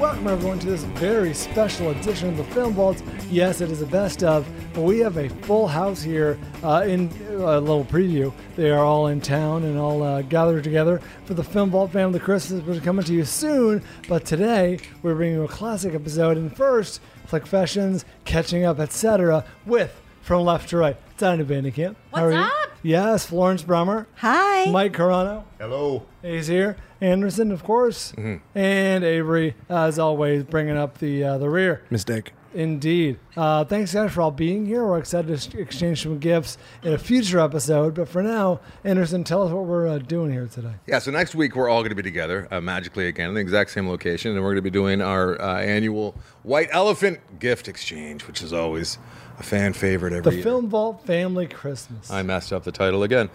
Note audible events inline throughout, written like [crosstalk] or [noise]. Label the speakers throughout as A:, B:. A: Welcome everyone to this very special edition of the Film Vault. Yes, it is the best of, but we have a full house here. Uh, in a little preview, they are all in town and all uh, gathered together for the Film Vault Family Christmas, which is coming to you soon. But today we're bringing you a classic episode, and first, Flick Fashions, catching up, etc. With from left to right, Diana Bandicamp. What's How are up? You? Yes, Florence Brummer.
B: Hi.
A: Mike Carano.
C: Hello.
A: He's here. Anderson, of course,
D: Mm-hmm.
A: and Avery, uh, as always, bringing up the uh, the rear.
D: Mistake.
A: Indeed. Uh, thanks, guys, for all being here. We're excited to s- exchange some gifts in a future episode, but for now, Anderson, tell us what we're uh, doing here today.
C: Yeah, so next week we're all going to be together uh, magically again in the exact same location, and we're going to be doing our uh, annual White Elephant gift exchange, which is always a fan favorite every
A: The
C: year.
A: Film Vault Family Christmas.
C: I messed up the title again,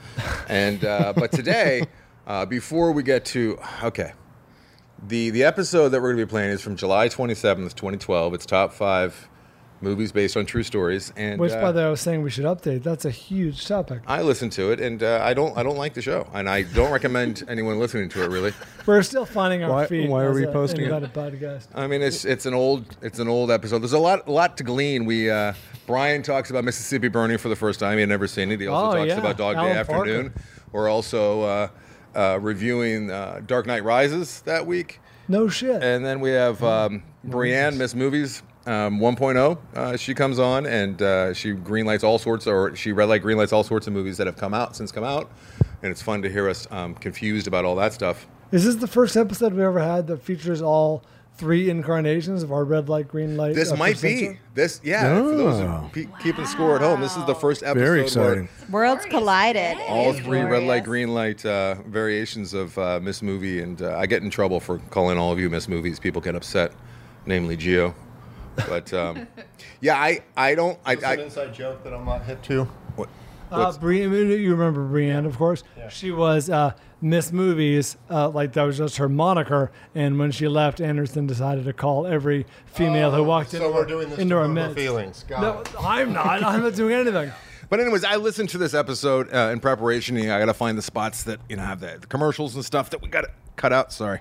C: and uh, but today, [laughs] uh, before we get to okay, the the episode that we're going to be playing is from July twenty seventh, twenty twelve. It's top five movies based on true stories, and
A: Which,
C: uh,
A: by the way, I was saying we should update. That's a huge topic.
C: I listened to it, and uh, I don't I don't like the show, and I don't recommend [laughs] anyone listening to it really.
A: We're still finding our
D: Why-
A: feet.
D: why are
A: as
D: we
A: a
D: posting it?
A: independent Podcast.
C: I mean, it's it's an old it's an old episode. There's a lot a lot to glean. We uh, Brian talks about Mississippi Burning for the first time. He had never seen it. He also
A: Oh,
C: talks
A: yeah.
C: about Dog
A: Alan
C: Day Afternoon.
A: Parker.
C: We're also uh, uh, reviewing uh, Dark Knight Rises that week,
A: No shit.
C: and then we
D: Oh,
C: have um, Brienne Miss Movies. Um, 1.0. Uh, she comes on and uh, she greenlights all sorts, or she red light greenlights all sorts of movies that have come out since come out, and it's fun to hear us um, confused about all that stuff.
A: Is this the first episode we ever had that features all three incarnations of our red light, green light?
C: This
A: uh,
C: might be
A: percentage?
C: this. Yeah, for those who
D: Oh.
C: pe- keeping score at home, this is the first episode.
D: Very
C: where
D: exciting.
B: Worlds collided.
C: All
B: It is
C: three red light,
B: glorious.
C: green light uh, variations of uh, Miss Movie, and uh, I get in trouble for calling all of you Miss Movies. People get upset, namely Geo. But
B: [laughs]
C: um, yeah, I I don't I,
D: It's an
C: I
D: inside joke that I'm not hit to.
C: what,
A: Uh,
C: what's-
A: Brienne, you remember Brienne, of course. She was uh, Miss Movies, uh, like that was just her moniker. And when she left, Anderson decided to call every female
E: Oh.
A: who walked
D: so
A: into,
D: we're
A: our-
D: doing this
A: into
D: to
A: our
D: hurt her
A: midst.
D: feelings. Got
A: No,
D: it.
A: I'm not. I'm not doing anything.
C: [laughs] But anyways, I listened to this episode uh, in preparation. And I got to find the spots that you know have the, the commercials and stuff that we got to cut out. Sorry.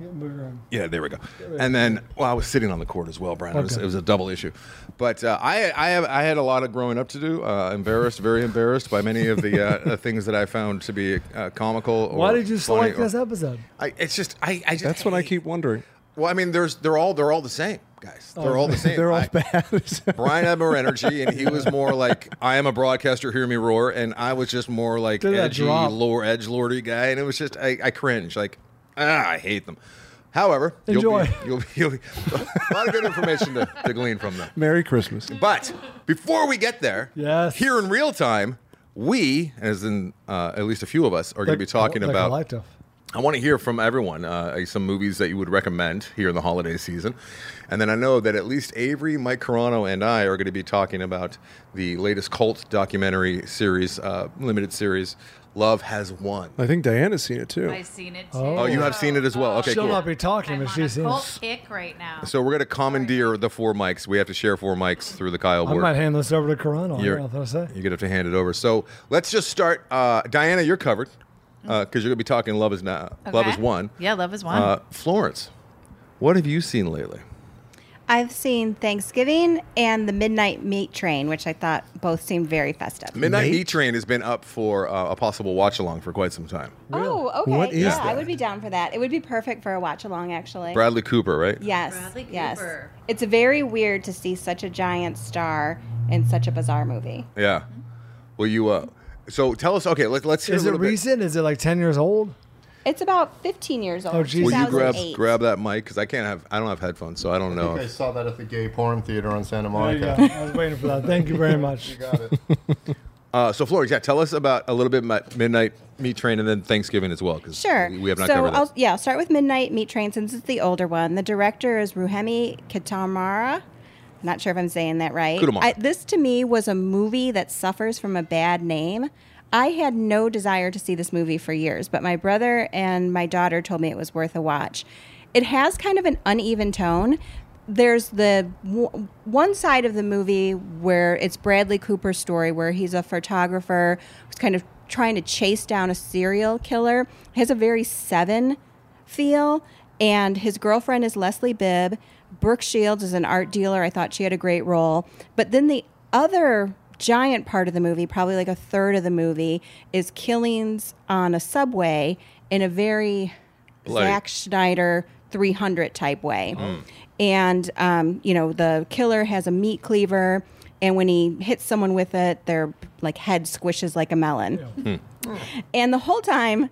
A: um,
C: Yeah, there we go. And then, well, I was sitting on the court as well, Brian. It, was,
A: Okay.
C: it was a double issue, but uh, I, I, have, I had a lot of growing up to do. Uh, embarrassed, very embarrassed by many of the
A: [laughs]
C: uh, things that I found to be uh, comical. Or
A: Why did you
C: funny
A: select
C: or-
A: this episode?
C: I, it's just, I, I just.
D: That's what I
C: hate-
D: keep wondering. Oh,
C: Well, I mean, there's, they're all, they're all the same, guys. They're
D: [laughs]
C: all the same.
D: They're all
C: I-
D: bad.
C: Brian had more energy,
D: [laughs]
C: and he was
A: [laughs]
C: more like, "I am a broadcaster, hear me roar," and I was just more like
A: Did that
C: edgy,
A: drop.
C: lore, edge lordy guy, and it was just I, I cringe, like ah, I hate them. However,
A: Enjoy.
C: You'll be, you'll be, [laughs] you'll be a lot of good information to, to glean from them.
D: Merry Christmas.
C: But before we get there,
A: Yes.
C: here in real time, we, as in uh, at least a few of us, are going to be talking
A: The
C: about
A: Collective.
C: I want to hear from everyone uh, some movies that you would recommend here in the holiday season. And then I know that at least Avery, Mike Carano, and I are going to be talking about the latest cult documentary series, uh, limited series, Love Has Won.
D: I think Diana's seen it too.
F: I've seen it too.
C: Oh, you have seen it as well. Okay,
A: She'll
C: cool.
A: not be talking,
F: I'm
A: but
F: on
A: she's
F: a
A: seen
F: cult
A: it.
F: kick right now.
C: So we're going to commandeer the four mics. We have to share four mics through the Kyle
A: I
C: board.
A: might hand this over to Carano. Oh, I
C: You're-
A: don't know what to say.
C: You're gonna have to hand it over. So let's just start. Uh, Diana, you're covered because you're gonna be talking love is now love
F: Okay.
C: is one.
F: Yeah, Love Is One.
C: Uh, Florence, what have you seen lately?
B: I've seen Thanksgiving and the Midnight Meat Train, which I thought both seemed very festive.
C: Midnight
D: Mate?
C: Meat Train has been up for uh, a possible watch along for quite some time.
B: Oh, okay.
D: What is
B: yeah, I
D: that?
B: would be down for that. It would be perfect for a watch along, actually.
C: Bradley Cooper, right?
B: Yes.
F: Bradley
B: yes.
F: Cooper.
B: It's very weird to see such a giant star in such a bizarre movie.
C: Yeah. Well, you. Uh, so tell us. Okay, let, let's hear
A: Is
C: a
A: it
C: little bit.
A: recent? Is it like 10 years old?
B: It's about 15 years old.
A: Oh, geez.
C: Will you grab
B: 2008.
C: grab that mic? Because I can't have. I don't have headphones, so I don't know.
E: I think I
C: if-
E: saw that at the gay porn theater on Santa
A: There you go.
E: Monica.
A: I was waiting for that. Thank you
E: [laughs]
A: very much.
E: Got it.
C: Uh, so, Flores, yeah, tell us about a little bit about Midnight Meat Train and then Thanksgiving as well, because
B: Sure.
C: we, we have not
B: so
C: covered that.
B: I'll, yeah, I'll start with Midnight Meat Train since it's the older one. The director is Ruhemi Kitamara. Not sure if I'm saying that right.
C: Kutamara.
B: I, this to me was a movie that suffers from a bad name. I had no desire to see this movie for years, but my brother and my daughter told me it was worth a watch. It has kind of an uneven tone. There's the w- one side of the movie where it's Bradley Cooper's story, where he's a photographer who's kind of trying to chase down a serial killer. It has a very seven feel. And his girlfriend is Leslie Bibb. Brooke Shields is an art dealer. I thought she had a great role. But then the other giant part of the movie, probably like a third of the movie, is killings on a subway in a very
C: Bloody.
B: Zack Schneider 300 type way. And, um, you know, the killer has a meat cleaver. And when he hits someone with it, their like head squishes like a melon. Hmm. And the whole time,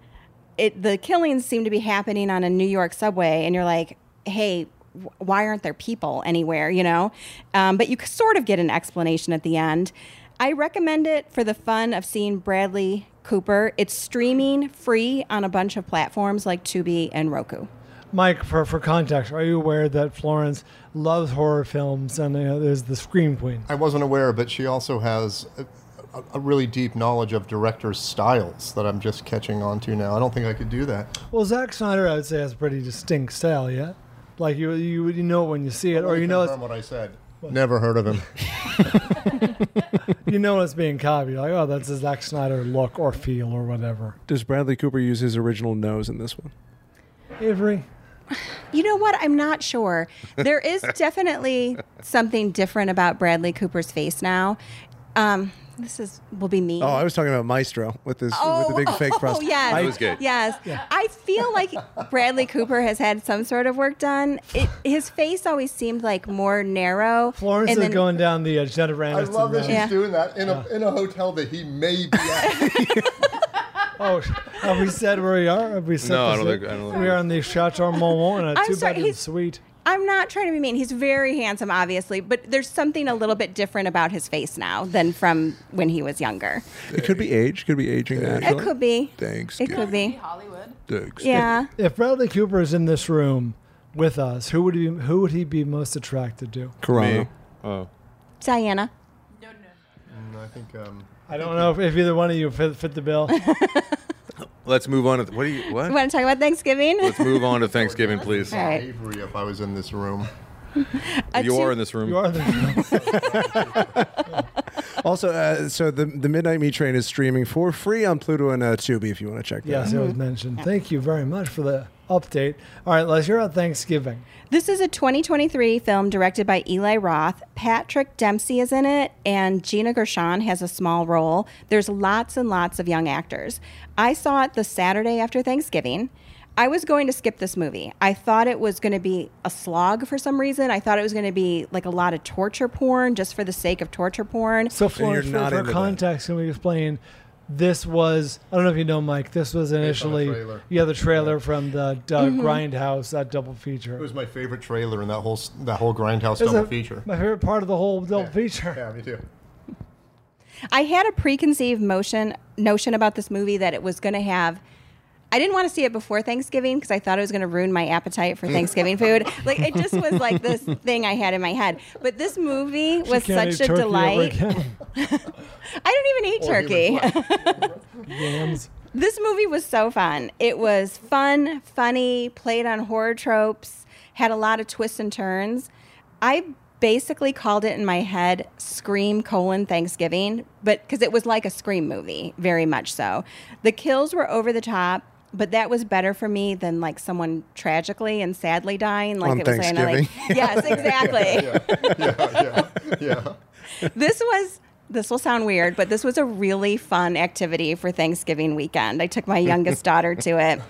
B: it the killings seem to be happening on a New York subway, and you're like, hey, wh- why aren't there people anywhere? You know, um, but you c- sort of get an explanation at the end. I recommend it for the fun of seeing Bradley Cooper. It's streaming free on a bunch of platforms like Tubi and Roku.
A: Mike, for, for context, are you aware that Florence loves horror films and you know, there's the Scream Queen?
E: I wasn't aware, but she also has a, a, a really deep knowledge of directors' styles that I'm just catching on to now. I don't think I could do that.
A: Well, Zack Snyder, I would say, has a pretty distinct style, yeah? Like you, you, you know it when you see it, or you know,
E: Confirm
A: it's,
E: what I said. Never
A: [laughs]
E: heard of him.
A: you know it's being copied. Like, oh, that's a Zack Snyder look or feel or whatever.
D: Does Bradley Cooper use his original nose in this one?
A: Avery,
B: You know what? I'm not sure.
D: [laughs]
B: There is definitely something different about Bradley Cooper's face now. Um, this is will be me.
D: Oh, I was talking about Maestro with this with the big fake
B: [laughs] Oh,
D: frost.
B: yes.
D: I-
C: That was good.
B: Yes. I feel like Bradley Cooper has had some sort of work done. It, his face always seemed like more narrow.
A: Florence
B: and
A: is
B: then-
A: going down the uh, Jennifer
E: I
A: Aniston
E: love that
A: road.
E: she's
B: Yeah.
E: doing that in a in a hotel that he may be at.
A: Oh, sh- have we said where we are? Have we said
C: No, I
A: this
C: don't
A: yet?
C: think- I don't think-
A: we are in the Chateau Marmont in a
B: I'm
A: two
B: sorry,
A: bedroom
B: he's-
A: suite.
B: I'm not trying to be mean. He's very handsome, obviously, but there's something a little bit different about his face now than from when he was younger.
D: it could be age. Could be aging.
B: It could be.
D: Thanks.
B: It could be.
F: Hollywood.
B: [laughs] Yeah.
A: If Bradley Cooper is in this room with us, who would he be, who would he be most attracted to?
D: Corona.
C: Me. Oh.
B: Diana.
F: No, no, no.
E: Mm, I think um,
A: I don't know if, if either one of you fit, fit the bill.
C: Let's move on. To what do you? What?
B: You want to talk about Thanksgiving?
C: Let's move
E: [laughs]
C: on to Thanksgiving, please.
B: All right.
E: Avery, if I was in this room,
B: [laughs] A
C: You are
B: two-
C: in this room.
A: you are the
D: Also, uh, so the the Midnight Meat Train is streaming for free on Pluto and uh, Tubi if you want to check that.
A: yes,
D: out.
A: it was mentioned. Thank you very much for the update. All right, let's hear about Thanksgiving.
B: This is a 2023 film directed by Eli Roth. Patrick Dempsey is in it, and Gina Gershon has a small role. There's lots and lots of young actors. I saw it the Saturday after Thanksgiving. I was going to skip this movie. I thought it was going to be a slog for some reason. I thought it was going to be like a lot of torture porn just for the sake of torture porn.
A: So, Florence,
D: you're
A: for,
D: not
A: for
D: into that.
A: context, can we explain? This was I don't know if you know, Mike. This was initially
E: trailer.
A: yeah the trailer from the, the Uh,
B: Mm-hmm.
A: Grindhouse that double feature.
E: it was my favorite trailer in that whole s- that whole Grindhouse
A: It's
E: double
A: a-
E: feature.
A: My favorite part of the whole double feature.
E: Yeah, me too.
B: I had a preconceived motion notion about this movie that it was going to have. I didn't want to see it before Thanksgiving because I thought it was going to ruin my appetite for Thanksgiving food. Like it just was like
A: [laughs]
B: this thing I had in my head. But this movie was
A: Can't
B: such
A: eat
B: a
A: turkey ever
B: delight. [laughs]
A: again.
B: I don't even eat
E: Or he
B: turkey.
E: was black.
B: [laughs]
A: Yams.
B: this movie was so fun. It was fun, funny, played on horror tropes, had a lot of twists and turns. I basically called it in my head Scream colon Thanksgiving, but because it was like a Scream movie, very much so. The kills were over the top. but that was better for me than like someone tragically and sadly dying. Like
D: On
B: it was kinda like,
D: Thanksgiving. [laughs]
B: yes, exactly.
E: yeah, yeah, yeah.
B: this was this will sound weird, but this was a really fun activity for Thanksgiving weekend. I took my youngest daughter to it.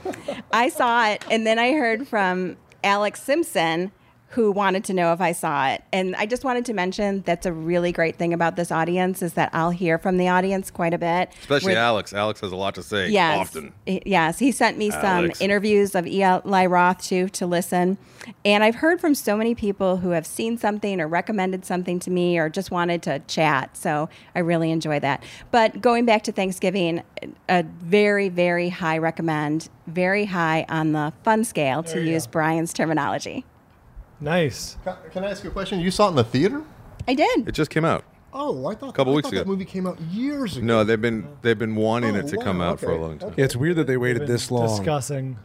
B: I saw it, and then I heard from Alex Simpson, who wanted to know if I saw it. And I just wanted to mention that's a really great thing about this audience is that I'll hear from the audience quite a bit.
C: Especially
B: We're-
C: Alex. Alex has a lot to say
B: yes.
C: often.
B: I- Yes, he sent me some
C: Alex.
B: interviews of Eli Roth too to listen, and I've heard from so many people who have seen something or recommended something to me or just wanted to chat. So I really enjoy that. But going back to Thanksgiving, a very very high recommend, very high on the fun scale to use Brian's terminology.
A: Nice.
E: Ca- Can I ask you a question? You saw it in the theater?
B: I did.
C: It just came out.
E: Oh, I thought
C: Couple
E: I
C: weeks
E: thought
C: ago.
E: that movie came out years ago.
C: No, they've been they've been wanting
E: Oh,
C: it to
E: wow,
C: come out for a
E: okay,
C: long time.
E: okay.
D: Yeah, it's weird that they waited
A: Been
D: this long.
A: Discussing.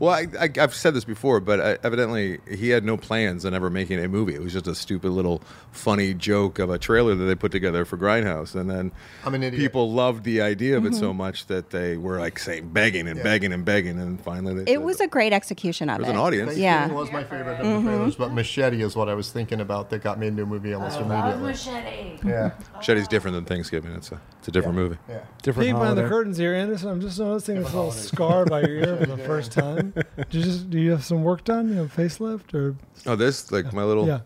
C: Well, I, I, I've said this before, but I, evidently he had no plans on ever making a movie. It was just a stupid little funny joke of a trailer that they put together for Grindhouse, and then
E: I'm an idiot.
C: people loved the idea of it so
B: Mm-hmm.
C: much that they were like saying begging and begging and begging, and finally they
B: It was a great execution of
C: There's
B: it.
C: an audience.
B: Yeah.
E: Thanksgiving was my favorite of
B: Mm-hmm.
E: the trailers, but Machete is what I was thinking about that got made into a movie almost
B: Oh,
F: Love
E: immediately.
F: machete.
E: Yeah,
C: Machete's different than Thanksgiving. It's a it's a different movie.
E: yeah.
D: Different
A: Peek behind the
D: holiday.
A: curtains here, Anderson. I'm just noticing this little scar by your ear for the first time. Do you just do you have some work done? You have a facelift or
C: Oh, this like my little.
A: Yeah.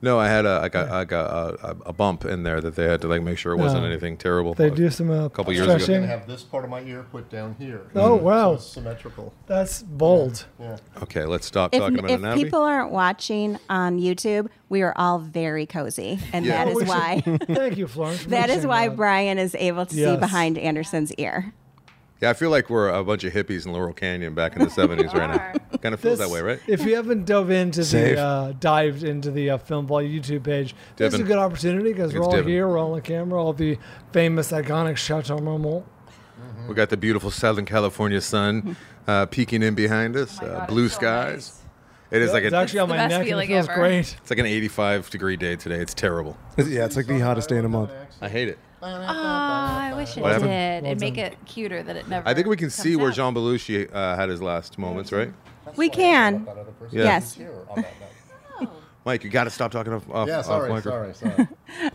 C: No, I had a like a like a, a, a bump in there that they had to like make sure it wasn't
A: Yeah.
C: anything terrible.
A: they do some uh,
C: Couple years ago.
E: I'm
A: stretching?
E: gonna have this part of my ear put down here. Mm,
A: Oh
E: So
A: wow,
E: it's symmetrical.
A: that's bold.
E: Yeah.
C: Okay, let's stop
B: If,
C: talking about
B: if
C: anatomy.
B: people aren't watching on YouTube, we are all very cozy, and
C: Yeah.
B: that
C: Well,
B: is why.
A: [laughs] Thank you,
B: [laughs]
A: Florence. for
B: That is
A: mentioning
B: why
A: that.
B: Brian is able to see
A: Yes.
B: behind Anderson's ear.
C: Yeah, I feel like we're a bunch of hippies in Laurel Canyon back
F: [laughs]
C: in the seventies right now. Kind of feels that
A: This-
C: way, right?
A: If you haven't dove into
D: Safe.
A: the uh, dived into the uh, film ball YouTube page, this is a
C: Devin.
A: good opportunity because we're
C: It's
A: all
C: Devin.
A: here, we're all on camera, all the famous iconic Chateau Marmont.
C: We got the beautiful Southern California
F: [laughs]
C: sun uh, peeking in behind us,
F: Oh my
C: uh,
F: Oh God,
C: blue
F: it's so
C: skies.
F: nice.
C: It is like
A: it's
C: a,
A: actually on
F: the
A: my
F: best
A: neck. and It
F: feeling
A: feels
F: ever.
A: great.
C: it's like an eighty-five degree day today. It's terrible.
D: Yeah, it's like the hottest day in a month.
C: I hate it.
F: Ah, I wish it
C: What happened?
F: did.
A: Well
F: It'd make
A: done.
F: it cuter that it never.
C: I think we can
F: comes
C: see where
F: out.
C: Jean Belushi uh, had his last moments, right?
B: We can.
C: Yeah.
B: Yes.
C: Mike, you got to stop talking off. off
E: Yeah, sorry,
C: off microphone.
E: sorry,
F: [laughs]
E: sorry.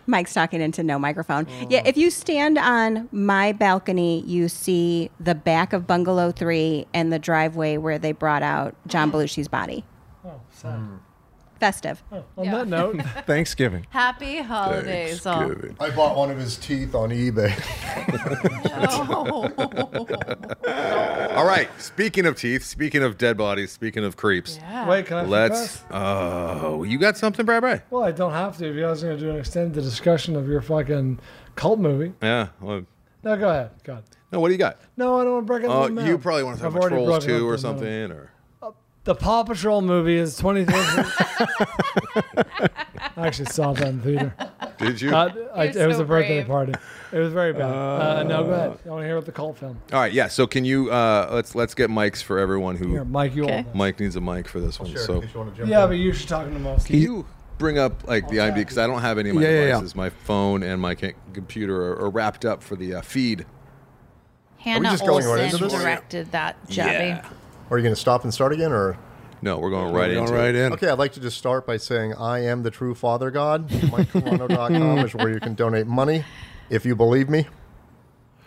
B: [laughs] Mike's talking into no microphone.
A: Oh.
B: Yeah, if you stand on my balcony, you see the back of Bungalow 3 and the driveway where they brought out John Belushi's body.
A: Oh, sad.
B: Festive.
A: On
F: Yeah.
A: Oh, [laughs] that note,
B: [laughs]
D: Thanksgiving.
F: Happy holidays, all.
C: Thanksgiving.
E: I bought one of his teeth on
B: [laughs]
E: eBay.
B: Oh.
E: [laughs]
C: All right. Speaking of teeth, speaking of dead bodies, speaking of creeps,
F: Yeah.
A: wait, can I
C: let's.
A: confess?
C: Oh, you got something, Brad? Brad?
A: Well, I don't have to. If you guys are going to do an extended discussion of your fucking cult movie,
C: Yeah. Well,
A: no, go ahead. Go ahead.
C: no, what do you got?
A: No, I don't want to break up.
C: Oh,
A: the
C: you
A: momentum.
C: probably want to talk
A: I've
C: about
A: already
C: Trolls
A: broken up
C: 2 or
A: the momentum.
C: something. or
A: The Paw Patrol movie is 2013. I actually saw that in theater.
C: Did you?
A: Uh, I, it
F: You're
A: was
F: so
A: a birthday
F: brave.
A: party. It was very bad. Uh, no, go ahead. I want to hear about the cult film.
C: All right, yeah. So can you uh, let's let's get mics for everyone who
A: Here, Mike, you Oh,
F: Okay.
A: all.
C: Mike needs a mic for this one.
E: Sure,
C: so
E: if you wanna jump
A: Yeah,
E: in.
A: but you should talk to the most.
C: can you bring up like the IMDb because I don't have any of my
D: Yeah, yeah, yeah.
C: devices. My phone and my ca- computer are, are wrapped up for the uh, feed.
F: Hannah
E: just going
F: Olsen
E: right into this?
F: directed that jabby.
E: Are you going to stop and start again, or
C: No, we're going right
D: Going
C: into
D: right
C: it.
D: in.
E: Okay, I'd like to just start by saying I am the true Father God. MikeCarano.com is where you can donate money if you believe me.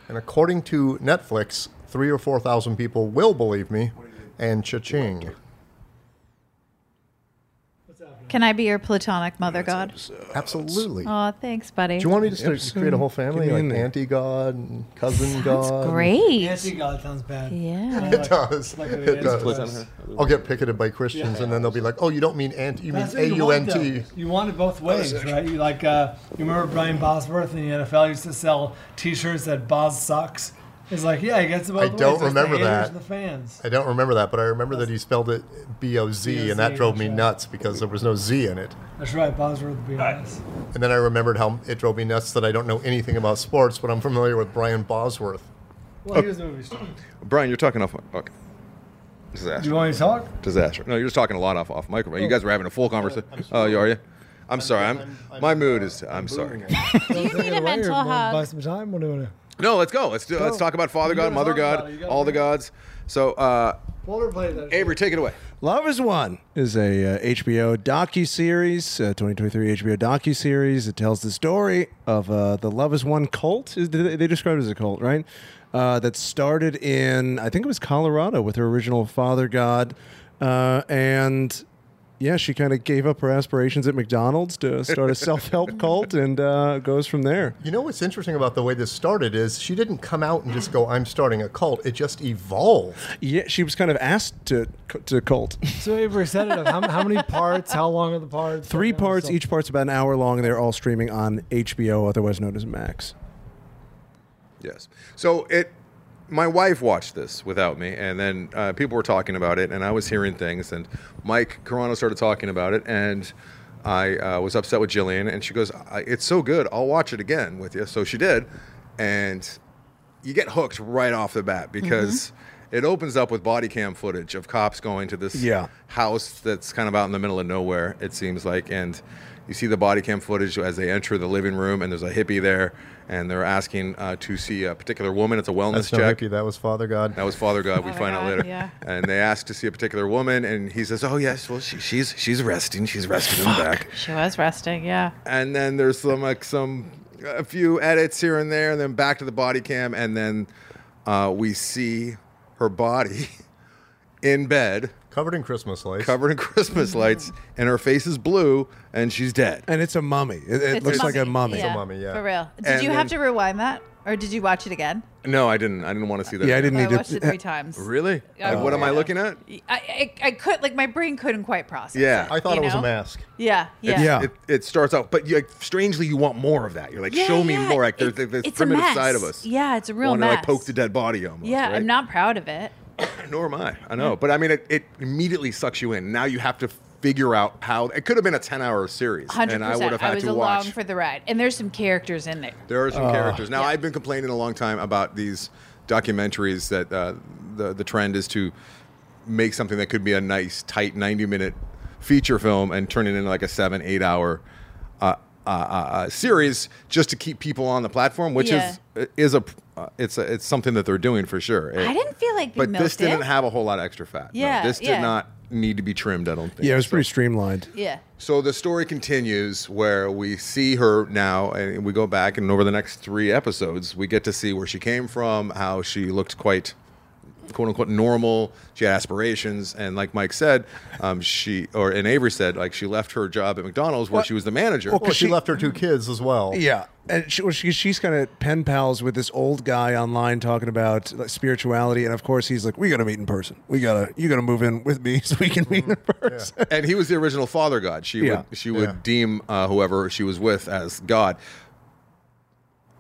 E: And according to Netflix, three or 4,000 people will believe me. And cha-ching.
F: Can I be your platonic mother god?
E: Absolutely. Do
F: Oh, thanks, buddy.
E: you want me to start to create a whole family?
D: Get me in
E: Like
D: there.
E: anti God and cousin God?
F: Great.
A: God sounds bad.
F: Yeah.
E: It does. It does. I'll get picketed by Christians, and then they'll be like, oh, you don't mean anti, you mean
A: That's what you want, though.
E: A-U-N-T.
A: You want it both ways, right? You like, uh, you remember Brian Bosworth in the NFL used to sell T-shirts that Boz sucks. He's like, yeah, he gets it both
E: I
A: ways. There's
E: don't
A: the
E: remember
A: haters
E: that.
A: and The fans.
E: I don't remember that, but I remember that he spelled it B O Z, and that drove me nuts because there was no Z in it.
A: That's right, Bosworth would be honest.
E: And then I remembered how it drove me nuts that I don't know anything about sports, but I'm familiar with Brian Bosworth.
A: Well, he was a movie star.
C: Brian, you're talking off. Okay. Disaster.
A: Do you want me to talk?
C: Disaster. No, you're just talking a lot off off microphone. You guys were having a full conversation. Oh, you are you?
A: uh,
C: I'm sorry. I'm, my mood is. I'm sorry.
F: Do you need a mental
A: Buy
F: hug?
A: some time. What do you want to?
C: [laughs] No, let's go. Let's do. Let's talk about Father
A: You
C: God,
A: gotta
C: Mother
A: talk about
C: God,
A: it. You gotta
C: all the
A: bring it
C: gods. So, uh,
A: Boulder played that.
C: Avery, take it away.
D: Love is One is a uh, HBO docu-series, uh, 2023 HBO docu-series. It tells the story of uh, the Love is One cult. Is- They they describe it as a cult, right? Uh, that started in, I think it was Colorado with her original father god. Uh, and yeah, she kind of gave up her aspirations at McDonald's to start a self-help cult and uh, goes from there.
E: You know what's interesting about the way this started is she didn't come out and just go, I'm starting a cult. It just evolved.
D: Yeah, she was kind of asked to, to cult.
A: So Avery set it up. How, how many parts? How long are the parts?
D: Three
A: That kind of
D: parts,
A: stuff.
D: each part's about an hour long, and they're all streaming on HBO, otherwise known as Max.
C: Yes. So it, my wife watched this without me, and then uh, people were talking about it, and I was hearing things, and Mike Carano started talking about it, and I uh, was upset with Jillian, and she goes, I, "It's so good, I'll watch it again with you." So she did, and you get hooked right off the bat because. It opens up with body cam footage of cops going to this
D: Yeah.
C: house that's kind of out in the middle of nowhere, it seems like. And you see the body cam footage as they enter the living room, and there's a hippie there, and they're asking uh, to see a particular woman. It's a wellness
E: That's
C: check.
E: Hippie, that was Father God.
C: That was Father
F: [laughs]
C: God. we
F: Father
C: find out
F: God,
C: later.
F: yeah.
C: And they ask to see a particular woman, and he says, "Oh yes, well she, she's she's resting. She's resting in the back."
F: She was resting, yeah.
C: and then there's some like some a few edits here and there, and then back to the body cam, and then uh, we see her body [laughs] in bed,
E: Covered in Christmas lights.
C: covered in Christmas
F: Mm-hmm.
C: lights, and her face is blue, and she's dead.
D: And it's a mummy. It, it
F: It's
D: looks like a mummy.
E: It's a mummy, yeah.
F: For real. Did
C: And
F: you have
C: then-
F: to rewind that? Or did you watch it again?
C: No, I didn't. I didn't want to see that.
D: Yeah, I
F: I
D: didn't need
F: watched it three
D: to.
F: times.
C: Really?
F: Yeah.
C: Like, what am I looking at?
F: I, I, I could, like, my brain couldn't quite process
C: Yeah.
F: it,
E: I thought
F: you
E: it was
F: know?
E: a mask.
F: Yeah, yeah.
D: It's- yeah.
C: It, it starts out, but you, like, strangely, you want more of that. You're like,
F: Yeah,
C: show me
F: yeah.
C: more. Like, there's
F: It-
C: like, this
F: it's a
C: primitive
F: mess.
C: side of us.
F: Yeah, it's a real
C: want to like
F: mess.
C: poke the dead body almost.
F: Yeah,
C: right?
F: I'm not proud of it.
C: Nor am I. I know, but I mean, it, it immediately sucks you in. Now you have to figure out how. It could have been a 10 hour series,
F: 100%.
C: and I would have
F: I
C: had
F: was
C: to
F: along
C: watch.
F: for the ride. And there's some characters in there.
C: There are some characters. Now, I've been complaining a long time about these documentaries that uh, the the trend is to make something that could be a nice, tight, ninety minute feature film and turn it into like a seven, eight hour. Uh, uh, uh, uh, series just to keep people on the platform, which is is a uh, it's a, it's something that they're doing for sure.
F: I didn't feel like they
C: Eh, but this
F: milked
C: didn't
F: it.
C: have a whole lot of extra fat. No,
F: Yeah,
C: this did
F: yeah.
C: not need to be trimmed. I don't think.
D: Yeah, it was
C: So-
D: pretty streamlined.
F: Yeah.
C: so the story continues where we see her now, and we go back, and over the next three episodes, we get to see where she came from, how she looked quite quote unquote normal. She had aspirations, and like Mike said, um, she or and Avery said, like she left her job at McDonald's where she was the manager.
D: Well,
E: Well, she,
D: she-
E: left her two kids as well.
D: Yeah, and she, well, she, she's kind of pen pals with this old guy online talking about like, spirituality, and of course he's like, "We gotta meet in person. We gotta you gotta move in with me [laughs] so we can meet in person."
C: and he was the original father god. She
D: Yeah.
C: would she would
E: Yeah.
C: deem uh, whoever she was with as god.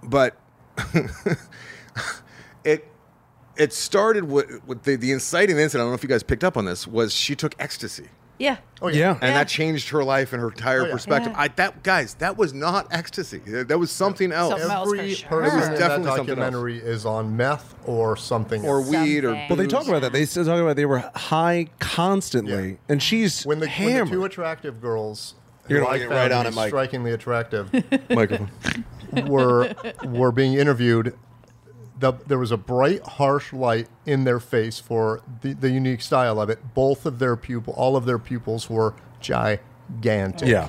C: But [laughs] it it started with, with the, the inciting incident. I don't know if you guys picked up on this. Was she took ecstasy?
F: Yeah.
E: Oh,
D: Yeah.
C: And that changed her life and her entire
E: Oh, yeah.
C: perspective.
F: Yeah.
C: I, that guys, that was not ecstasy. That that was something else,
F: Something else.
E: Every
F: Smells for sure.
E: person
F: It was
E: in that
C: definitely something else.
E: documentary is on meth or something.
C: or
E: else.
C: weed, or
F: Something.
D: Well, they talk
C: booze.
D: about that. They still talk about they were high constantly,
E: Yeah.
D: and she's
E: when the, when the
D: hammered.
E: two attractive girls
D: You're
E: who
D: gonna
E: I
D: get
E: found
D: right
E: to
D: on
E: be
D: it, Mike.
E: strikingly attractive
D: [laughs]
C: microphone.
E: were were being interviewed. The, there was a bright, harsh light in their face for the, the unique style of it. Both of their pupil, all of their pupils were gigantic.
D: Yeah.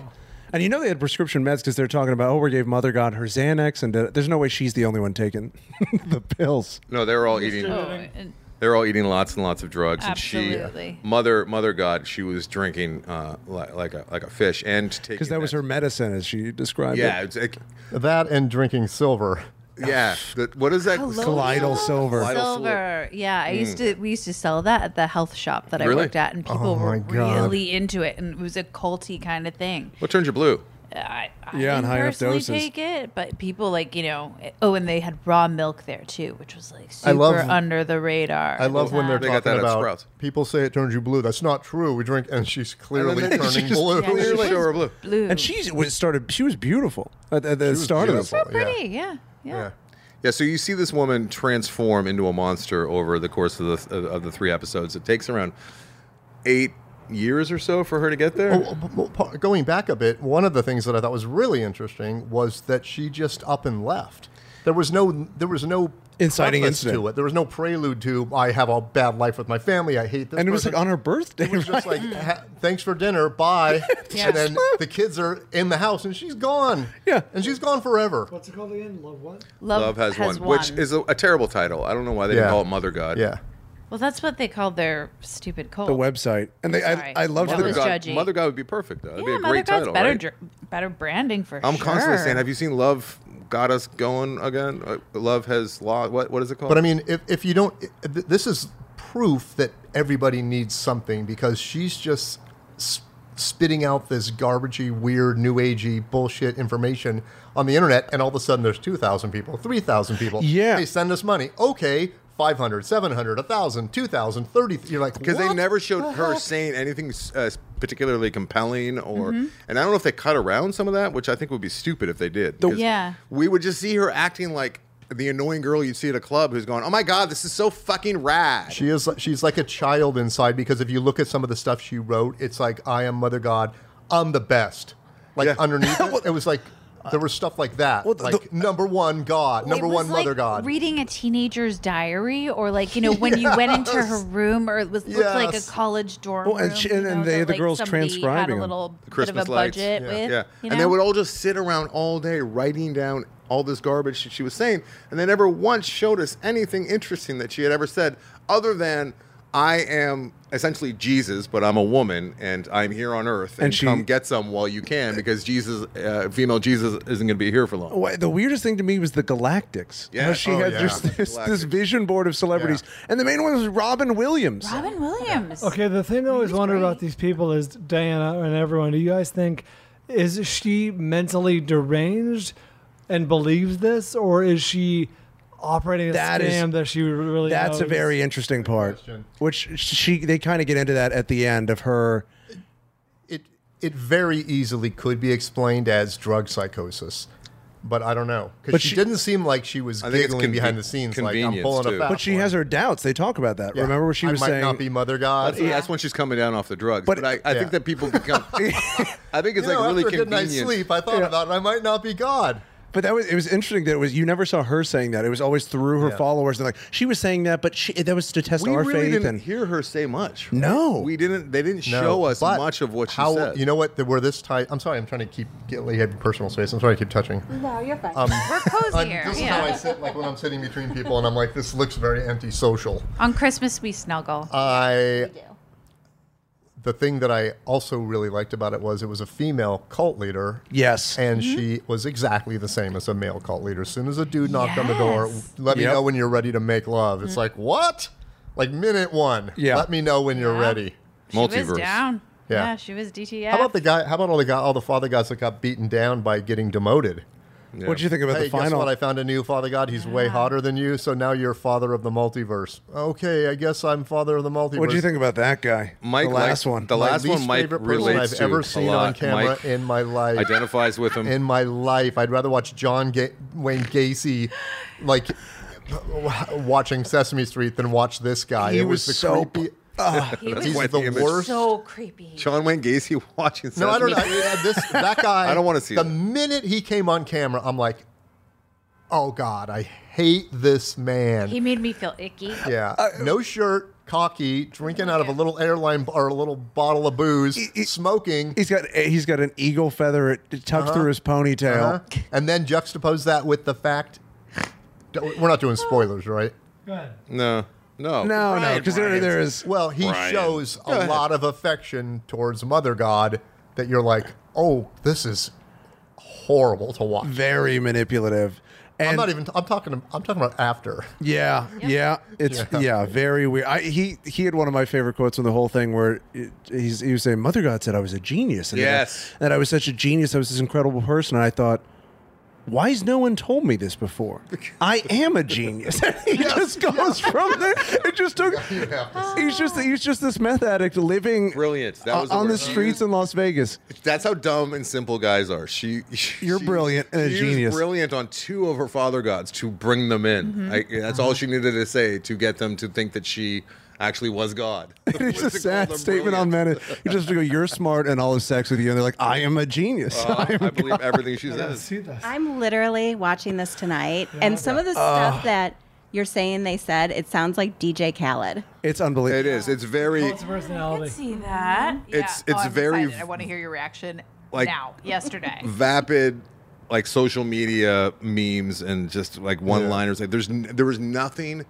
D: And you know they had prescription meds because they're talking about, oh, we gave Mother God her Xanax, and uh, there's no way she's the only one taking [laughs] the pills.
C: No, they were all eating.
F: Oh, and
C: They were all eating lots and lots of drugs, and
F: Absolutely.
C: she, mother, mother God, she was drinking uh, like, like a like a fish, and taking
D: Because that was her medicine, as she described
C: Yeah, it's
D: it.
C: like,
E: That and drinking silver.
C: yeah. The, what is that?
D: Colloidal silver.
C: Colloidal
F: Silver. Yeah, I used to. We used to sell that at the health shop that I
C: Really?
F: worked at, and people
E: Oh my
F: were
E: God.
F: really into it, and it was a culty kind of thing.
C: What turns you blue?
F: I, I
D: Yeah, and
F: didn't
D: high enough
F: personally
D: doses.
F: take it, but people like you know. it- Oh, and they had raw milk there too, which was like super
E: I love-
F: under the radar.
E: I love when they're
C: They
E: talking
C: got that at
E: about
C: Sprouts.
E: people say it turns you blue. That's not true. We drink, and she's
C: [laughs]
E: clearly
C: And then
E: turning
D: she's
E: blue.
F: Yeah, she
C: Clearly,
F: was
C: show her blue.
F: blue.
D: And she was started. She was beautiful Uh, at, at the
E: was
D: start of
E: beautiful,
D: this.
E: yeah.
F: pretty. Yeah. Yeah.
E: Yeah.
C: Yeah, so you see this woman transform into a monster over the course of the of the three episodes. It takes around eight, years or so for her to get there.
F: Oh,
E: Well, well, pa- Going back a bit, one of the things that I thought was really interesting was that she just up and left. There was no there was no
D: Inciting
E: preface
D: incident.
E: to it. There was no prelude to I have a bad life with my family. I hate this.
D: and it was like
E: person."
D: on her birthday.
E: It was just
D: right?
E: like "Ha- thanks for dinner,
D: [laughs]
E: bye.
F: Yeah.
E: And then the kids are in the house and she's gone.
D: Yeah.
E: and she's gone forever.
A: What's it called again? Love what?
C: Love has, one, which is a, a terrible title. I don't know why they
E: Yeah.
C: didn't call it Mother God.
E: Yeah,
F: well, that's what they called their stupid cult.
D: the website, and they,
F: Sorry.
D: I, I loved
F: That
C: Mother
F: was
D: the.
C: God,
F: judgy.
C: Mother God would be perfect though. That'd
F: Yeah,
C: be a
F: Mother
C: great
F: God's
C: title.
F: better,
C: right?
F: dr- better branding for
C: I'm
F: sure.
C: constantly saying, have you seen Love got us going again? Uh, Love has lost. What what is it called?
E: but I mean, if if you don't, i- th- this is proof that everybody needs something because she's just sp- spitting out this garbagey, weird, new agey bullshit information on the internet, and all of a sudden there's two thousand people, three thousand people.
D: Yeah.
E: they send us money. Okay. 500, 700, 1,000, 2,000, 30. You're like,
C: because they
E: "What
C: never showed
E: the
C: her
E: heck?"
C: saying anything uh, particularly compelling or and i don't know if they cut around some of that which i think would be stupid if they did 'cause
F: Yeah.
C: we would just see her acting like the annoying girl you'd see at a club who's going oh my god this is so fucking rad
E: She is. She's like a child inside because if you look at some of the stuff she wrote, it's like I am Mother God. I'm the best. Like
C: Yeah. [laughs]
E: underneath it, it was like there was stuff like that.
D: Well, the-
E: like number one God, number
F: It was
E: one Mother
F: like
E: God.
F: Reading a teenager's diary, or
E: [laughs]
F: like you know when you went into her room, or it was looked like
E: Yes.
F: a college dorm.
D: Well, and
F: room,
D: she-
F: you
D: and- and
F: know,
D: they-
F: that,
D: the
F: like,
D: girls
F: somebody had
D: transcribing
F: a
D: 'em.
F: little bit
C: Christmas
F: of a
C: lights.
F: budget with.
C: Yeah.
F: you
C: And they
F: know?
C: would all just sit around all day writing down all this garbage that she was saying. And they never once showed us anything interesting that she had ever said other than, I am essentially Jesus, but I'm a woman and I'm here on earth. And,
D: And she-
C: come get some while you can because Jesus, uh, female Jesus, isn't going to be here for long.
D: Wha- The weirdest thing to me was the Galactics.
C: Yeah.
D: How she
C: Oh,
D: had
C: yeah.
D: just this, this
C: Galactics.
D: vision board of celebrities, and the main one was Robin Williams.
F: Robin Williams.
A: Okay, the thing I always wonder about these people is Diana and everyone. Do you guys think is she mentally deranged and believes this, or is she operating a
D: That is-
A: scam that she really?
D: That's a
A: knows?
D: very interesting part, which she they kind of get into that at the end of her.
E: it it very easily could be explained as drug psychosis, but I don't know
D: But
E: because she,
D: she-
E: didn't seem like she was
C: I think it's
E: giggling behind
C: conven-
E: the scenes like I'm
C: convenience,
E: pulling
C: too.
E: a fast
D: But she
E: one."
D: has her doubts. They talk about that.
E: Yeah.
D: Remember where she
E: I
D: was
E: might
D: saying
E: not be Mother God.
C: Yeah, that's when she's coming down off the drugs. But,
D: But-
C: I, I
E: Yeah.
C: think that people
D: [laughs]
C: become. I think it's
E: You
C: like
E: know,
C: really
E: after a good night's
C: convenient.
E: sleep, I thought about it. I might not be God.
D: But that was it was interesting that it was you never saw her saying that. It was always through her followers and like she was saying that, but she that was to test
C: We
D: our
C: really
D: faith
C: didn't
D: and
C: hear her say much.
D: No.
C: we didn't. They didn't
E: No,
C: show us
E: but
C: much of what she
E: how,
C: said.
E: You know what? There were this type. I'm sorry. I'm trying to keep get like, have personal space. I'm sorry. I keep touching.
B: No, you're fine.
F: [laughs] We're
E: Um, I'm-
F: cozy here.
E: this is how I
F: Yeah.
E: sit. Like when I'm sitting between people, and I'm like, this looks very antisocial.
F: On Christmas we snuggle.
E: I the thing that I also really liked about it was it was a female cult leader.
D: Yes.
E: And
F: Mm-hmm.
E: she was exactly the same as a male cult leader. As soon as a dude knocked on the door,
F: Yes. Mm-hmm.
E: let me
D: Yep.
E: know when you're ready to make love. It's like, what? Like minute one.
D: Yeah.
E: Let me know when you're ready.
F: She was
C: Multiverse.
F: down.
E: Yeah.
F: Yeah. she was DTF.
E: How about the guy how about all the guy all the father gods that got beaten down by getting demoted?
D: what do you think about
E: Hey,
D: the
E: guess
D: final?
E: what? I found a new father god. He's way hotter than you, so now you're father of the multiverse. Okay, I guess I'm father of the multiverse.
D: what do you think about that guy?
C: Mike
D: the last
C: liked-
D: one.
C: the
E: My
C: last
E: least
C: one Mike
E: favorite person
C: relates
E: I've
C: to
E: ever
C: a
E: seen
C: lot.
E: on camera
C: Mike
E: in my life.
C: identifies with him.
E: in my life. I'd rather watch John Ga- Wayne Gacy, like watching Sesame Street, than watch this guy.
D: He
E: it was,
D: was
E: the
D: so-
E: creepy.
F: He
C: That's
F: was
C: why the
E: the
C: image-
E: worst.
F: so creepy.
C: John Wayne Gacy [laughs] watching.
E: no, I don't
C: Sesame
E: know. I-
C: [laughs]
E: I- this that
D: [laughs]
E: guy.
C: I don't wanna see
E: The
C: that.
E: minute he came on camera, I'm like, oh god, I hate this man.
F: He made me feel icky.
E: yeah,
D: Uh,
E: no shirt. Cocky, drinking out of a little airline or a little bottle of booze, smoking.
D: He's got eh, he's got an eagle feather it tucked through his ponytail.
E: Uh-huh. and then juxtapose that with the fact Don't- we're not doing spoilers, right?
A: Go ahead.
C: Street. No, no,
D: Oh. No, no, because there there is
E: Well, he shows a lot of affection towards Mother God that you're like, oh, this is horrible to watch.
D: very manipulative. And
E: I'm not even. I'm talking. I'm talking about [laughs] after.
D: Yeah, yeah, it's yeah, very weird. I, he he had one of my favorite quotes on the whole thing where it, he's, he was saying, "Mother God said I was a genius, and that I-
C: Yes.
D: that I, was such a genius, I was this incredible person." And I thought, why has no one told me this before? I am a genius. [laughs] And he just goes from there. It just took. He's just he's just this meth addict living
C: Brilliant. That was the
D: on the
C: word.
D: streets [laughs] in Las Vegas.
C: That's how dumb and simple guys are. She, [laughs]
D: You're
C: she-
D: brilliant and a
C: she was
D: genius. Mm-hmm.
C: Brilliant on two of her
D: Uh-huh.
C: father gods to bring them in. I, that's all she needed to say to get them to think that she actually was
D: [laughs]
C: God.
D: It's
C: What's
D: a
C: it called?
D: sad
C: I'm
D: statement on
C: brilliant.
D: men. You just go, you're smart, and all is sex with you, and they're like, I am a genius. [laughs]
C: Uh, I believe everything she says.
A: see this.
B: I'm literally watching this tonight, and some of the stuff that you're saying they said, it sounds like DJ Khaled.
D: It's unbelievable.
C: It is. It's very.
A: It's
F: I
A: personality.
F: see that. Oh,
C: It's- it's
F: I'm
C: very
F: excited. I want to hear your reaction
C: like-
F: now. Yesterday.
C: vapid like social media memes and just like one liners like there's n- there was nothing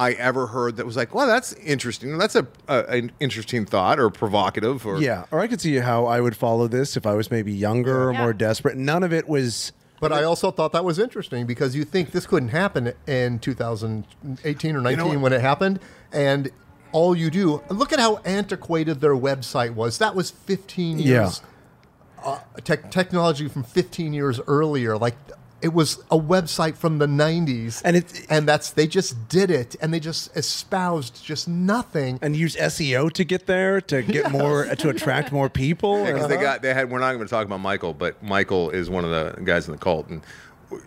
C: I ever heard that was like well that's interesting that's a, a an interesting thought or provocative or
D: Yeah, or I could see how I would follow this if I was maybe younger or
F: Yeah.
D: more desperate. None of it was.
E: But I also thought that was interesting because you think this couldn't happen in 2018 or 19
C: what?
E: when it happened, and all you do look at how antiquated their website was. That was 15 years. Uh, tech technology from 15 years earlier, like it was a website from the 90s,
D: And it-
E: and that's they just did it, and they just espoused just nothing.
D: And use SEO to get there to get more to attract more people. Uh-huh.
C: because they got they had we're not going to talk about Michael but Michael is one of the guys in the cult and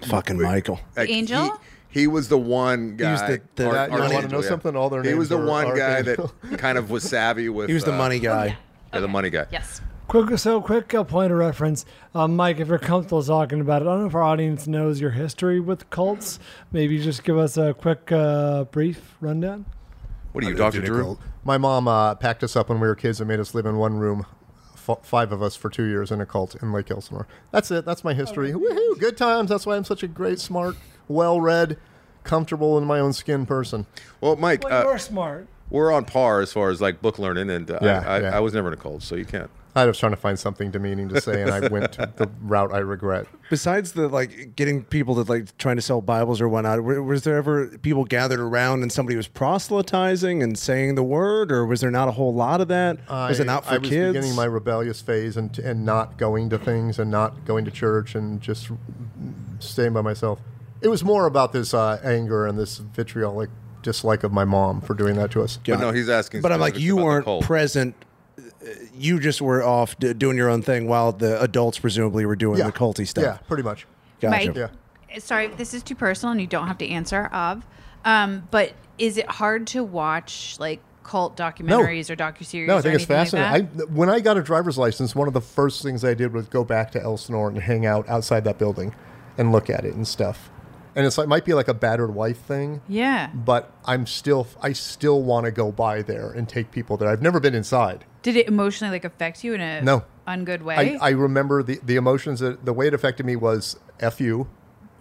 D: fucking Michael.
C: like,
F: Angel?
C: he, he was the one guy
D: was the- the-
E: Yeah, you wanna
C: Archangel,
E: know something? All their
C: he was the
E: names are
C: one guy that
E: Archangel.
C: kind of was savvy with
D: He was the
C: uh,
D: money
F: Oh,
D: guy.
C: yeah, the money guy
F: yes.
A: Quick, so quick uh, point of reference, uh, Mike. If you're comfortable talking about it, I don't know if our audience knows your history with cults. Maybe just give us a quick, uh, brief rundown.
C: what are you Dr. Drew
E: My mom uh, packed us up when we were kids and made us live in one room, f- five of us for two years in a cult in Lake Elsinore. That's it. That's my history. Woohoo! Good times. That's why I'm such a great, smart, well-read, comfortable in my own skin person.
C: well Mike uh,
A: smart.
C: we're on par as far as like book learning, and uh,
E: Yeah,
C: I, I,
E: yeah.
C: I was never in a cult, so you can't.
E: I was trying to find something demeaning to say, and I went to the route I regret.
D: Besides the like getting people to like trying to sell Bibles or whatnot, w- was there ever people gathered around and somebody was proselytizing and saying the word, or was there not a whole lot of that? was it not for
E: I was
D: kids?
E: beginning my rebellious phase and and not going to things and not going to church and just staying by myself. It was more about this uh, anger and this vitriolic dislike of my mom for doing that to us.
C: But no, he's asking.
D: but I'm like,
C: specifics
D: you
C: about the
D: weren't
C: cult.
D: present. Uh, You just were off d- doing your own thing while the adults presumably were doing the culty stuff.
E: Yeah, pretty much.
D: Gotcha.
F: Mike,
E: Yeah.
F: sorry, this is too personal, and you don't have to answer. Of, um, but is it hard to watch like cult documentaries or docuseries?
E: No,
F: or
E: I think it's
F: anything like
E: fascinating.
F: that?
E: I, th- when I got a driver's license, one of the first things I did was go back to Elsinore and hang out outside that building and look at it and stuff. And it's like might be like a battered wife thing.
F: yeah.
E: But I'm still I still want to go by there and take people there. I've never been inside.
F: Did it emotionally like affect you in a
E: No.
F: ungood
E: I,
F: way?
E: I remember the, the emotions that the way it affected me was F you,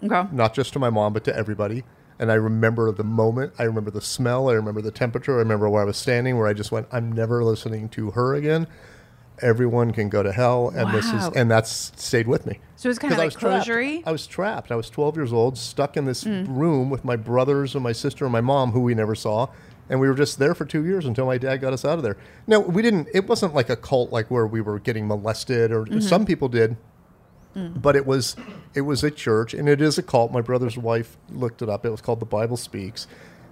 F: okay.
E: not just to my mom, but to everybody. And I remember the moment. I remember the smell. I remember the temperature. I remember where I was standing, where I just went, I'm never listening to her again. Everyone can go to hell. And this is,
F: Wow.
E: and that's stayed with me.
F: So it's kinda
E: 'Cause I
F: like
E: was trapped.
F: closure-y?
E: I was trapped. I was 12 years old, stuck in this room with my brothers and my sister and my mom, who we never saw. And we were just there for two years until my dad got us out of there. Now, we didn't, it wasn't like a cult like where we were getting molested, or some people did but it was it was a church and it is a cult my brother's wife looked it up it was called the bible speaks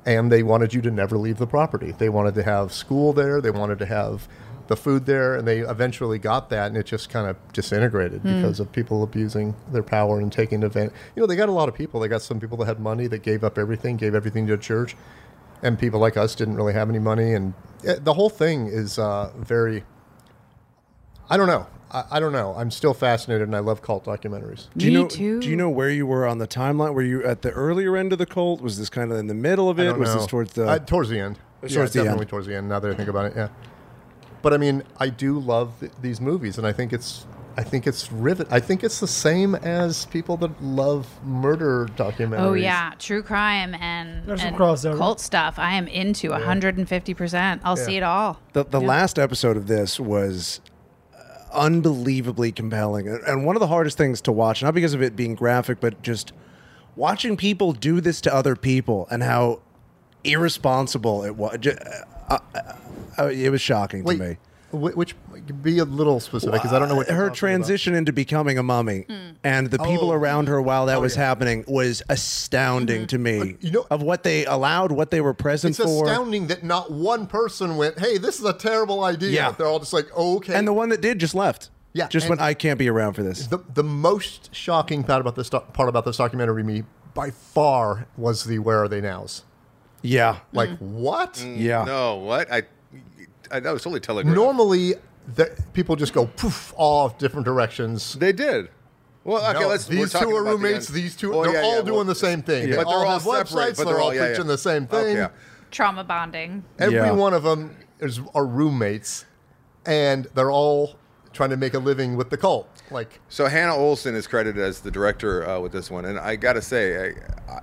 E: and they wanted you to never leave the property they wanted to have school there they wanted to have the food there and they eventually got that and it just kind of disintegrated because of people abusing their power and taking advantage you know they got a lot of people they got some people that had money that gave up everything gave everything to the church and people like us didn't really have any money and eh, the whole thing is uh, very i don't know I, I don't know i'm still fascinated and i love cult documentaries
D: Do you
F: Me
D: know,
F: too.
D: Do you know where you were on the timeline? Were you at the earlier end of the cult? Was this kind of in the middle of
E: I
D: it?
E: don't
D: Was
E: know.
D: this towards the?
E: Uh, towards the end?
D: Towards
E: yeah,
D: the
E: definitely
D: end.
E: towards the end. Now that I think about it, yeah. But I mean, I do love th- these movies, and I think it's I think it's rivet. I think it's the same as people that love murder documentaries.
F: Oh yeah, true crime and,
A: There's some
F: and
A: crossover.
F: cult stuff. I am into 150%. I'll see it all.
D: the the last episode of this was uh, unbelievably compelling and- and one of the hardest things to watch, not because of it being graphic, but just watching people do this to other people and how irresponsible it was. uh, it was shocking
E: Wait,
D: to me.
E: wh- which be a little specific because I don't know what you're
D: her
E: talking
D: transition into becoming a mummy and the people
E: Oh. Uh,
D: around her while that was happening was astounding to me
E: you know-
D: of what they allowed what they were present
E: About. It's
D: for
E: astounding that not one person went, "Hey, this is a terrible idea."
D: Yeah.
E: They're all just like, "Okay."
D: and the one that did just left
E: Yeah,
D: just
E: and-
D: went i can't be around for this
E: the the most shocking part about this doc- part about this documentary me by far was the where are they nows
D: Yeah.
E: Like
F: Mm-hmm.
E: what?
D: Yeah.
C: Mm, No, what? I, I that was totally telegraphed.
E: Normally, the, people just go poof all different directions.
C: They did. Well, okay,
E: No,
C: let's. we're
E: these two
C: talking
E: are
C: about the
E: roommates.
C: end.
E: these two,
C: Oh,
E: they're
C: yeah,
E: all
C: yeah,
E: doing
C: well,
E: the same thing.
C: yeah.
E: They
C: But they're all
E: have
C: separate.
E: websites,
C: But
E: they're all
C: yeah, yeah.
E: preaching the same
C: Okay,
E: thing.
C: yeah.
F: Trauma bonding.
E: Every
D: Yeah.
E: one of them is are roommates, and they're all trying to make a living with the cult. Like
C: So Hannah Olson is credited as the director uh, with this one, and I gotta say, I, I,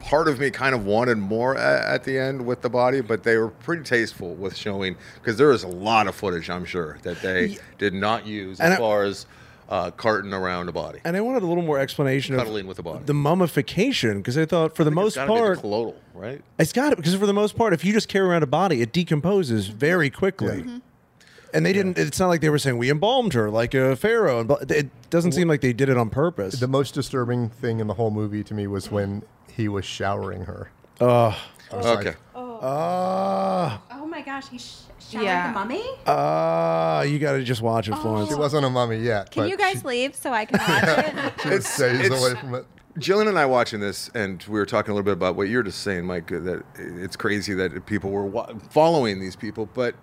C: part of me kind of wanted more at, at the end with the body, but they were pretty tasteful with showing because there is a lot of footage, I'm sure, that they did not use
D: And
C: as
D: I-
C: far as uh, carting around a body.
D: And I wanted a little more explanation
C: Cuddling
D: of
C: with the body.
D: mummification because I thought for the most
C: It's gotta be the
D: part
C: Colloidal, right?
D: It's got it because for the most part, if you just carry around a body, it decomposes very quickly.
B: Mm-hmm.
D: And they didn't. It's not like they were saying we embalmed her like a pharaoh. And it doesn't seem like they did it on purpose.
E: the most disturbing thing in the whole movie to me was when he was showering her. I was like,
C: Okay.
D: Ah,
B: Oh my gosh, he sh-
F: showered Yeah. the
B: mummy?
D: ah! you got to just watch it, Florence.
E: she wasn't a mummy yet.
B: Can
E: but
B: you guys
E: she-
B: leave so I can watch it?
E: She was days
C: it's-
E: away from it.
C: Jillian and I watching this, and we were talking a little bit about what you were just saying, Mike. uh, That it's crazy that people were wa- following these people, but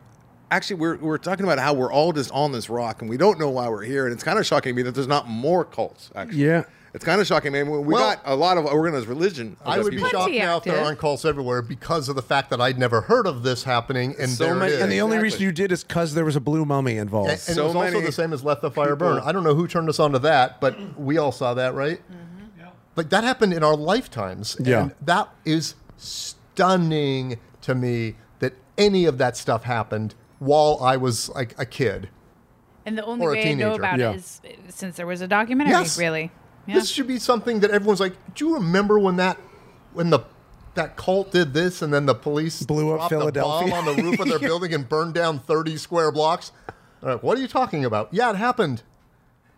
C: actually, we're we're talking about how we're all just on this rock, and we don't know why we're here. And it's kind of shocking to me that there's not more cults. Actually,
D: Yeah.
C: it's kind of shocking. I mean, we we
E: Well-
C: got a lot of organized religion.
E: I would be
C: people.
E: shocked
F: Plenty
E: now if there
F: active.
E: aren't cults everywhere because of the fact that I'd never heard of this happening. And
C: So
E: there
C: many-
E: it is.
D: And the only
C: Exactly.
D: reason you did is because there was a blue mummy involved.
E: And, and
C: So
E: it was also
C: many
E: the same as Let the Fire
C: people-
E: Burn. I don't know who turned us on to that, but we all saw that, right?
C: Mm-hmm.
E: Like that happened in our lifetimes.
D: Yeah.
E: And that is stunning to me that any of that stuff happened while I was like a kid.
F: And the only
E: Or a
F: way I know
E: teenager.
F: about
D: Yeah.
F: it is uh, since there was a documentary,
E: Yes.
F: really. Yeah.
E: This should be something that everyone's like, do you remember when that when the that cult did this and then the police
D: Blew up
E: dropped a
D: Philadelphia."
E: bomb on the roof of
D: [laughs]
E: their building and burned down 30 square blocks? They're like, what are you talking about? Yeah, it happened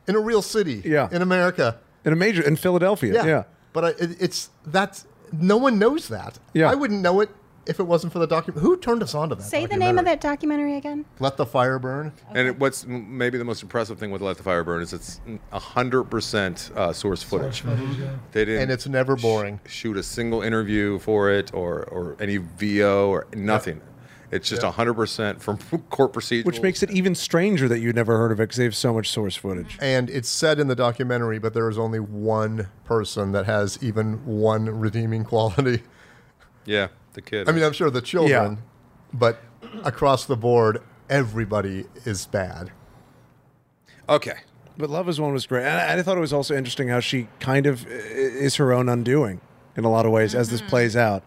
E: in a real city
D: Yeah.
E: in America.
D: in a major in Philadelphia. Yeah.
E: Yeah. But I, it, it's that's no one knows that.
D: Yeah.
E: I wouldn't know it if it wasn't for the document. Who turned us on to that?
B: Say the name
E: documentary?
B: of that documentary again.
E: Let the fire burn.
C: And it, what's m- maybe the most impressive thing with Let the Fire Burn is it's hundred percent uh, source footage. They didn't,
E: And it's never boring.
C: sh- shoot a single interview for it or or any VO or nothing. It's just hundred percent from [laughs] court procedures,
D: Which makes it even stranger that you'd never heard of it because they have so much source footage.
E: And it's said in the documentary, but there is only one person that has even one redeeming quality.
C: yeah the kid.
E: I mean, I'm sure the children, but across the board, everybody is bad.
C: okay,
D: But Love is One was great. And I, I thought it was also interesting how she kind of uh, is her own undoing in a lot of ways as this plays out.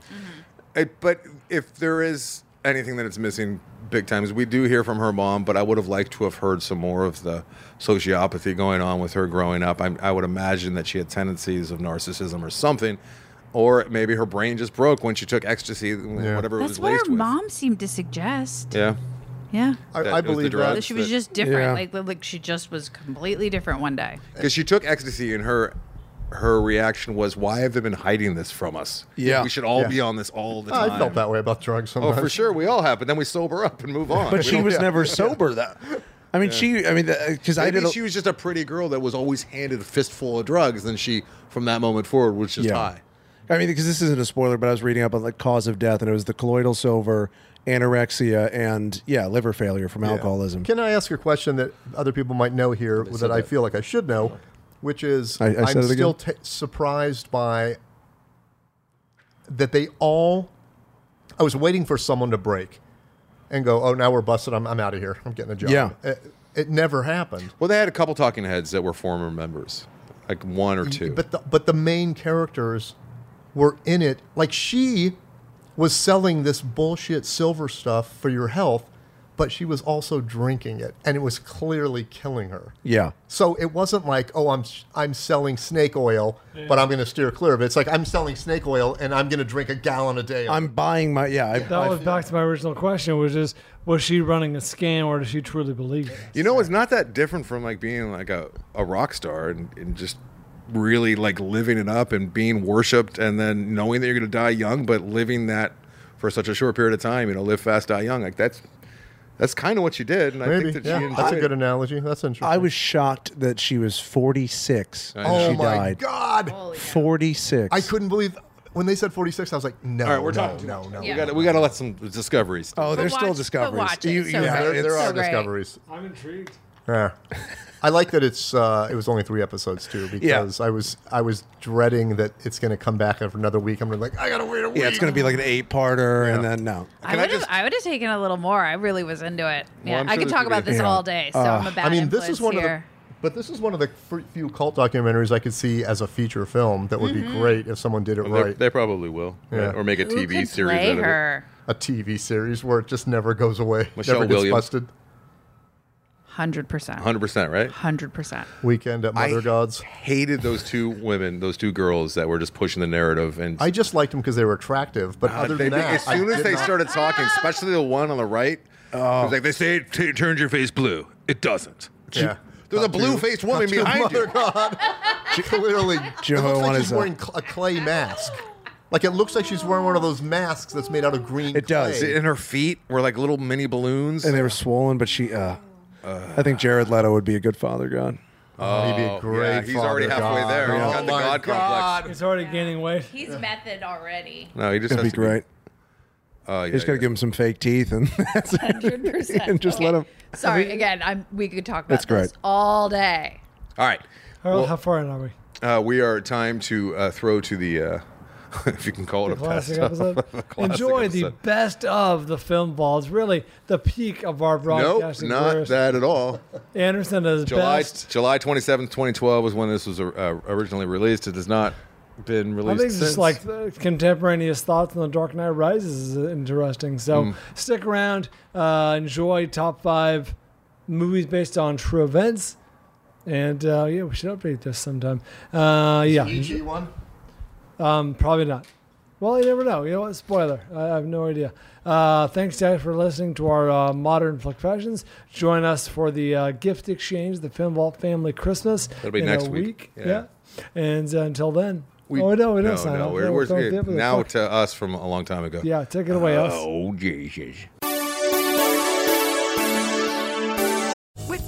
C: It- but if there is anything that it's missing big times, we do hear from her mom. But I would have liked to have heard some more of the sociopathy going on with her growing up. I, I would imagine that she had tendencies of narcissism or something. Or maybe her brain just broke when she took ecstasy, whatever it
F: That's
C: was
F: what
C: laced
F: her
C: with.
F: mom seemed to suggest.
C: Yeah,
F: Yeah.
E: I,
C: That
E: I
C: was the
E: believe
C: drug.
E: that.
F: That she was
C: that-
F: just different.
D: Yeah.
F: Like, like she just was completely different one day.
C: because she took ecstasy and her her reaction was, "Why have they been hiding this from us?
D: Yeah.
C: we should all
E: Yeah. Oh,
C: be on this all the time."
E: I felt that way about drugs
C: Oh,
E: sometimes.
C: for sure, we all have, but then we sober
G: [laughs]
C: up and move on. We
D: But she
C: don't-
D: was never
C: [laughs]
D: sober though. I mean, she. I mean,
C: uh,
D: because I did.
C: Maybe
D: A,
C: she was just a pretty girl that was always handed a fistful of drugs, and she, from that moment forward, was just
D: Yeah.
C: high.
D: I mean, because this isn't a spoiler, but I was reading up on the cause of death, and it was the colloidal silver, anorexia, and yeah, liver failure from alcoholism.
E: Can I ask a question that other people might know here that, I feel like I should know, which is
D: I- I
E: I,
D: said
E: am
D: it
E: still
D: again?
E: ta surprised by that they all. I was waiting for someone to break and go, "Oh, now we're busted. I'm, I'm out of here. I'm getting a job."
D: Yeah.
E: it, it never happened.
C: Well, they had a couple talking heads that were former members, like one or two.
E: But the, but the main characters were in it. Like she was selling this bullshit silver stuff for your health, but she was also drinking it, and it was clearly killing her.
D: Yeah,
E: So it wasn't like, oh, I'm I'm selling snake oil, but I'm going to steer clear of it. It's like I'm selling snake oil and I'm going to drink a gallon a day. of
D: I'm buying my. Yeah, I,
A: That was back to my original question, which is, was she running a scam or does she truly believe it?
C: you know, it's not that different from like being like a, a rock star and, and just really like living it up and being worshipped, and then knowing that you're going to die young, but living that for such a short period of time. You know, live fast, die young. Like that's that's kind of what she did, and
E: it.
C: I
E: Maybe
C: think that she
E: yeah,
C: enjoyed
E: that's a
C: it.
E: good analogy. That's interesting.
D: I was shocked that she was 46 when
E: oh
D: she
E: my
D: died.
E: god,
D: Forty six.
E: I couldn't believe when they said 46, I was like, no,
C: All right, we're
E: no,
C: talking too
E: no,
C: much.
E: no.
C: We got we got to let some discoveries.
D: Oh, there's still
F: watch- but
D: discoveries.
F: watch it. So
E: Yeah,
F: great.
E: there, there
F: So
E: are
F: great.
E: discoveries.
A: I'm intrigued.
E: Yeah. I like that it's uh, it was only three episodes too because I was I was dreading that it's going to come back after another week. I'm gonna be like I gotta wait a week.
D: yeah, it's going to be like an eight-parter, and then no.
F: I
C: Can I
F: would have
C: just-
F: I would have taken a little more. I really was into it.
C: Well,
F: Yeah,
C: I'm
F: I
C: sure
F: could
C: this
F: talk
C: would be
F: about
C: the-
F: this all day. So
D: Uh,
F: I'm a bad
E: I mean, this is
F: influence
E: one of
F: here.
E: the but this is one of the fr- few cult documentaries I could see as a feature film that would
F: Mm-hmm.
E: be great if someone did it
C: They-
E: right.
C: They probably will,
E: Yeah.
C: or make a
F: Who
C: TV
F: could
C: series.
F: play
C: out of it.
F: her?
E: a TV series where it just never goes away,
C: Michelle
E: never gets
C: Williams.
E: busted.
F: Hundred percent.
C: 100%, right?
F: Hundred percent.
E: Weekend at Mother
C: I
E: Gods.
C: hated those two women, those two girls that were just pushing the narrative. And
E: I just liked them because they were attractive, but other
C: Uh, They-
E: than that,
C: as soon
E: I
C: as
E: did
C: they
E: not-
C: started talking,
H: [laughs]
C: especially the one on the right, oh. was like they say it t- turns your face blue. It doesn't.
E: Yeah.
C: There's a blue-faced woman behind you.
E: Mother God.
D: [laughs]
E: Clearly, [laughs] it looks
D: Jehovah
E: like
D: wanted
E: she's
D: to-
E: wearing cl- a clay mask. Like it looks like she's wearing one of those masks that's made out of green.
D: It does.
E: clay.
C: And her feet were like little mini balloons.
D: And they were swollen, but she. Uh, I think Jared Leto would be a good father god.
E: Oh, He'd be a great
C: yeah, he's already
E: father
C: halfway
E: God.
C: there. He's
E: Oh
C: got the
E: my
C: God
E: God.
A: It's already gaining weight.
F: He's method already.
C: No, he just
D: That'd
C: has
D: be
C: to
D: great.
C: Oh, yeah,
D: You just got to
C: yeah.
D: give him some fake teeth, and that's it.
F: Hundred percent.
D: And [laughs] just let him.
F: Sorry again. I'm. We could talk about
D: That's great.
F: this all day.
C: All right.
A: Harold, how far in are we?
C: Uh, we are time to uh, throw to the, uh, [laughs] if you can call it a best
A: Classic
C: of. [laughs]
A: episode.
C: classic
A: Enjoy the
C: episode.
A: best of the film balls. Really, the peak of our
C: Nope,
A: broadcasting
C: not
A: careers.
C: that at all.
A: Anderson is
C: July
A: best.
C: July 27th, 2012 was when this was uh, originally released. It has not been
A: I
C: released
A: think
C: since.
A: just like the contemporaneous thoughts on The Dark Knight Rises is interesting. So stick around, uh, enjoy top five movies based on true events, and uh, yeah, we should update this sometime. Uh, yeah,
E: EG one.
A: um, probably not. Well, you never know. You know what? Spoiler. I have no idea. Uh, thanks, guys, for listening to our uh, modern flick fashions. Join us for the uh, gift exchange, the Film Vault Family Christmas.
C: That'll be
A: in
C: next
A: a
C: week.
A: week.
C: Yeah.
A: Yeah. And uh, until then, oh no, we don't sign
C: no,
A: off.
C: We're,
A: No,
C: we're,
A: going to the episode.
C: now
A: Fuck.
C: to us from a long time ago.
A: Yeah, take it away, us.
C: Oh, Jesus.
I: With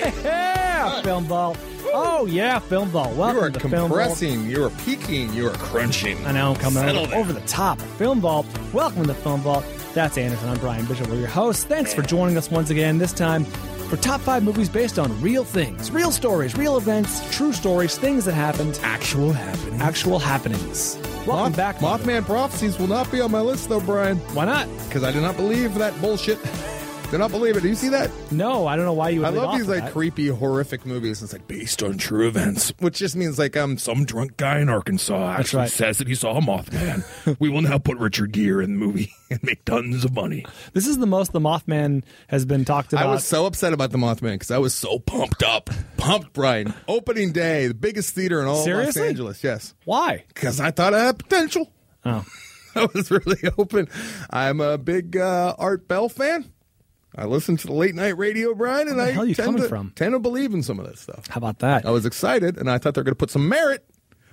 H: [laughs]
A: Yeah, film ball. Oh yeah, film ball. Welcome
C: You are
A: to film ball.
C: compressing, you are peaking, you are crunching.
A: I know, coming
C: Settle
A: over,
C: there.
A: over the top. Film Vault. Welcome to Film Vault. That's Anderson. I'm Brian Bishop. We're your hosts. Thanks for joining us once again. This time,
H: for top five movies based on real things, real stories, real events, true stories, things that happened, actual happenings, actual happenings. Welcome back,
G: Mothman prophecies will not be on my list though, Brian.
H: Why not?
G: Because I do not believe that bullshit. Do not believe it. Do you see that?
H: No, I don't know why you. Would
G: I
H: lead
G: love
H: off
G: these
H: with
G: like
H: that.
G: creepy, horrific movies. It's like based on true events, which just means like um some drunk guy in Arkansas
H: That's
G: actually
H: right.
G: says that he saw a Mothman. we will now put Richard Gere in the movie [laughs] and make tons of money.
H: This is the most the Mothman has been talked about.
G: I was so upset about the Mothman because I was so pumped up, pumped, Brian. Oh, Opening day, the biggest theater in all of
H: Seriously?
G: Los Angeles. Yes.
H: Why?
G: Because I thought I had potential.
H: Oh.
G: [laughs] I was really open. I'm a big uh, Art Bell fan. I listen to the late night radio, Brian, and
H: Where the
G: I
H: hell you
G: tend
H: coming
G: to
H: from?
G: tend to believe in some of this stuff.
H: How about that?
G: I was excited, and I thought they were going to put some merit.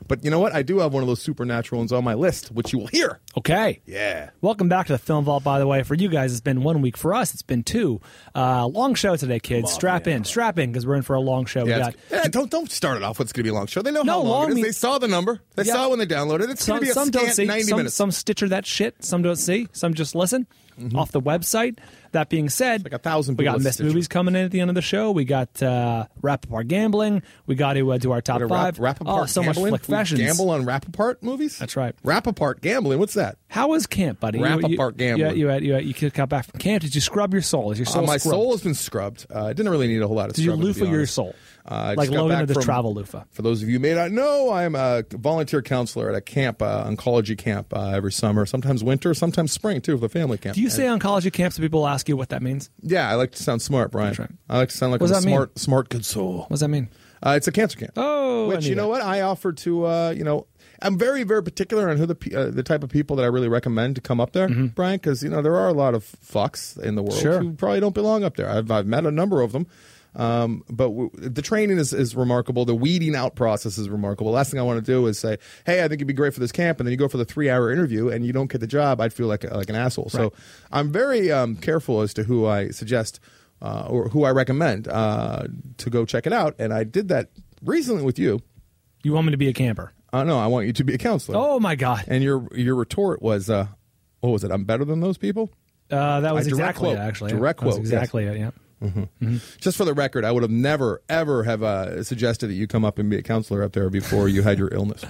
G: But you know what? I do have one of those supernatural ones on my list, which you will hear.
H: Okay.
G: Yeah.
H: Welcome back to the Film Vault, by the way. For you guys, it's been one week. For us, it's been two. Uh, long show today, kids. strap in, strap in, because we're in for a long show.
G: Yeah,
H: we
G: it's-
H: got
G: yeah, don't don't start it off. What's going to be a long show? They know
H: No,
G: how long,
H: long
G: it is.
H: mean-
G: they saw the number. They
H: Yeah.
G: saw when they downloaded it. It's going
H: some,
G: to be a
H: some don't
G: scant
H: see,
G: 90
H: some,
G: minutes.
H: some stitcher that shit, some don't see, some just listen
G: Mm-hmm.
H: off the website. That being said, like a thousand we
G: people
H: got
G: that
H: missed
G: Stitcher.
H: movies coming in at the end of the show. We got uh, wrap up our gambling. We got to uh, do our top
G: Gotta
H: five.
G: Wrap, wrap
H: oh, so
G: gambling?
H: much flick
G: We
H: fashions.
G: Gamble on wrap apart movies. That's
H: right.
G: Wrap apart gambling. What's that?
H: How was camp, buddy? You-
G: Wrap-apart
H: you-
G: gambling.
H: Yeah, you, you, you, you got back from camp. Did you scrub your soul? Is your soul
G: Uh, my
H: scrubbed?
G: soul has been scrubbed. Uh, I didn't really need a whole lot of
H: Did you
G: scrubbing, to be
H: loofah your
G: honest.
H: soul?
G: Uh, I
H: Like
G: just got
H: Logan
G: back
H: with his
G: from-
H: travel loofah.
G: For those of you who may not know, I'm a volunteer counselor at a camp, uh, oncology camp, uh, every summer, sometimes winter, sometimes spring too, with a family camp.
H: Do you
G: And-
H: say oncology camps and people ask you what that means?
G: Yeah, I like to sound smart, Brian. I like to sound like
H: What
G: I'm a
H: does that mean?
G: smart, smart, good soul. What
H: does that mean?
G: Uh, it's a cancer camp.
H: Oh, I
G: which
H: knew
G: you know
H: that.
G: what I offered to uh, you know. I'm very, very particular on who the pe- uh, the type of people that I really recommend to come up there, Brian, because you know there are a lot of fucks in the world
H: Sure.
G: who probably don't belong up there. I've, I've met a number of them, um, but w- the training is, is remarkable. The weeding out process is remarkable. Last thing I want to do is say, "Hey, I think you'd be great for this camp," and then you go for the three hour interview and you don't get the job. I'd feel like a, like an asshole. So I'm very um, careful as to who I suggest uh, or who I recommend uh, to go check it out. And I did that recently with you.
H: You want me to be a camper?
G: Uh, no, I want you to be a counselor.
H: Oh my god!
G: And your your retort was, uh, "What was it? I'm better than those people."
H: Uh, that was
G: I direct
H: exactly
G: quote.
H: it, actually.
G: Direct
H: That was
G: quote, yes. Mm-hmm.
H: Exactly it, yeah. Mm-hmm.
G: Just for the record, I would have never ever have uh, suggested that you come up and be a counselor up there before you had your
H: [laughs]
G: illness.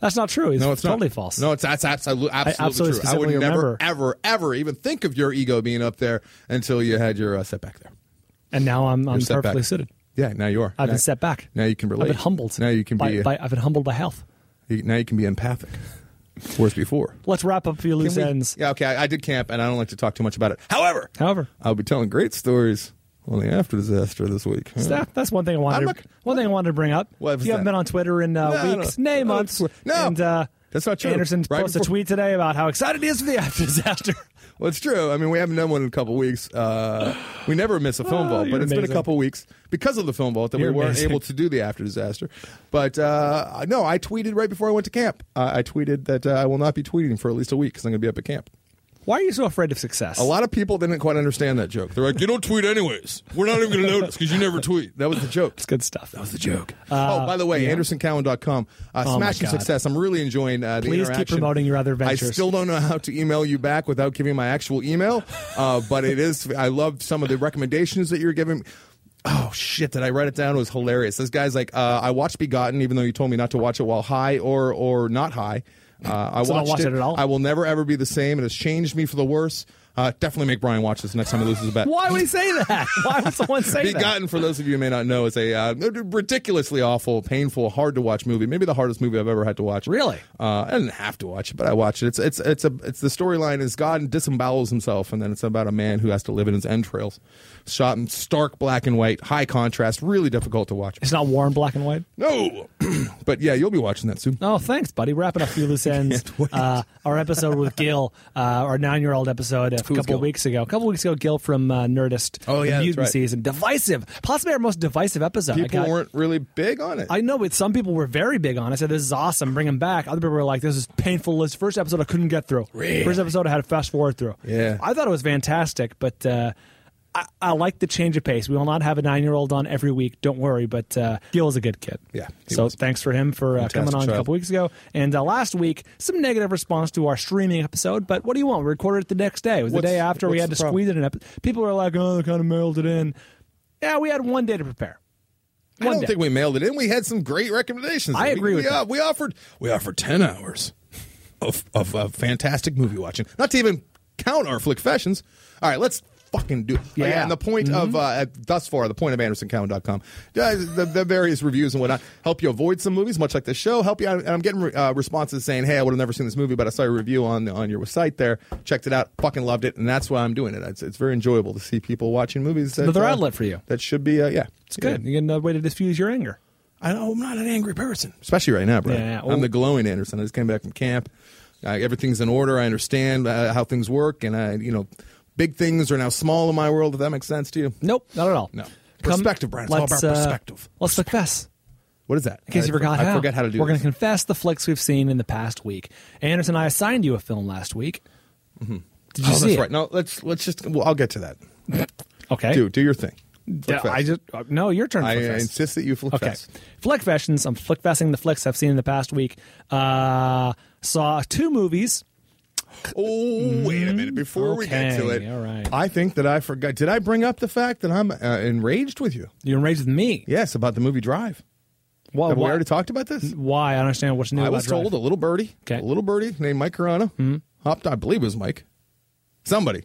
H: That's not true. It's,
G: No, it's not.
H: totally false.
G: No, it's that's absolutely absolutely,
H: absolutely
G: true. I would
H: specifically
G: never
H: remember.
G: ever ever even think of your ego being up there until you had your uh, setback there.
H: And now I'm, I'm
G: Your setback.
H: perfectly suited.
G: Yeah, now you are.
H: I've
G: now,
H: been set back.
G: Now you can relate.
H: I've been humbled.
G: Now you can
H: by,
G: be. uh,
H: by- I've been humbled by health.
G: you- now you can be empathic. Whereas before.
H: Let's wrap up your loose
G: Can we-
H: ends.
G: Yeah, okay. I, I did camp, and I don't like to talk too much about it. However,
H: however,
G: I'll be telling great stories on the after disaster this week.
H: So that- that's one thing I wanted. to- one thing I wanted to bring up.
G: What was
H: you haven't
G: that?
H: been on Twitter in uh,
G: No, no,
H: weeks, nay, months.
G: no.
H: and uh,
G: That's not true.
H: Anderson
G: Right
H: posted a
G: before-
H: tweet today about
G: [laughs]
H: how excited he is for the after disaster.
G: Well, it's true. I mean, we haven't done one in a couple weeks. Uh, we never miss a film
H: Oh,
G: vault, but
H: you're
G: it's been a
H: amazing.
G: couple weeks because of the film vault that
H: You're
G: we weren't
H: amazing.
G: able to do the after disaster. But uh, no, I tweeted right before I went to camp. Uh, I tweeted that uh, I will not be tweeting for at least a week because I'm going to be up at camp.
H: Why are you so afraid of success?
G: A lot of people didn't quite understand that joke. They're like, you don't tweet anyways. We're not even going to notice because you never tweet. That was the joke. It's
H: good stuff. That
G: was the joke. oh, by the way, AndersonCowan.com. Uh,
H: Uh, Oh, my
G: smashing
H: God.
G: success. I'm really enjoying uh, the
H: Please keep
G: interaction.
H: promoting your other ventures.
G: I still don't know how to email you back without giving my actual email,
H: [laughs]
G: uh, but it is. I love some of the recommendations that you're giving. Oh shit! Did I write it down? It was hilarious. This guy's like, uh, I watched Begotten, even though you told me not to watch it while high or or not high. Uh, I
H: So don't
G: watched
H: watch it at all?
G: I will never ever be the same. It has changed me for the worse. Uh, definitely make Brian watch this next time he loses a bet.
H: Why would he say that? Why would someone say that?
G: Begotten, for those of you who may not know, is a uh, ridiculously awful, painful, hard to watch movie. Maybe the hardest movie I've ever had to watch.
H: Really?
G: Uh, I didn't have to watch it, but I watched it. It's it's it's a it's the storyline is God disembowels himself, and then it's about a man who has to live in his entrails. Shot in stark black and white, high contrast, really difficult to watch.
H: It's not war in black and white.
G: No, [clears throat] but yeah, you'll be watching that soon.
H: Oh, thanks, buddy. Wrapping up
G: [laughs]
H: few loose ends. Uh, our episode with Gil, uh, our nine-year-old episode a couple
G: Gil?
H: of weeks ago. A couple of weeks ago, Gil from uh, Nerdist.
G: Oh, yeah,
H: the
G: that's
H: mutant
G: right.
H: season, divisive, possibly our most divisive episode. I
G: People
H: got-
G: weren't really big on it.
H: I know, but some people were very big on. it. I said, "This is awesome, bring him back." Other people were like, "This is painful." This first episode I couldn't get through.
G: Really?
H: First episode I had to fast forward through.
G: Yeah.
H: I thought it was fantastic, but uh, I, I like the change of pace. We will not have a nine-year-old on every week. Don't worry, but uh, Gil is a good kid.
G: Yeah, he
H: So
G: was.
H: thanks for him for uh, coming
G: Fantastic
H: on a
G: child.
H: couple weeks ago. And uh, last week, some negative response to our streaming episode. But what do you want? We recorded it the next day. It was
G: What's-
H: the day after we
G: what's
H: had
G: the
H: to
G: problem?
H: uh, squeeze it in. People were like, "Oh, they kind of mailed it in." Yeah, we had one day to prepare.
G: I don't think we mailed it in. We had some great recommendations.
H: I
G: We-
H: agree
G: we,
H: with
G: uh,
H: that.
G: We offered we offered ten hours of, of, of fantastic movie watching. Not to even count our flick fashions. All right, let's fucking do. Oh, Yeah. yeah and the point
H: Mm-hmm.
G: of uh, thus far, the point of AndersonCowan.com, uh, the, the various reviews and whatnot help you avoid some movies, much like the show. Help you out. And I'm getting uh, responses saying, "Hey, I would have never seen this movie, but I saw your review on on your site there. Checked it out. Fucking loved it." And that's why I'm doing it. It's, it's very enjoyable to see people watching movies. That,
H: Another
G: uh,
H: outlet for you.
G: That should be uh, yeah.
H: It's good. You get another way to diffuse your anger.
G: I know I'm not an angry person. especially right now, bro.
H: Yeah, Oh.
G: I'm the glowing Anderson. I just came back from camp. Uh, everything's in order. I understand uh, how things work, and I, you know, big things are now small in my world. If that makes sense to you?
H: Nope, not at all.
G: No perspective, Brian. It's all about
H: let's, uh,
G: perspective.
H: let's confess.
G: What is that?
H: In case you
G: I-
H: forgot
G: I
H: how.
G: forget how to do
H: We're going
G: this.
H: to confess the flicks we've seen in the past week. Anderson, I assigned you a film last week. Did you
G: oh,
H: see
G: that's
H: it?
G: right. No, let's let's just. Well, I'll get to that.
H: [laughs] Okay.
G: do do your thing.
H: Yeah,
G: Flick
H: I
G: fest.
H: just uh, no, your turn.
G: I
H: Flick fest.
G: insist that you flick
H: okay.
G: fest.
H: Flick fashions. I'm flick festing the flicks I've seen in the past week. Uh, saw two movies. Mm,
G: Oh, wait a minute! Before we get to
H: Okay,
G: it,
H: all right.
G: I think that I forgot. Did I bring up the fact that I'm uh, enraged with you?
H: You enraged with me?
G: Yes, about the movie Drive.
H: Well,
G: Have we
H: why-
G: already talked about this?
H: Why? I don't understand what's new.
G: I
H: about
G: was
H: Drive. Hmm.
G: told a little birdie, a little birdie named Mike Carano, hopped. I believe it was Mike. Somebody,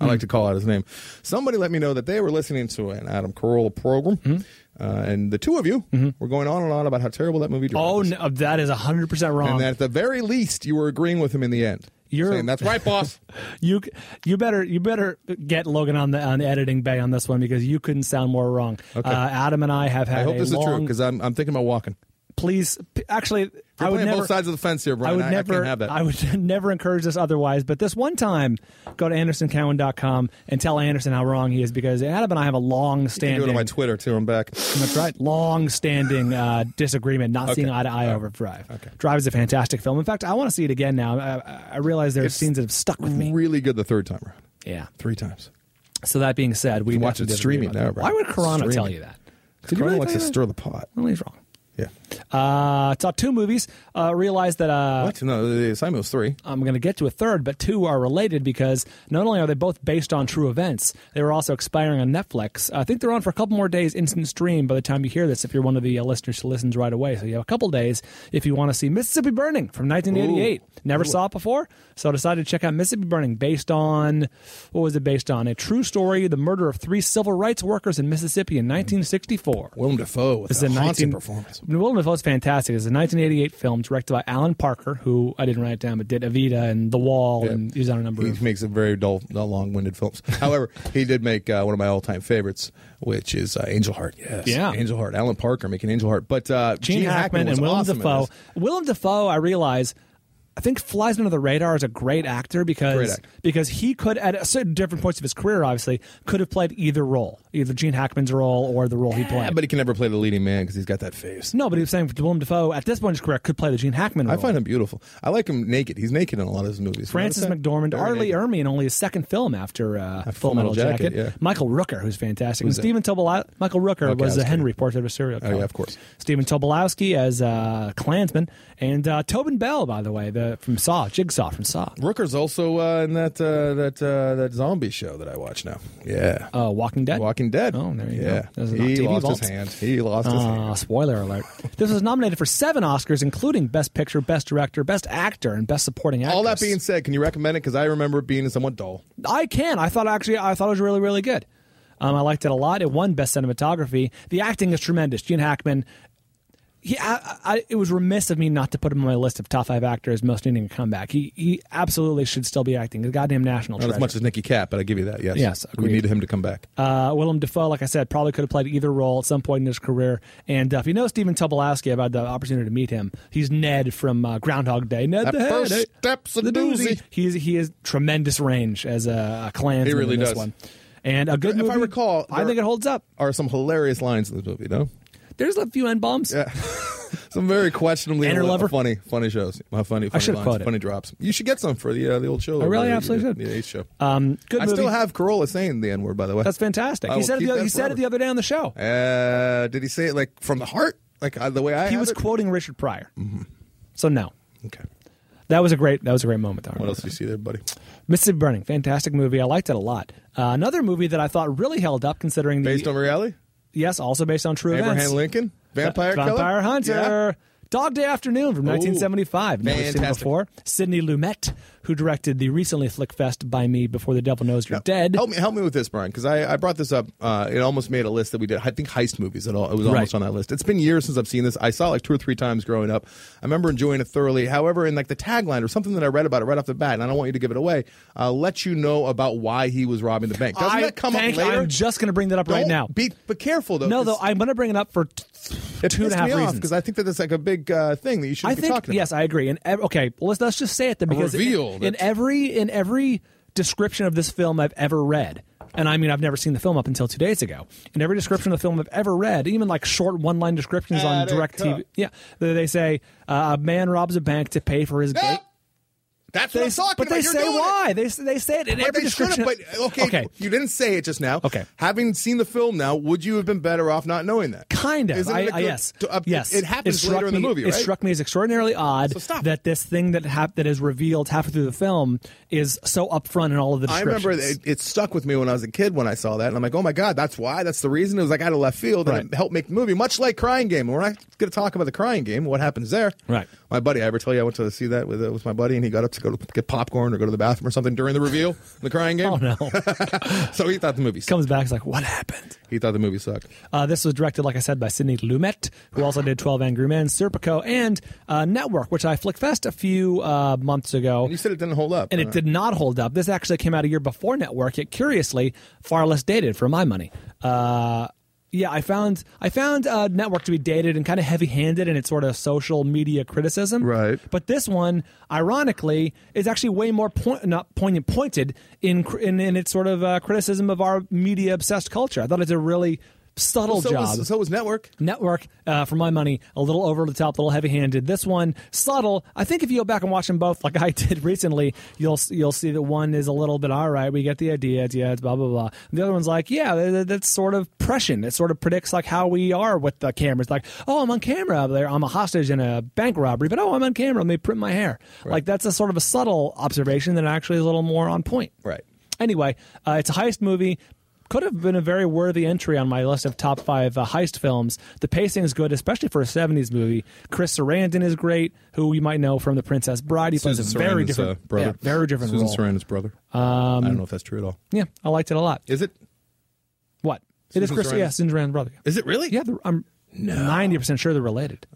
G: I
H: Hmm.
G: like to call out his name. Somebody let me know that they were listening to an Adam Carolla program,
H: Hmm.
G: uh, and the two of you were going on and on about how terrible that movie. Drive
H: Oh,
G: is.
H: no, that is 100 percent wrong.
G: and that at the very least you were agreeing with him in the end.
H: You're-
G: saying, that's right, boss.
H: [laughs] You you better you better get Logan on the on the editing bay on this one because you couldn't sound more wrong.
G: Okay.
H: Uh, Adam and I have had.
G: I hope
H: a
G: this is true
H: long-
G: because I'm, I'm thinking about walking.
H: Please, p- actually,
G: You're
H: I would
G: playing
H: never.
G: both sides of the fence here, Brian.
H: I would never.
G: can't have that.
H: I would [laughs] never encourage this otherwise. But this one time, go to andersoncowan.com and tell Anderson how wrong he is because Adam and I have a
G: You can
H: long
G: do it
H: standing.
G: on my Twitter too. I'm back.
H: That's right. Long standing uh, disagreement, not seeing eye to
G: Uh,
H: eye over Drive. Drive is a fantastic film. In fact, I want to see it again now. I- I, I realize there are scenes that have stuck with me.
G: Really good the third time around.
H: Yeah.
G: Three times.
H: So that being said, we
G: can watch it streaming now, Brian.
H: Why would Corona
G: Streaming.
H: tell you that?
G: Corona likes to stir the pot.
H: Well, he's wrong.
G: Yeah.
H: Uh, saw two movies. Uh, realized that uh,
G: what? No, the assignment was three.
H: I'm going to get to a third, but two are related because not only are they both based on true events, they were also expiring on Netflix. I think they're on for a couple more days, instant stream. By the time you hear this, if you're one of the uh, listeners who listens right away, so you have a couple days if you want to see Mississippi Burning from 1988. Never saw it before, so I decided to check out Mississippi Burning, based on what was it based on? A true story: the murder of three civil rights workers in Mississippi in 1964.
G: Willem Dafoe with
H: This
G: a,
H: is a
G: haunting
H: 19
G: performance.
H: Willem Dafoe's fantastic. It's a 1988 film directed by Alan Parker, who I didn't write it down, but did Evita and The Wall, and he's on a number
G: He
H: of.
G: makes a very dull, dull, long-winded films. However, he did make uh, one of my all-time favorites, which is uh, Angel Heart. Yes,
H: Yeah.
G: Angel Heart. Alan Parker making Angel Heart, but uh,
H: Gene Hackman,
G: was
H: and Willem
G: awesome in
H: Dafoe.
G: this.
H: Willem Dafoe, I realize, I think flies under the radar as a great actor because
G: Great actor.
H: because he could at certain different points of his career, obviously, could have played either role, either Gene Hackman's role or the role he
G: Yeah,
H: played.
G: but he can never play the leading man because he's got that face.
H: no, but he was saying Willem Dafoe at this point in his career could play the Gene Hackman
G: I
H: role.
G: find him beautiful. I like him naked. He's naked in a lot of his movies.
H: Francis
G: You notice
H: McDormand,
G: Very
H: Arlie
G: naked.
H: Ermey in only his second film after uh, Full Metal, Jacket.
G: yeah.
H: Michael Rooker, who's fantastic.
G: Who's
H: and Stephen Tobolowsky. Michael Rooker
G: Okay, I
H: was
G: was
H: a Henry, Portrait of a Serial
G: Oh,
H: Killer.
G: yeah, of course.
H: Stephen Tobolowsky as uh, Klansman. And uh, Tobin Bell, by the way, the from Saw, Jigsaw from Saw.
G: McDormand. Rooker's also uh, in that uh, that uh, that zombie show that I watch now. Yeah.
H: Uh, Walking Dead?
G: Walking Dead. Oh,
H: there you
G: yeah.
H: go. Those are not
G: He
H: TV
G: lost
H: vaults.
G: his hand. He lost his
H: Ah,
G: hand.
H: Spoiler
G: [laughs]
H: alert. This was nominated for seven Oscars, including Best Picture, Best Director, Best Actor, and Best Supporting Actress.
G: All that being said, can you recommend it? Because I remember it being somewhat dull.
H: I can. I thought actually, I thought it was really, really good. Um, I liked it a lot. It won best cinematography. The acting is tremendous. Gene Hackman. He, I, I, it was remiss of me not to put him on my list of top five actors most needing a comeback. He, he absolutely should still be acting. The goddamn national
G: Not as
H: treasure.
G: much as Nicky Cat, but I give you that. Yes.
H: Yes,
G: We
H: agreed.
G: need him to come back.
H: Uh, Willem Dafoe, like I said, probably could have played either role at some point in his career. And uh, if you know Stephen Tobolowsky, I've had the opportunity to meet him. He's Ned from uh, Groundhog Day. Ned
G: That
H: the
G: first
H: Head, eh?
G: step's a
H: the
G: doozy.
H: He's, he has tremendous range as a, a Klansman
G: He really
H: in this
G: does.
H: one. And a good
G: if
H: movie.
G: I recall,
H: I think it holds up.
G: Are some hilarious lines in this movie? No.
H: There's a few end bombs.
G: Yeah. some very questionably
H: And her
G: hila-
H: lover?
G: funny, funny shows. Uh, Funny, funny
H: I should
G: lines,
H: quoted.
G: funny drops. You should get some for the uh, the old show.
H: I Oh, really
G: or the-
H: absolutely
G: the,
H: should.
G: The eighth show.
H: Um, good
G: I
H: movie.
G: still have Corolla saying the N word, by the way.
H: That's fantastic.
G: I
H: He
G: will
H: said it
G: keep
H: the,
G: that
H: he said it the
G: forever.
H: other day on the show.
G: Uh, did he say it like from the heart, like uh, the way I?
H: he
G: have
H: was
G: it?
H: quoting Richard Pryor. So no.
G: Okay.
H: that was a great that was a great moment. I
G: What
H: remember
G: else do you see there, buddy?
H: Mississippi Burning, fantastic movie. I liked it a lot. Uh, another movie that I thought really held up, considering the based on
G: reality.
H: Yes, also based on true
G: Abraham
H: events.
G: Lincoln? Vampire
H: Va-
G: Killer?
H: Vampire Hunter, Dog Day Afternoon from
G: Ooh.
H: 1975. Never seen
G: Fantastic.
H: before. Sidney Lumet, who directed the recently flick fest by me before the devil knows you're dead.
G: Help me, help me with this, Brian, because I, I brought this up. Uh, it almost made a list that we did. I think heist movies. It all it was almost
H: Right.
G: on that list. It's been years since I've seen this. I saw it like two or three times growing up. I remember enjoying it thoroughly. However, in like the tagline or something that I read about it right off the bat, and I don't want you to give it away. I'll let you know about why he was robbing the bank. Doesn't
H: I
G: that come up
H: think
G: later?
H: I'm just going to bring that up right
G: Don't
H: now.
G: Be, but careful though.
H: no, though
G: 'cause
H: I'm going to bring it up for t-
G: it
H: two and a half reasons.
G: because I think that that's like a big uh, thing that you should
H: I
G: be
H: think
G: talking about.
H: yes, I agree. And ev- okay, well, let's let's just say it then
G: A
H: because in-
G: reveal
H: in,
G: that's-
H: every in every description of this film I've ever read, and I mean I've never seen the film up until two days ago. In every description of the film I've ever read, even like short one line descriptions on Direct TV, yeah, they, they say uh, a man robs a bank to pay for his gate.
G: That's
H: They-
G: what I'm talking
H: but
G: about.
H: they
G: You're
H: say
G: doing it.
H: why they they say it in
G: But
H: every
G: they should've,
H: description.
G: But okay, you didn't say it just now. Okay, having seen the film now, would you have been better off not knowing that?
H: Kind of.
G: Isn't
H: I,
G: it a
H: I-
G: good-
H: yes.
G: to- up-
H: yes.
G: It happens
H: struck
G: later in the
H: me-
G: movie, right?
H: It struck me as extraordinarily odd that this thing that hap- that is revealed halfway through the film is so upfront in all of the
G: I
H: descriptions.
G: remember it, it stuck with me when I was a kid when I saw that, and I'm like, oh my god, that's why. That's the reason. It was like out of left field, and it helped make the movie. Much like Crying Game, we're not going to talk about the Crying Game. What happens there?
H: Right.
G: My buddy, I ever tell you I went to see that with uh, with my buddy, and he got up to go to get popcorn or go to the bathroom or something during the reveal, the Crying
H: [laughs]
G: Game. Oh [laughs]
H: no!
G: so he thought the movie sucked.
H: comes back. He's like, what happened?
G: He thought the movie sucked.
H: Uh, this was directed, like I said, by Sidney Lumet, who also did 12 Angry Men, Serpico, and uh, Network, which I flickfest a few uh, months ago. And
G: you said it didn't hold up.
H: And
G: Uh.
H: it did not hold up. This actually came out a year before Network, yet curiously, far less dated for my money. Uh, yeah, I found I found uh, Network to be dated and kind of heavy-handed in its sort of social media criticism. Right. But this one, ironically, is actually way more point, not poignant, pointed in cr- in, in its sort of uh, criticism of our media-obsessed culture. I thought it's a really subtle
G: Well, so
H: job.
G: was- so was Network.
H: Network, uh, for my money, a little over the top, a little heavy handed. This one subtle. I think if you go back and watch them both, like [laughs] I did recently, you'll you'll see that one is a little bit all right. We get the idea. It's, yeah, it's blah blah blah. The other one's like, yeah, that, that- that's sort of prescient. It sort of predicts like how we are with the cameras. Like, oh, I'm on camera. There, I'm a hostage in a bank robbery, but oh, I'm on camera. Let me print my hair. Like that's a sort of a subtle observation that actually is a little more on point.
G: Right.
H: Anyway, uh, it's a heist movie. Could have been a very worthy entry on my list of top five uh, heist films. The pacing is good, especially for a '70s movie. Chris Sarandon is great, who you might know from The Princess Bride. He plays a
G: Susan
H: very
G: Sarandon's,
H: different,
G: uh, brother.
H: yeah, very different
G: Susan
H: role.
G: Sarandon's brother.
H: Um,
G: I don't know if that's true at all.
H: Yeah, I liked it a lot.
G: Is it?
H: What? it is
G: Susan
H: Chris.
G: Sarandon?
H: Yeah, Susan Sarandon's brother.
G: Is it really?
H: Yeah, they're- I'm ninety percent sure they're related.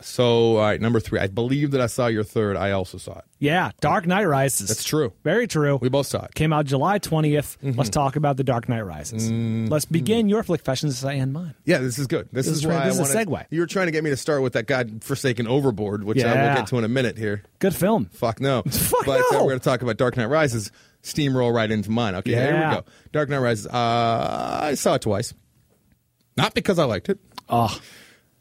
G: So, all right, number three. I believe that I saw your third. I also saw it.
H: Yeah, Dark Knight Rises. That's
G: true.
H: Very true. We
G: both saw it. Mm-hmm.
H: Came out July 20th. Let's talk about The Dark Knight Rises. Let's begin your flick fashions as I end uh, mine.
G: Yeah, this is good. This,
H: This
G: is
H: is right.
G: why
H: This
G: I
H: is a
G: wanted- You were trying to get me to start with that godforsaken Overboard, which I will
H: Yeah.
G: get to in a minute here.
H: Good film.
G: Fuck
H: [laughs]
G: no. Fuck but uh, we're going to talk about Dark Knight Rises. Steamroll right into mine. Okay, here we
H: Yeah.
G: go. Dark Knight Rises. Uh, I saw it twice. Not because I liked it.
H: Oh.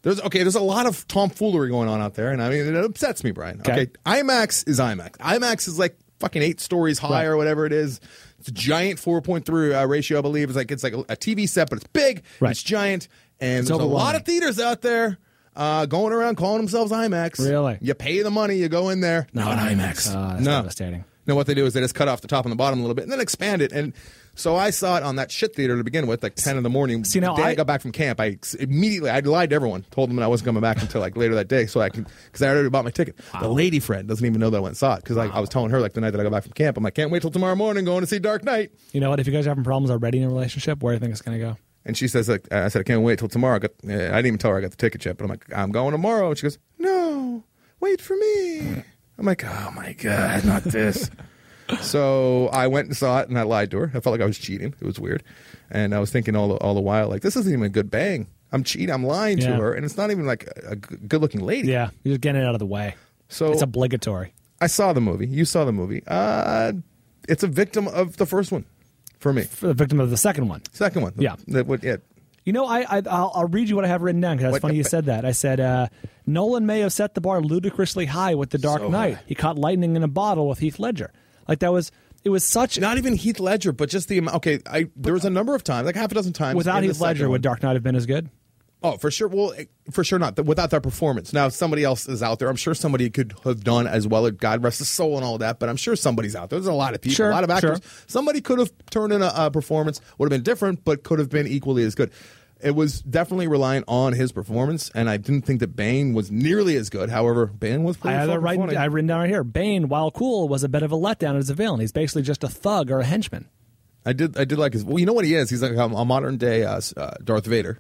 G: There's okay. There's a lot of tomfoolery going on out there, and I mean it upsets me, Brian. Okay, IMAX is IMAX. IMAX is like fucking eight stories high or whatever it is. It's a giant 4.3 uh, ratio, I believe. It's like it's like a TV set, but it's big.
H: Right.
G: It's giant, and
H: It's
G: there's a lot
H: overwhelming.
G: of theaters out there uh, going around calling themselves IMAX.
H: Really?
G: You pay the money, you go in there. Not IMAX.
H: Ah, that's
G: no.
H: devastating.
G: No, what they do is they just cut off the top and the bottom a little bit, and then expand it. And so I saw it on that shit theater to begin with, like ten in the morning. See,
H: now
G: the day I,
H: I-
G: got back from camp, I s- immediately I lied to everyone, told them that I wasn't coming back until like later that day, so I could because I already bought my ticket. The lady friend doesn't even know that I went and saw it because I, I was telling her like the night that I got back from camp, I'm like, can't wait till tomorrow morning, going to see Dark Knight.
H: You know what? If you guys are having problems already in a relationship, where do you think it's going to go?
G: And she says, like, I said, I can't wait till tomorrow. I, got, uh, I didn't even tell her I got the ticket yet, but I'm like, I'm going tomorrow. And she goes, No, wait for me. I'm like, Oh my God, not this. [laughs] so I went and saw it and I lied to her. I felt like I was cheating. It was weird. And I was thinking all the, all the while, like, this isn't even a good bang. I'm cheating. I'm lying to
H: Yeah.
G: her. And it's not even like a, a good looking lady.
H: Yeah, you're just getting it out of the way.
G: So
H: it's obligatory.
G: I saw the movie. You saw the movie. Uh, it's a victim of the first one for me.
H: For the victim of the second one.
G: Second one.
H: Yeah.
G: That would, yeah.
H: You know, I, I I'll, I'll read you what I have written down because
G: What
H: that's funny
G: the [laughs]
H: you
G: fa-
H: said that. I said uh, Nolan may have set the bar ludicrously high with The Dark
G: So
H: Knight.
G: high.
H: He caught lightning in a bottle with Heath Ledger. Like that was it was such
G: not even Heath Ledger, but just the amount. Okay, I there was a number of times, like half a dozen times.
H: without
G: in the
H: Heath Ledger,
G: second
H: would
G: one.
H: Dark Knight have been as good?
G: Oh, for sure. Well, eh, for sure not. Th- Without that performance. Now, if somebody else is out there, I'm sure somebody could have done as well. God rest his soul and all that. But I'm sure somebody's out there. There's a lot of people,
H: Sure,
G: a lot of actors.
H: sure.
G: Somebody could have turned in a, a performance, would have been different, but could have been equally as good. It was definitely relying on his performance, and I didn't think that Bane was nearly as good. However, Bane was
H: I
G: pretty
H: have that
G: fucking
H: right.
G: funny.
H: I written down right here. Bane, while cool, was a bit of a letdown as a villain. He's basically just a thug or a henchman.
G: I did. I did like his. Well, you know what he is. He's like a, a modern day uh, s- uh, Darth Vader.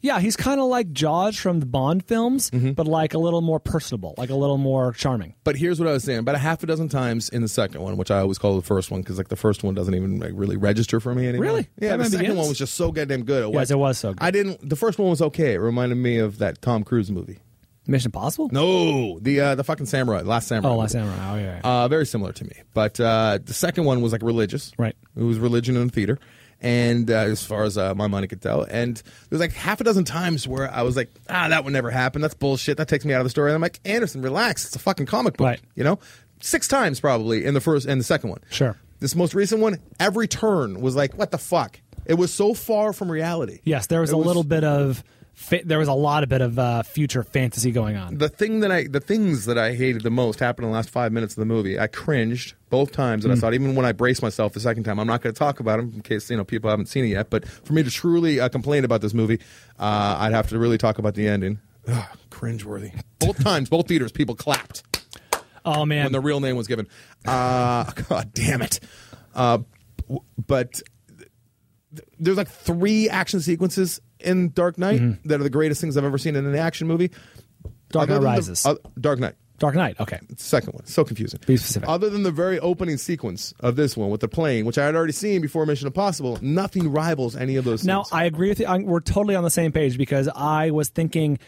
H: Yeah, he's kind of like Jaws from the Bond films,
G: Mm-hmm.
H: but like a little more personable, like a little more charming.
G: But here's what I was saying about a half a dozen times in the second one, which I always call the first one because like the first one doesn't even like really register for me anymore.
H: [laughs] Really?
G: Yeah.
H: Batman
G: the second
H: Begins?
G: one was just so goddamn good.
H: Yes, it was so good.
G: I didn't. The first one was okay. It reminded me of that Tom Cruise movie,
H: Mission Impossible.
G: No, the uh, the fucking Samurai, Last Samurai.
H: Oh, Last
G: movie.
H: Samurai. Oh, yeah,
G: Uh, very similar to me, but uh, the second one was like religious.
H: Right.
G: It was religion in the theater, and uh, as far as uh, my money could tell, and there's like half a dozen times where I was like, ah, that would never happen. That's bullshit. That takes me out of the story. And I'm like, Anderson, relax. It's a fucking comic book. You know, six times probably in the first and the second one.
H: Sure.
G: This most recent one, every turn was like, what the fuck? It was so far from reality.
H: Yes, there was
G: It
H: a little bit of. Fa- there was a lot of bit of uh, future fantasy going on.
G: the thing that I the things that I hated the most happened in the last five minutes of the movie. I cringed both times, and I
H: Mm.
G: thought even when I braced myself the second time, I'm not going to talk about them in case you know people haven't seen it yet. But for me to truly uh, complain about this movie, uh, I'd have to really talk about the ending. Ugh, cringeworthy. Both times, both theaters, people clapped.
H: Oh man,
G: when the real name was given. Uh, [laughs] God damn it! Uh, w- but there's like three action sequences in Dark Knight that are the greatest things I've ever seen in an action movie.
H: Hmm. Dark
G: Other
H: Knight
G: than the-
H: Rises.
G: uh, Dark Knight.
H: Dark Knight. Okay.
G: Second one. So confusing.
H: Be specific.
G: Other than the very opening sequence of this one with the plane, which I had already seen before Mission Impossible, nothing rivals any of those.
H: Now I agree with you. I, we're totally on the same page because I was thinking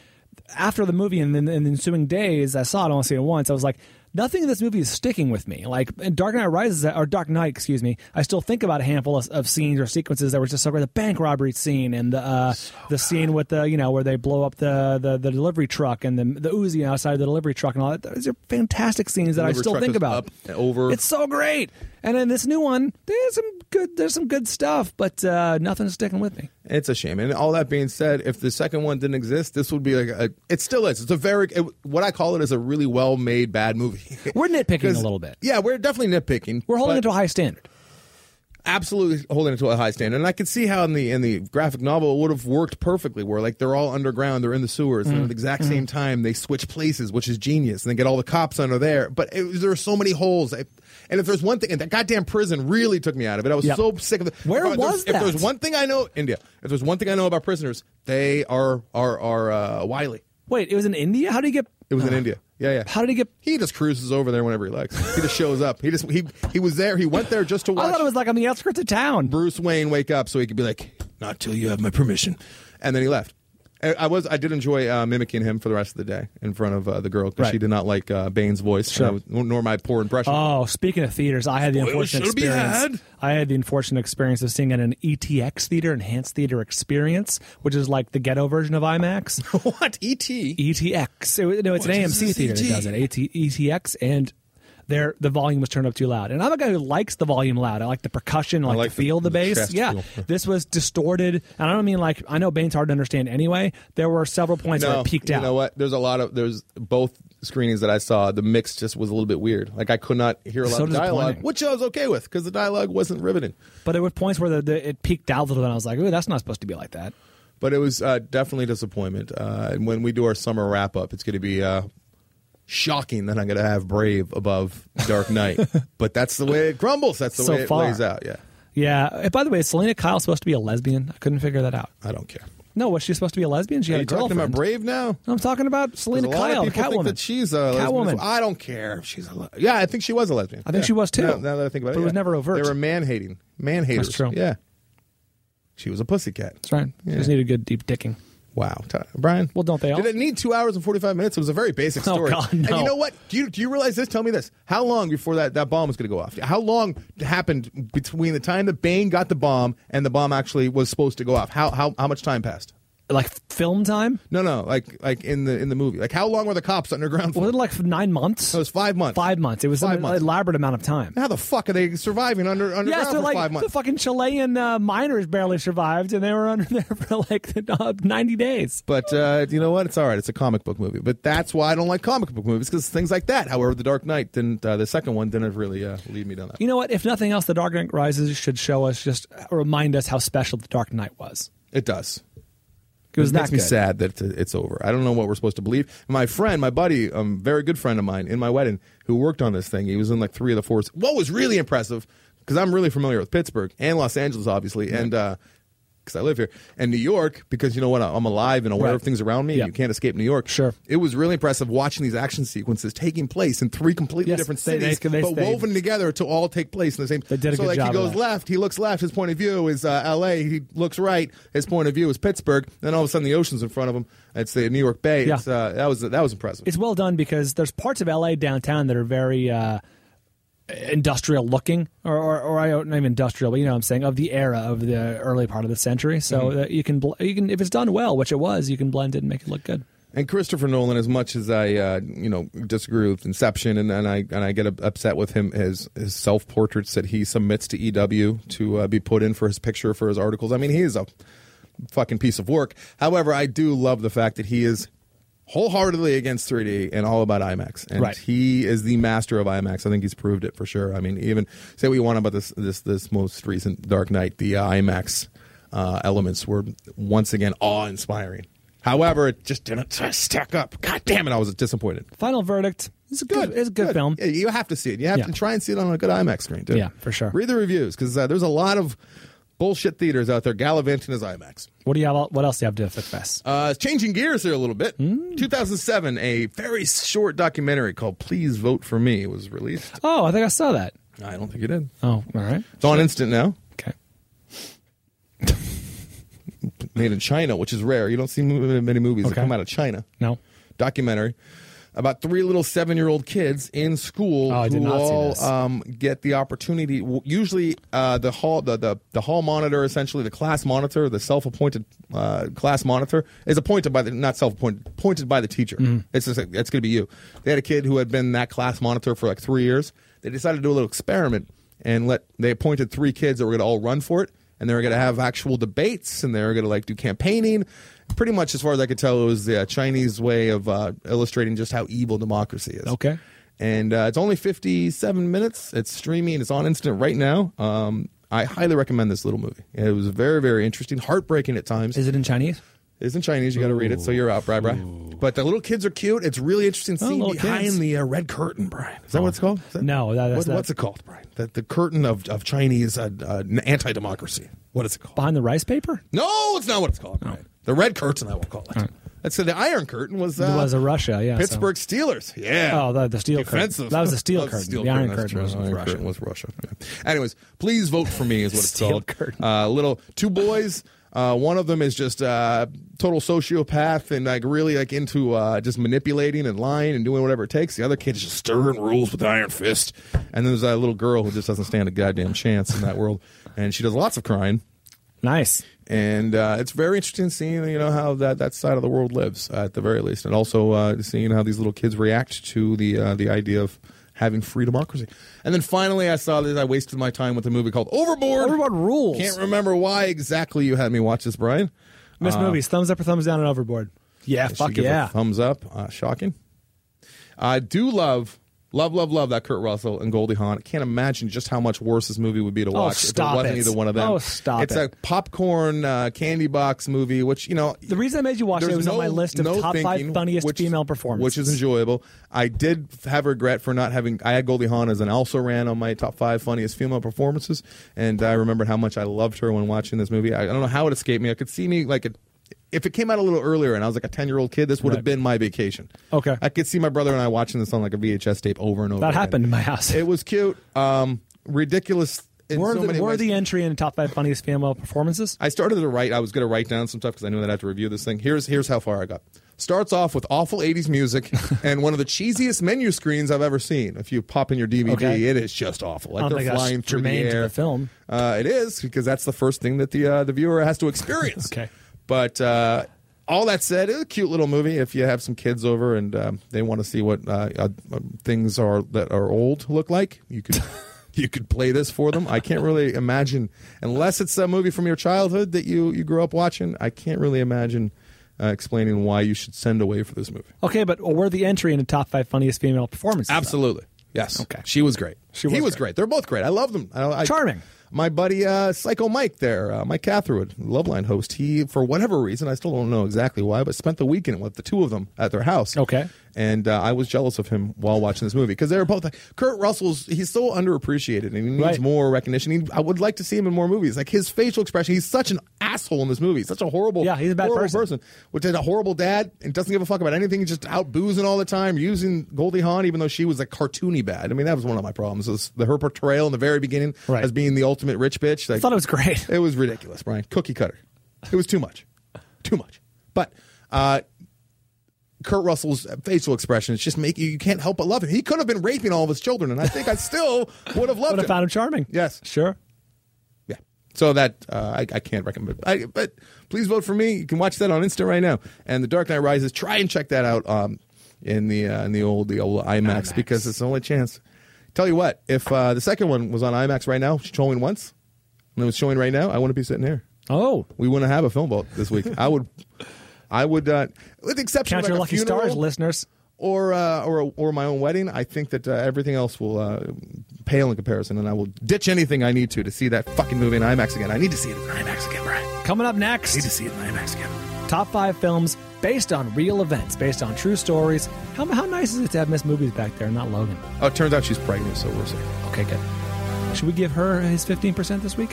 H: after the movie and then in the ensuing days, I saw it. I only seen it once. I was like, nothing in this movie is sticking with me. Like in Dark Knight Rises or Dark Knight, excuse me. I still think about a handful of, of scenes or sequences that were just so great. The bank robbery scene and the uh, the scene with the you know where they blow up the the, the delivery truck and the the Uzi outside the delivery truck and all that. Those are fantastic scenes that I
G: Delivery
H: still
G: truck
H: think
G: is
H: about.
G: up and over.
H: It's so great. And in this new one, there's some good there's some good stuff, but uh, nothing's sticking with me.
G: It's a shame. And all that being said, if the second one didn't exist, this would be like a. It still is. It's a very it, what I call it is a really well made bad movie.
H: [laughs] We're nitpicking a
G: 'Cause-
H: little bit.
G: Yeah, we're definitely nitpicking.
H: We're holding
G: but
H: it to a high standard.
G: absolutely holding it to a high standard. And I could see how in the in the graphic novel it would have worked perfectly, where like they're all underground, they're in the sewers, and
H: Mm.
G: at the exact same time they switch places, which is genius, and they get all the cops under there. But it, was- there are so many holes. I, and if there's one thing, and that goddamn prison really took me out of it. I was
H: Yep.
G: so sick of it.
H: Where
G: if, I-
H: was
G: if there's- If
H: that?
G: there's one thing I know, India. If there's one thing I know about prisoners, they are are are uh, wily.
H: Wait, it was in India? How do you get?
G: It was in India. Yeah, yeah.
H: How did he get?
G: He just cruises over there whenever he likes. He just shows up. He just he he was there. He went there just to watch.
H: I thought it was like on the outskirts of town.
G: Bruce Wayne wake up so he could be like, "Not till you have my permission," and then he left. I I was I did enjoy uh, mimicking him for the rest of the day in front of uh, the girl because
H: Right.
G: she did not like uh, Bane's voice, and I was- nor my poor impression.
H: Oh, speaking of theaters, I had the
G: Spoilers
H: unfortunate
G: should be
H: experience.
G: had.
H: I had the unfortunate experience of seeing it at an ETX theater, Enhanced Theater Experience, which is like the ghetto version of IMAX.
G: [laughs] what ET?
H: ETX. It was- no, it's
G: What
H: an
G: is
H: AMC
G: this E
H: theater that
G: ET?
H: does it. AT, ETX and. There, the volume was turned up too loud, and I'm a guy who likes the volume loud. I like the percussion, I like,
G: like
H: to
G: the-
H: feel the,
G: the
H: bass.
G: chest
H: Yeah,
G: feel.
H: this was distorted, and I don't mean like I know Bane's hard to understand anyway. There were several points where I peaked
G: you
H: out.
G: know what? There's a lot of there's both screenings that I saw. The mix just was a little bit weird. Like I could not hear a lot
H: So
G: of dialogue,
H: disappointing.
G: which I was okay with because the dialogue wasn't riveting.
H: But there were points where the, the, it peaked out a little bit. And I was like, "Ooh, that's not supposed to be like that."
G: But it was uh, definitely disappointment. Uh, and when we do our summer wrap up, it's going to be uh, shocking that I'm going to have Brave above Dark
H: [laughs]
G: Knight. but that's the way it crumbles. That's the
H: So
G: way it
H: far.
G: lays out. Yeah,
H: Yeah. Uh, By the way, is Selena Kyle supposed to be a lesbian? I couldn't figure that out.
G: I don't care.
H: No, was she supposed to be a lesbian? She
G: Are
H: had
G: you
H: a
G: talking
H: girlfriend.
G: about Brave now?
H: I'm talking about
G: 'Cause
H: Selena
G: a lot
H: Kyle,
G: of
H: the
G: people think
H: Catwoman.
G: that she's a lesbian.
H: Catwoman.
G: I don't care if she's a le- yeah. I think she was a lesbian.
H: I think
G: Yeah.
H: she was too.
G: Now, now that I think about it,
H: But it was
G: yeah.
H: never overt.
G: They were man hating, man haters.
H: true.
G: Yeah, she was a pussycat.
H: That's right. She just needed good deep dicking.
G: Wow, Brian.
H: Well, don't they all?
G: Did it need two hours and forty five minutes? It was a very basic
H: [laughs] Oh,
G: story.
H: God,
G: And
H: no.
G: you know what? Do you do you realize this? Tell me this. How long before that, that bomb was going to go off? How long happened between the time that Bane got the bomb and the bomb actually was supposed to go off? How how, how much time passed?
H: like film time?
G: No, no, like like in the in the movie. Like how long were the cops underground for?
H: Was it like nine months?
G: it was five months.
H: Five months. It was
G: Five
H: an
G: months.
H: elaborate amount of time.
G: How the fuck are they surviving under
H: yeah,
G: underground
H: so
G: for
H: like
G: five
H: the
G: months?
H: fucking Chilean uh, miners barely survived, and they were under there for [laughs] like uh, ninety days.
G: But uh, you know what? It's all right. It's a comic book movie. But that's why I don't like comic book movies because things like that. However, The Dark Knight didn't. Uh, the second one didn't really uh, lead me down that.
H: You know what? If nothing else, The Dark Knight Rises should show us, just remind us how special The Dark Knight was.
G: It does.
H: It was that
G: makes me
H: good.
G: sad that it- it's over. I don't know what we're supposed to believe. My friend, my buddy, um, very good friend of mine in my wedding, who worked on this thing. He was in like three of the four. What was really impressive, because I'm really familiar with Pittsburgh and Los Angeles, obviously, and because I live here, and New York, because you know what, I'm alive and aware
H: Right.
G: of things around me. and
H: Yeah.
G: You can't escape New York. Sure. It was really impressive watching these action sequences taking place in three completely
H: Yes,
G: different
H: they- they-
G: cities,
H: they-
G: but
H: they-
G: woven together to all take place in the same. They
H: did a
G: so
H: good
G: like
H: job
G: he
H: of
G: goes
H: that.
G: left, he looks left. His point of view is uh, L.A. He looks right. His point of view is Pittsburgh. Then all of a sudden, the ocean's in front of him. It's the New York Bay.
H: Yeah.
G: It's, uh, that was that was impressive.
H: It's well done because there's parts of LA downtown that are very uh, industrial looking, or, or, or I don't not even industrial, but you know what I'm saying of the era of the early part of the century. So
G: Mhm.
H: that you can bl- you can if it's done well, which it was, you can blend it and make it look good.
G: And Christopher Nolan, as much as I uh, you know disagree with Inception, and, and I and I get upset with him as his self portraits that he submits to EW to uh, be put in for his picture for his articles. I mean, he is a fucking piece of work. However, I do love the fact that he is wholeheartedly against 3D and all about IMAX. And
H: Right.
G: he is the master of IMAX. I think he's proved it for sure. I mean, even say what you want about this this this most recent Dark Knight, the uh, IMAX uh, elements were once again awe inspiring. However, it just didn't stack up. God damn it, I was disappointed.
H: Final verdict. It's good. It's a good, film.
G: Yeah, you have to see it. You have
H: Yeah.
G: to try and see it on a good IMAX screen, too.
H: Yeah, for sure.
G: Read the reviews because uh, there's a lot of bullshit theaters out there gallivanting as IMAX.
H: What do you have? What else do you have to confess?
G: Uh, changing gears here a little bit.
H: Hmm.
G: 2007, a very short documentary called "Please Vote for Me" was released.
H: Oh, I think I saw that.
G: I don't think you did.
H: Oh, all right.
G: It's on instant now.
H: Okay.
G: [laughs] Made in China, which is rare. You don't see mo- many movies that
H: Okay.
G: come out of China.
H: No.
G: Documentary about three little seven-year-old kids in school
H: Oh, I did
G: who
H: not see
G: all
H: this.
G: um, get the opportunity. w- Usually, uh, the hall, the, the the hall monitor, essentially the class monitor, the self-appointed uh, class monitor, is appointed by the not self-appointed, appointed by the teacher.
H: Mhm.
G: It's just, like, it's going to be you. They had a kid who had been that class monitor for like three years. They decided to do a little experiment and let they appointed three kids that were going to all run for it, and they were going to have actual debates and they were going to like do campaigning. Pretty much, as far as I could tell, it was the uh, Chinese way of uh, illustrating just how evil democracy is.
H: Okay.
G: And uh, it's only 57 minutes. It's streaming. It's on instant right now. Um, I highly recommend this little movie. It was very, very interesting, heartbreaking at times.
H: Is it in Chinese?
G: It's in Chinese. You got to read it. So you're out, Bri, Bri. But the little kids are cute. It's really interesting
H: Oh,
G: seeing
H: little
G: behind
H: kids.
G: the uh, red curtain, Brian. Is that what it's called? Is that-
H: No, that- that's
G: what-
H: that-
G: what's it called, Brian? The, the curtain of, of Chinese uh, uh, anti-democracy. What is it called?
H: Behind the rice paper?
G: No, it's not what it's called, Brian. The red curtain, I will call it. That's the Iron Curtain was uh,
H: it was a Russia, yeah. so-
G: Pittsburgh Steelers. Yeah.
H: Oh, the, the steel curtain.
G: Defensive.
H: That was the steel
G: That
H: curtain.
G: was
H: the iron
G: that's
H: curtain
G: true.
H: was,
G: Iron
H: Russia.
G: curtain was Russia. Yeah. Anyways, please vote for me is what it's
H: Steel
G: called. Uh, little two boys. Uh, one of them is just uh, total sociopath and like really like into uh, just manipulating and lying and doing whatever it takes. The other kid is just stirring rules with an iron fist. And then there's that little girl who just doesn't stand a goddamn chance in that world, and she does lots of crying.
H: Nice.
G: And uh, it's very interesting seeing you know how that, that side of the world lives uh, at the very least, and also uh, seeing how these little kids react to the uh, the idea of having free democracy. And then finally, I saw that I wasted my time with a movie called Overboard.
H: Overboard rules.
G: Can't remember why exactly you had me watch this, Brian.
H: Miss
G: Uh,
H: movies, thumbs up or thumbs down and overboard. Yeah,
G: I should
H: fuck
G: give a
H: yeah.
G: thumbs up. Uh, shocking. I do love, love, love, love that Kurt Russell and Goldie Hawn. I can't imagine just how much worse this movie would be to
H: Oh,
G: watch if
H: stop
G: it wasn't
H: it.
G: either one of them.
H: Oh, stop
G: It's
H: it.
G: a popcorn uh, candy box movie, which you know.
H: The reason I made you watch it,
G: There's
H: it was on
G: no-
H: my list of
G: no
H: top
G: thinking,
H: five funniest
G: which-
H: female performances.
G: Which is enjoyable. I did have regret for not having. I had Goldie Hawn as an also ran on my top five funniest female performances, and I remembered how much I loved her when watching this movie. I, I don't know how it escaped me. I could see me like it, if it came out a little earlier, and I was like a ten year old kid. This would have
H: Right.
G: been my vacation.
H: Okay.
G: I could see my brother and I watching this on like a VHS tape over and over.
H: That
G: again.
H: happened in my house.
G: It was cute. Um, ridiculous. In
H: Were,
G: so
H: the,
G: many
H: were
G: ways.
H: the entry in top five funniest female performances?
G: I started to write. I was going to write down some stuff because I knew that I had to review this thing. Here's here's how far I got. Starts off with awful 80s
H: [laughs]
G: music and one of the cheesiest menu screens I've ever seen. If you pop in your DVD,
H: Okay.
G: it is just awful.
H: I
G: Like
H: don't
G: they're
H: think that's
G: flying through
H: Oh germane
G: the
H: to
G: air.
H: the film. [laughs]
G: Uh, it is because that's the first thing that the uh, the viewer has to experience. okay. But uh, all that said, it's a cute little movie if you have some kids over and um, they want to see what uh, uh, things are that are old look like. You
H: [laughs]
G: could you could play this for them. I can't really imagine unless it's a movie from your childhood that you you grew up watching. I can't really imagine uh, explaining why you should send away for this movie.
H: Okay, but we're the entry in the top five funniest female performances. though.
G: Absolutely. Yes. Okay. She was great.
H: She
G: he
H: was
G: was great. They're both great. I love them. I, I, Charming. My buddy uh, Psycho Mike there, uh, Mike Catherwood, Loveline host. He, for whatever reason, I still don't know exactly why, but spent the weekend with the two of them at their house. Okay. And uh, I was jealous of him while watching this movie because they were both like Kurt Russell's. He's so underappreciated and he needs
H: Right.
G: more recognition. He, I would like to see him in more movies. Like his facial expression. He's such an asshole in this movie. Such a horrible, yeah, he's a
H: bad
G: horrible
H: person.
G: person, which is a horrible dad and doesn't give a fuck about anything. He's just out boozing all the time, using Goldie Hawn, even though she was like cartoony bad. I mean, that was one of my problems. Is the, her portrayal in the very beginning as being the ultimate rich bitch. Like, I thought it was great. It was ridiculous, Brian. Cookie cutter. It was too much. too much. But uh, Kurt Russell's facial expressions just make you, you can't help but love him. He could have been raping all of his children, and I think I still would have loved
H: Would have
G: him.
H: found him charming.
G: Yes.
H: Sure.
G: Yeah. So that uh, I, I can't recommend, I, but please vote for me. You can watch that on Insta right now. And The Dark Knight Rises. Try and check that out um, in the uh, in the old the old IMAX, because it's the only chance. Tell you what, if uh, the second one was on IMAX right now, showing once, and it was showing right now, I wouldn't be sitting here.
H: Oh,
G: we wouldn't have a film vault this week. I would, I would, uh, with the exception of like
H: Count your
G: a
H: lucky
G: funeral,
H: stars, listeners.
G: or uh, or or my own wedding, I think that uh, everything else will uh, pale in comparison, and I will ditch anything I need to to see that fucking movie in IMAX again. I need to see it in IMAX again, Brian.
H: Coming up next, need to
G: see it in IMAX again.
H: Top five films based on real events, based on true stories. How, how nice is it to have Miss Movies back there, not Logan?
G: Oh, it turns out she's pregnant, so we're safe.
H: Okay, good. Should we give her his fifteen percent this week?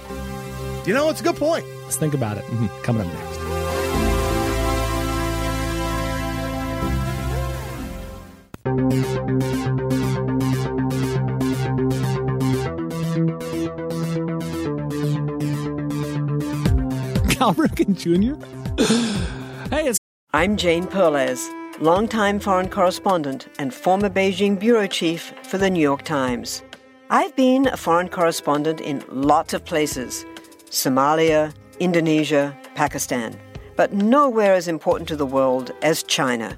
G: You know, it's a good point.
H: Let's think about it. Mm-hmm. Coming up next. [laughs] Cal Ripken Jr. hey, it's.
J: I'm Jane Perlez, longtime foreign correspondent and former Beijing bureau chief for the New York Times. I've been a foreign correspondent in lots of places Somalia, Indonesia, Pakistan, but nowhere as important to the world as China.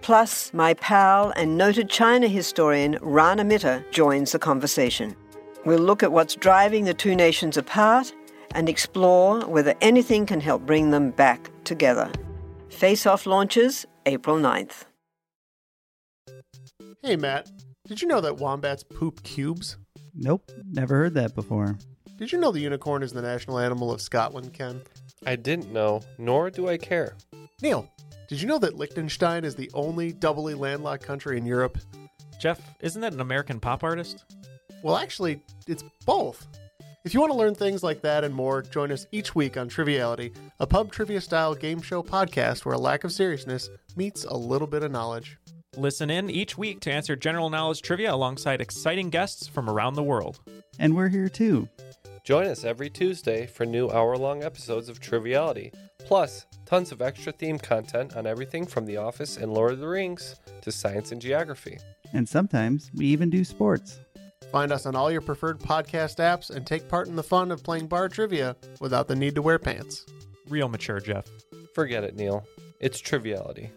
J: Plus, my pal and noted China historian Rana Mitter joins the conversation. We'll look at what's driving the two nations apart and explore whether anything can help bring them back together. Face Off launches April 9th.
K: Hey, Matt, did you know that wombats poop cubes?
L: Nope, never heard that before.
K: Did you know the unicorn is the national animal of Scotland, Ken?
M: I didn't know, nor do I care.
K: Neil, did you know that Liechtenstein is the only doubly landlocked country in Europe?
N: Jeff, isn't that an American pop artist?
K: Well, actually, it's both. If you want to learn things like that and more, join us each week on Triviality, a pub trivia style game show podcast where a lack of seriousness meets a little bit of knowledge.
N: Listen in each week to answer general knowledge trivia alongside exciting guests from around the world.
L: And we're here too.
M: Join us every Tuesday for new hour long episodes of Triviality, plus tons of extra theme content on everything from The Office and Lord of the Rings to science and geography.
L: And sometimes we even do sports.
K: Find us on all your preferred podcast apps and take part in the fun of playing bar trivia without the need to wear pants.
N: Real mature, Jeff.
M: Forget it, Neil. It's Triviality.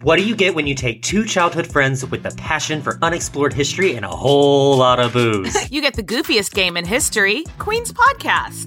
O: What do you get when you take two childhood friends with a passion for unexplored history and a whole lot of booze?
P: [laughs] You get the goofiest game in history, Queen's Podcast.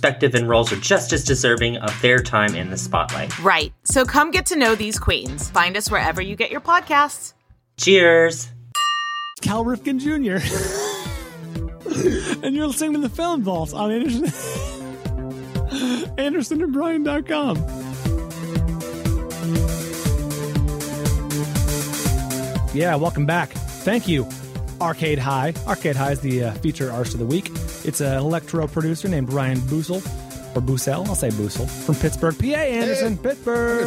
O: perspective and roles are just as deserving of their time in the spotlight.
P: Right. So come get to know these queens. Find us wherever you get your podcasts.
O: Cheers.
H: Cal Rifkin Jr. and you're listening to the Film Vaults on Anderson AndersonandBryan.com. Yeah, welcome back. Thank you, Arcade High. Arcade High is the uh, feature artist of the week. It's an electro producer named Brian Boosel, or Boosel, I'll say Boosel, from Pittsburgh, PA. Anderson, Pittsburgh.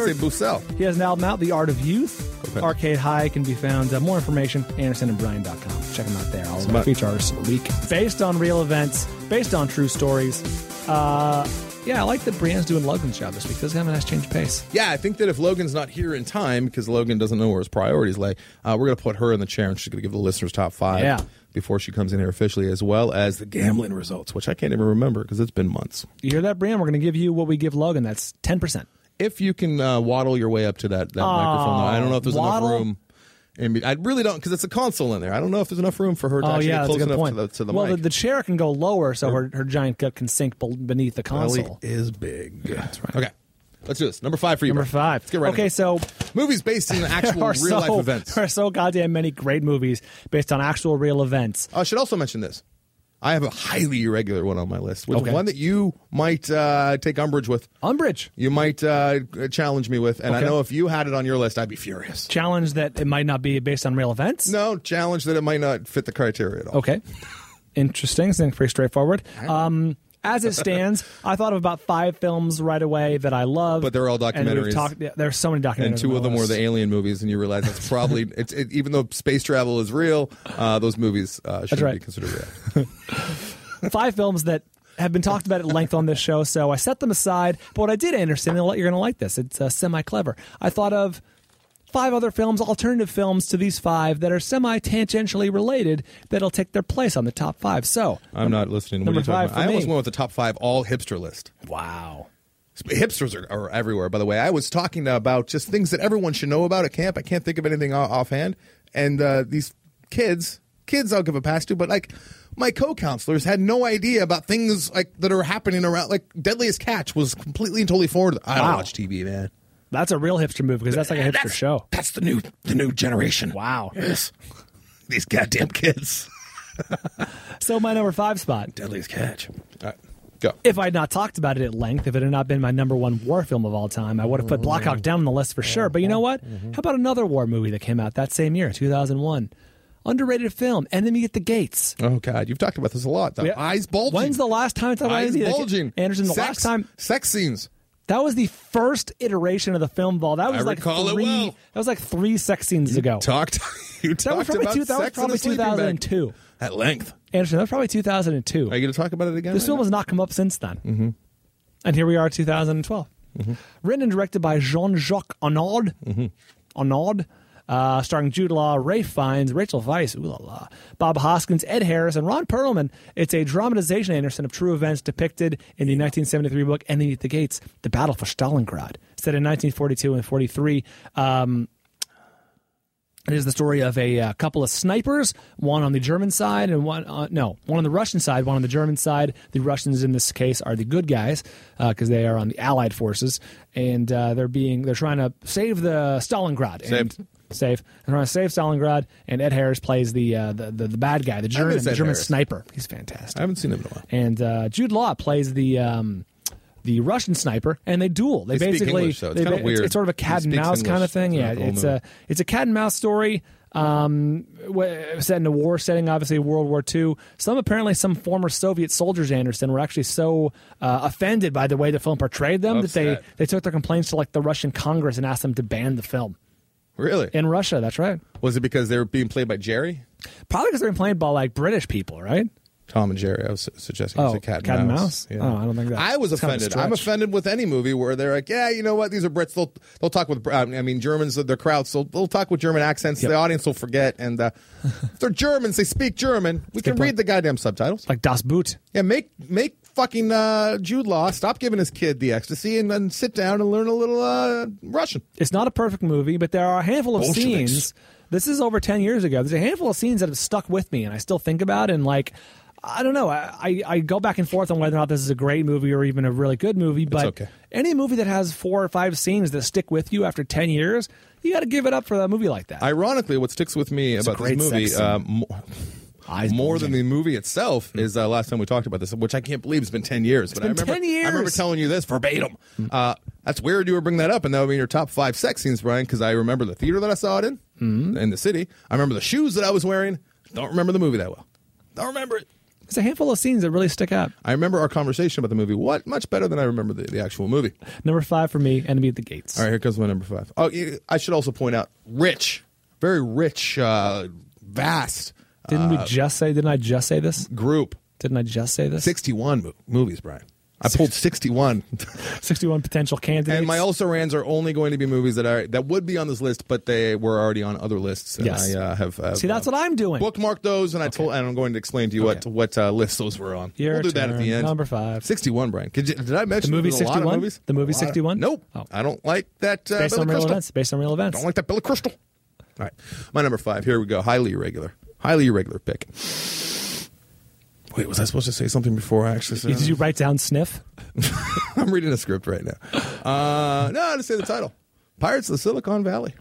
G: I'm gonna say Boosel.
H: He has an album out, The Art of Youth. Arcade High can be found. Uh, more information, andersonandbrian.com. Check them out there. All of
G: Smart.
H: our feature artists of the week. Based on real events, based on true stories. Uh, yeah, I like that Brienne's doing Logan's job this week. Doesn't have a nice change of pace.
G: Yeah, I think that if Logan's not here in time because Logan doesn't know where his priorities lay, uh, we're going to put her in the chair and she's going to give the listeners top five
H: Yeah.
G: before she comes in here officially, as well as the gambling results, which I can't even remember because it's been months.
H: You hear that, Brienne? We're going to give you what we give Logan. That's 10%.
G: If you can uh, waddle your way up to that, that
H: Aw,
G: microphone, though. I don't know if there's
H: waddle?
G: enough room. In be- I really don't because it's a console in there. I don't know if there's enough room for her to
H: Oh,
G: actually get
H: yeah, that's a
G: close
H: good
G: enough
H: point.
G: to the, to the
H: well,
G: mic.
H: the, the chair can go lower so her, her giant gut can sink bel- beneath the console.
G: Belly is big. That's right. Okay. Let's do this. Number five for you.
H: Number
G: Brian.
H: five.
G: Let's get right
H: Okay,
G: into it.
H: so
G: movies based
H: [laughs]
G: in actual
H: there are
G: real life
H: so-
G: events.
H: There are so goddamn many great movies based on actual real events.
G: Oh, I should also mention this. I have a highly irregular one on my list, which
H: Okay.
G: is one that you might uh, take umbrage with.
H: Umbrage.
G: You might uh, challenge me with, and
H: Okay.
G: I know if you had it on your list, I'd be furious.
H: Challenge that it might not be based on real events.
G: No challenge that it might not fit the criteria at all.
H: Okay. Interesting. Seems pretty straightforward. Um, as it stands, I thought of about five films right away that I love, but
G: they're all
H: And
G: documentaries.
H: we've talked, yeah, there's so many documentaries,
G: And two
H: on
G: of
H: my
G: them were
H: list.
G: the alien movies, and you realize that's
H: [laughs]
G: probably it's it, even though space travel is real, uh, those movies uh, shouldn't
H: right.
G: be considered real.
H: five films that have been talked about at length on this show, so I set them aside. But what I did, Anderson, and you're going to like this, it's uh, semi clever. I thought of five other films, alternative films to these five that are semi tangentially related that'll take their place on the top five. So
G: I'm not listening.
H: Number
G: what are you talking
H: five
G: about?
H: for
G: I almost
H: me.
G: went with the top five all hipster list.
H: Wow.
G: Hipsters are, are everywhere, by the way. I was talking about just things that everyone should know about at camp. I can't think of anything o- offhand. And uh, these kids, kids I'll give a pass to, but like my co counselors had no idea about things like that are happening around. Like Deadliest Catch was completely and totally foreign. to- I don't
H: Wow.
G: watch TV, man.
H: that's a real hipster move because that's like a hipster show.
G: That's the new the new generation.
H: Wow.
G: Yes. [laughs] These goddamn kids.
H: [laughs] So my number five spot,
G: Deadliest Catch. All right. Go.
H: If I had not talked about it at length, if it had not been my number one war film of all time, I would have put
G: Oh,
H: Black Hawk Down on the list for sure. But you know what?
G: Mm-hmm.
H: How about another war movie that came out that same year, 2001? Underrated film, Enemy at the Gates.
G: Oh God, you've talked about this a lot. The eyes bulging.
H: When's the last time you talked about
G: Eyes
H: Enemy at the Gates?
G: bulging.
H: Anderson, the
G: Sex-
H: last time
G: sex scenes.
H: That was the first iteration of the film ball. That was
G: I
H: like
G: recall it
H: three.
G: well.
H: That was like three sex scenes ago.
G: Talked. [laughs] You
H: that was
G: talked
H: probably
G: about
H: two, that was
G: sex in a
H: probably
G: sleeping bag.
H: 2002.
G: at length.
H: Anderson, that was probably 2002. Are
G: you going to talk about it again? Mm-hmm.
H: This
G: right
H: film
G: now?
H: has not come up since then. And here we are, 2012.
G: Mm-hmm.
H: Written and directed by Jean Jacques Arnaud. Arnaud. Uh, starring Jude Law, Ray Fiennes, Rachel Weisz, ooh la la, Bob Hoskins, Ed Harris, and Ron Perlman. It's a dramatization, Anderson, of true events depicted in the 1973 book Enemy at the Gates, The Battle for Stalingrad, set in 1942 and 43. Um, it is the story of a uh, couple of snipers, one on the German side and one, uh, no, one on the Russian side, one on the German side. The Russians in this case are the good guys because they are on the Allied forces, and uh, they're being they're trying to save the Stalingrad.
G: Saved.
H: And, Safe. They're trying to save Stalingrad, and Ed Harris plays the uh, the, the the bad guy, the German,
G: miss
H: the
G: Ed
H: German
G: Harris.
H: sniper. He's fantastic.
G: I haven't seen him in a while.
H: And uh, Jude Law plays the um, the Russian sniper, and they duel. They,
G: They speak
H: basically
G: English, though. It's
H: they
G: kinda
H: ba-
G: weird.
H: It's, sort of a
G: He
H: cat and
G: speaks
H: mouse kind
G: English
H: of thing. Yeah,
G: throughout the whole
H: it's uh,
G: movie.
H: a it's a cat and mouse story. Um, w- set in a war setting, obviously World War II. Some apparently some former Soviet soldiers, Anderson, were actually so uh, offended by the way the film portrayed them that
G: Upset.
H: they they took their complaints to like the Russian Congress and asked them to ban the film
G: Really?
H: in Russia. That's right.
G: Was it because they were being played by Jerry?
H: Probably because they're being played by like British people, right?
G: Tom and Jerry. I was su- suggesting
H: Oh,
G: it's a cat and
H: cat and
G: mouse.
H: mouse?
G: Yeah.
H: Oh, I don't think that-
G: I was
H: it's kind of a
G: offended. I'm
H: stretch.
G: offended with any movie where they're like, yeah, you know what? These are Brits. They'll they'll talk with. um, I mean, Germans. Their crowds. They'll, they'll talk with German accents. The audience will forget. And
H: [laughs]
G: uh, if they're Germans. They speak German. We can read the goddamn subtitles.
H: Like Das Boot.
G: Yeah. Make make fucking uh, Jude Law stop giving his kid the ecstasy and then sit down and learn a little uh, Russian.
H: It's not a perfect movie, but there are a handful of
G: Bolsheviks.
H: scenes. This is over 10 years ago. There's a handful of scenes that have stuck with me and I still think about and like I don't know. I, I, I go back and forth on whether or not this is a great movie or even a really good movie, but
G: okay.
H: any movie that has four or five scenes that stick with you after 10 years, you got to give it up for a movie like that.
G: Ironically, what sticks with me
H: It's a
G: about
H: great
G: this movie
H: sex
G: uh, mo- more than the movie itself is uh, last time we talked about this, which I can't believe it's been ten years. but I
H: Mm. been
G: remember,
H: 10
G: I remember
H: years. Hmm.
G: telling you this verbatim. Uh, that's weird you were bringing that up, and that would be in your top five sex scenes, Brian, because I remember the theater that I saw it in,
H: Mm-hmm.
G: in the city. I remember the shoes that I was wearing. Don't remember the movie that well. Don't remember it.
H: It's a handful of scenes that really stick out.
G: I remember our conversation about the movie. What much better than I remember the, the actual movie.
H: Number five for me, Enemy at the Gates.
G: All right, here comes my number five. Oh, you- I should also point out rich, very rich, uh, vast.
H: Didn't we
G: uh,
H: just say, didn't I just say this?
G: Group.
H: Didn't I just say this?
G: 61 mo- movies, Brian. I pulled 61.
H: [laughs] 61 potential candidates.
G: And my also rans are only going to be movies that are that would be on this list, but they were already on other lists. And
H: Yes.
G: I uh, have uh,
H: See, that's what I'm doing.
G: bookmarked those, and I told, and I'm going to explain to you what what uh, lists those were on.
H: Your
G: we'll do that at the
H: turn.
G: end.
H: Number five.
G: 61, Brian. Could you, did I mention
H: The movie
G: there's a lot of
H: 61?
G: movies?
H: The movie
G: A lot of-
H: 61?
G: Nope. I don't like that. Uh,
H: based
G: Billy
H: on real
G: Crystal.
H: events. Based on real events.
G: Don't like that Billy Crystal. All right, my number five. Here we go. Highly irregular. Highly irregular pick. Wait, was I supposed to say something before I actually said?
H: Did you write down sniff?
G: [laughs] I'm reading a script right now. Uh, no, I just say the title: Pirates of the Silicon Valley.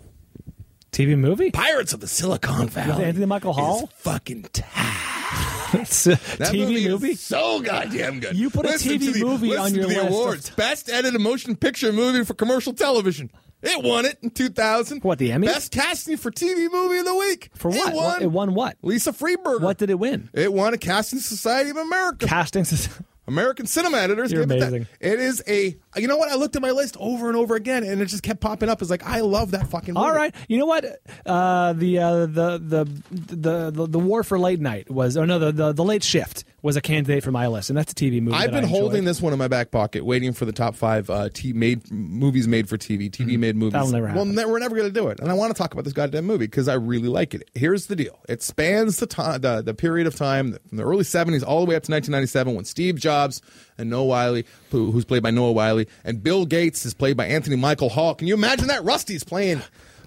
H: TV movie?
G: Pirates of the Silicon Valley.
H: With Anthony Michael Hall?
G: fucking
H: That's a
G: That
H: TV
G: movie
H: movie.
G: is so goddamn good.
H: You put a
G: Listen
H: TV
G: to the-
H: movie
G: listen
H: on
G: to
H: your
G: the
H: list. of-
G: awards. Best edited motion picture movie for commercial television. It won it in 2000. What
H: the Emmys?
G: Best casting for TV movie of the week.
H: For what?
G: It won.
H: It won what?
G: Lisa Freeberger.
H: What did it win?
G: It won a Casting Society of America.
H: Casting [laughs]
G: American Cinema Editors.
H: You're
G: gave it that.
H: amazing.
G: It is a. You know what? I looked at my list over and over again, and it just kept popping up. It's like I love that fucking. Movie.
H: All right. You know what? Uh, the, uh, the the the the the war for late night was. Oh no, the the, the late shift was a candidate for my list, and that's a TV movie.
G: I've
H: that I
G: been holding
H: enjoyed.
G: this one in my back pocket, waiting for the top five uh, t- made movies made for TV, TV made movies.
H: Hmm. That'll never
G: Well, ne- we're never going to do it, and I want to talk about this goddamn movie because I really like it. Here's the deal: it spans the time, the, the period of time from the early '70s all the way up to 1997, when Steve Jobs and Noah Wiley, who, who's played by Noah Wiley, and Bill Gates is played by Anthony Michael Hall. Can you imagine that? Rusty's playing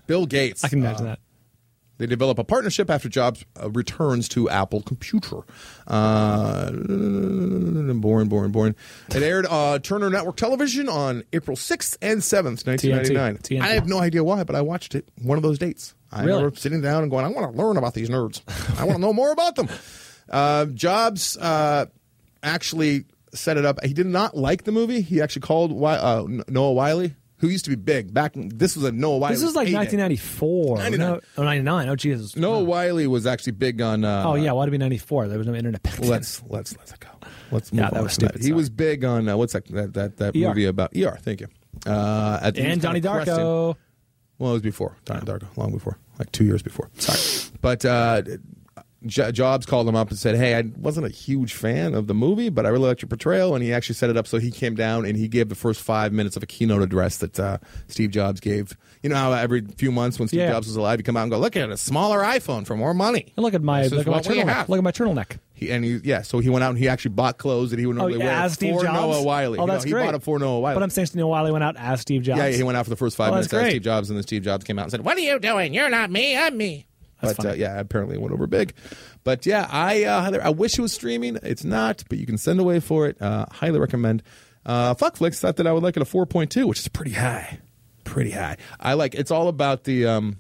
G: Bill Gates. I
H: can imagine that.
G: They develop a partnership after Jobs uh, returns to Apple Computer. Uh, boring, boring, boring. It aired uh, Turner Network Television on April 6th and 7th, 1999.
H: TNT.
G: I have no idea why, but I watched it one of those dates. I
H: Really?
G: remember sitting down and going, I want to learn about these nerds. I want to know more about
H: [laughs]
G: them. Uh, Jobs uh, actually set it up. He did not like the movie. He actually called Wi- uh, Noah Wiley, who used to be big back. This was a Noah Wiley.
H: This was like
G: heyday.
H: 1994.
G: 99.
H: No, oh, 99. Oh Jesus.
G: Noah Wiley was actually big on. Uh,
H: oh yeah, why'd it be 94? There was no internet. back then.
G: Let's let's let's go. Let's
H: Yeah,
G: move
H: that
G: on
H: was
G: from
H: stupid,
G: He was big on uh, what's that that that, that
H: ER.
G: movie about ER? Thank you. Uh, I think
H: And
G: it was
H: Donnie
G: kinda pressed him.
H: Darko.
G: Well, it was before Donnie Darko, long before, like two years before. Sorry, but uh, J- Jobs called him up and said, "Hey, I wasn't a huge fan of the movie, but I really liked your portrayal." And he actually set it up so he came down and he gave the first five minutes of a keynote address that uh, Steve Jobs gave. You know how every few months when Steve
H: Yeah.
G: Jobs was alive, he come out and go, "Look at a smaller iPhone for more money."
H: And look at my
G: This is
H: look at my
G: what we
H: turtleneck.
G: have.
H: Look at my turtleneck.
G: He, and he, yeah, so he went out and he actually bought clothes that he would
H: Oh,
G: normally
H: yeah,
G: wear
H: as Steve
G: for
H: Jobs.
G: Noah Wiley.
H: Oh,
G: You know,
H: that's
G: he
H: great.
G: bought it for Noah Wiley.
H: But I'm saying Noah Wiley went out as Steve Jobs.
G: yeah, yeah, he went out for the first five
H: Oh, that's
G: minutes as
H: great.
G: Steve Jobs, and then Steve Jobs came out and said, "What are you?"
Q: doing? You're not me. I'm me.
G: but uh, yeah, apparently it went over big. But yeah, I uh, highly- I wish it was streaming. It's not, but you can send away for it. Uh, highly recommend. Uh, Fuck Flicks thought that I would like it a four point two, which is pretty high, pretty high. I like. It's all about the. Um,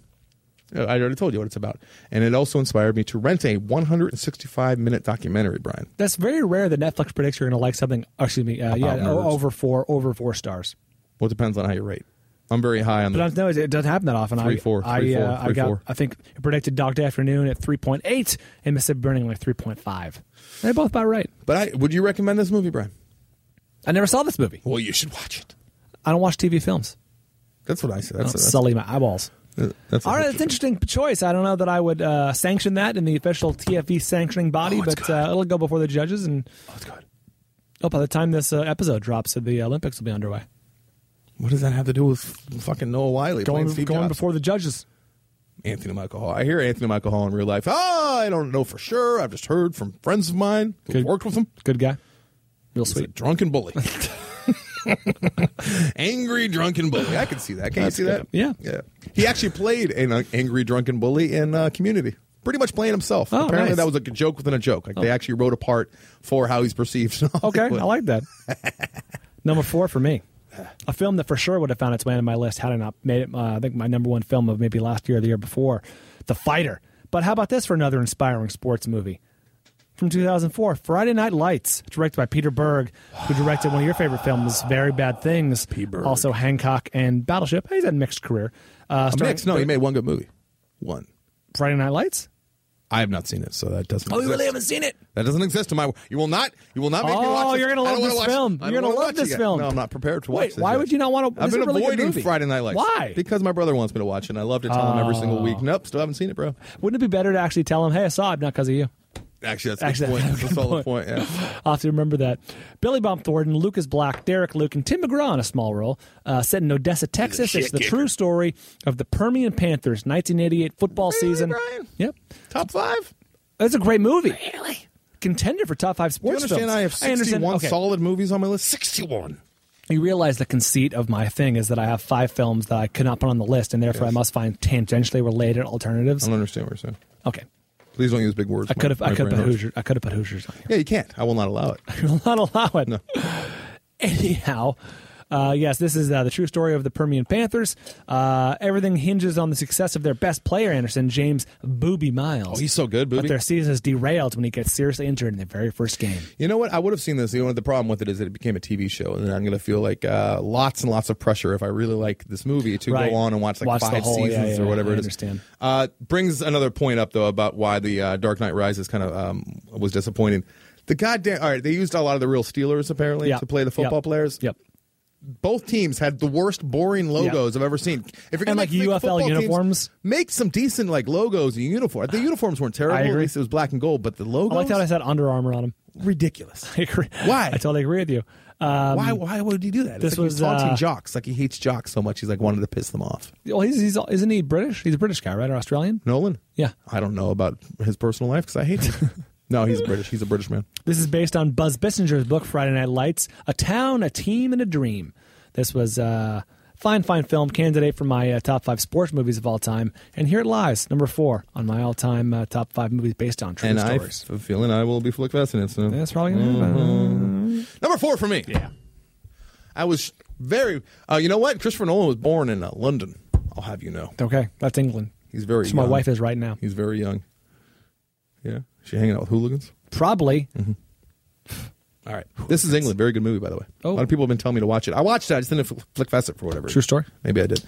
G: I already told you what it's about, and it also inspired me to rent a 165 minute documentary, Brian.
H: That's very rare that Netflix predicts you're going to like something. or Excuse me. Uh, yeah,
G: About nerds.
H: o- over four, over four stars.
G: Well, it depends on how you rate. I'm very high on
H: But
G: the
H: I'm, no, it, it doesn't happen that often.
G: Three,
H: I,
G: four,
H: I,
G: three, four,
H: uh, I
G: three,
H: got.
G: four.
H: I think it predicted Dog Day Afternoon at 3.8 and Mississippi Burning like 3.5. They're both about right.
G: But I, would you recommend this movie, Brian?
H: I never saw this movie.
G: Well, you should watch it.
H: I don't watch TV films.
G: That's what I said.
H: I don't
G: That's, that's
H: sully my eyeballs.
G: That's
H: All right, it's interesting choice. I don't know that I would uh, sanction that in the official TFE sanctioning
G: Oh,
H: body, but uh, it'll go before the judges. And oh, it's
G: good.
H: Oh, by the time this uh, episode drops, the Olympics will be underway.
G: What does that have to do with fucking Noah Wiley
H: Going,
G: playing Steve
H: going
G: Jobs?
H: before the judges.
G: Anthony Michael Hall. I hear Anthony Michael Hall in real life. Oh, I don't know for sure. I've just heard from friends of mine who have worked with him.
H: Good guy. Real
G: He's A drunken
H: [laughs]
G: bully. angry drunken bully. I can see that. Can not you
H: That's
G: see
H: good.
G: that?
H: Yeah.
G: Yeah. He actually played an uh, angry drunken bully in uh, Community. pretty much playing himself.
H: Oh,
G: Apparently,
H: nice. Oh.
G: that was like a joke within a joke. Like they actually wrote a part for how he's perceived.
H: Okay, I like that. Number four for me. A film that for sure would have found its way on my list had I not made it, uh, I think, my number one film of maybe last year or the year before The Fighter. But how about this for another inspiring sports movie? From 2004, Friday Night Lights, directed by Peter Berg, who directed one of your favorite films, Very Bad Things. Also, Hancock and Battleship. He's had a mixed career. Uh,
G: A
H: starring-
G: mix? No, he made one good movie. One.
H: Friday Night Lights?
G: I have not seen it, so that doesn't.
H: Oh, you really
G: exist.
H: haven't seen it?
G: That doesn't exist in my. You will not. You will not make me
H: Oh,
G: watch.
H: you're gonna
G: to
H: love this film. You're gonna love this film.
G: No, I'm not prepared to watch
H: Wait,
G: this
H: why
G: yet.
H: would you not wanna-
G: I've
H: this is
G: been
H: a really good
G: avoiding
H: movie.
G: Friday Night Lights.
H: Why?
G: Because my brother wants me to watch it. and I love to tell him every
H: Oh.
G: single week. Nope, still haven't seen it, bro.
H: Wouldn't it be better to actually tell him, hey, I saw it, not because of you?
G: Actually, that's
H: Actually,
G: a good point.
H: that's a
G: That's a
H: good
G: solid
H: point.
G: point. Yeah.
H: I'll have to remember that. Billy Bob Thornton, Lucas Black, Derek Luke, and Tim McGraw in a small role. Uh, set in Odessa, Texas,
G: shit
H: it's the
G: kicker.
H: true story of the Permian Panthers, 1988 football season. Yep.
G: Top five?
H: That's a great movie. Really? Contender for top five
G: Do you
H: sports
G: understand?
H: films.
G: I have
H: understand-
G: 61
H: okay.
G: solid movies on my list. 61.
H: You realize the conceit of my thing is that I have five films that I could not put on the list, and therefore I must find tangentially related alternatives.
G: I don't understand what you're saying.
H: Okay.
G: Please don't use big words.
H: I could have.
G: My-
H: I
G: my
H: could have
G: brain
H: put
G: hurts.
H: Hoosiers. I could have put Hoosiers on here.
G: Yeah, you can't. I will not allow it.
H: [laughs] I will not allow it. [laughs] Anyhow, uh, yes, this is uh, the true story of the Permian Panthers. Uh, everything hinges on the success of their best player, Anderson James Booby Miles.
G: Oh, he's so good,
H: But
G: Booby.
H: their season is derailed when he gets seriously injured in the very first game.
G: You know what? I would have seen this. The only the problem with it is that it became a TV show, and I'm going to feel like uh, lots and lots of pressure if I really like this movie to
H: Right.
G: go on and watch like
H: Watch the
G: five
H: whole- yeah,
G: seasons
H: yeah,
G: or whatever
H: I
G: it is.
H: understand.
G: Uh, brings another point up though about why the uh, Dark Knight Rises kind of um, was disappointing. The goddamn all right, they used a lot of the real Steelers apparently
H: Yeah.
G: to play the football
H: Yep.
G: players.
H: Yep.
G: Both teams had the worst boring logos I've ever seen. If you're gonna
H: And, like,
G: make football
H: UFL
G: teams,
H: uniforms?
G: make some decent like logos and uniform. The uniforms weren't terrible.
H: [sighs] I
G: At
H: agree.
G: least it was black and gold, but the
H: I
G: logos.
H: like that I said Under Armour on him.
G: Ridiculous.
H: [laughs] I agree.
G: Why?
H: I totally agree with you. Um,
G: why? Why would he do that? It's
H: This
G: like
H: was
G: he's taunting
H: uh,
G: jocks. Like he hates jocks so much, he's like wanted to piss them off.
H: Well, he's, he's isn't he British? He's a British guy, right, or Australian?
G: Nolan.
H: Yeah.
G: I don't know about his personal life because I hate
H: [laughs]
G: him. no, he's British. He's a British man.
H: This is based on Buzz Bissinger's book Friday Night Lights: A Town, a Team, and a Dream. This was a fine, fine film, candidate for my uh, top five sports movies of all time, and here it lies, number four on my all-time uh, top five movies based on true
G: and I
H: stories.
G: have a feeling I will be flick Mm-hmm. vesting it soon.
H: That's probably
G: number four for me. Yeah. I was very. Uh, you know what? Christopher Nolan was born in uh, London. I'll have you know.
H: Okay, that's England.
G: He's very.
H: So my
G: young.
H: wife is right now.
G: He's very young. Yeah. Is she hanging out with hooligans? Mm-hmm.
H: Probably.
G: All right. This is England. Very good movie, by the way.
H: Oh.
G: A lot of people have been telling me to watch it. I watched it. I just didn't fl- flick fast it for whatever.
H: True story?
G: Maybe I did.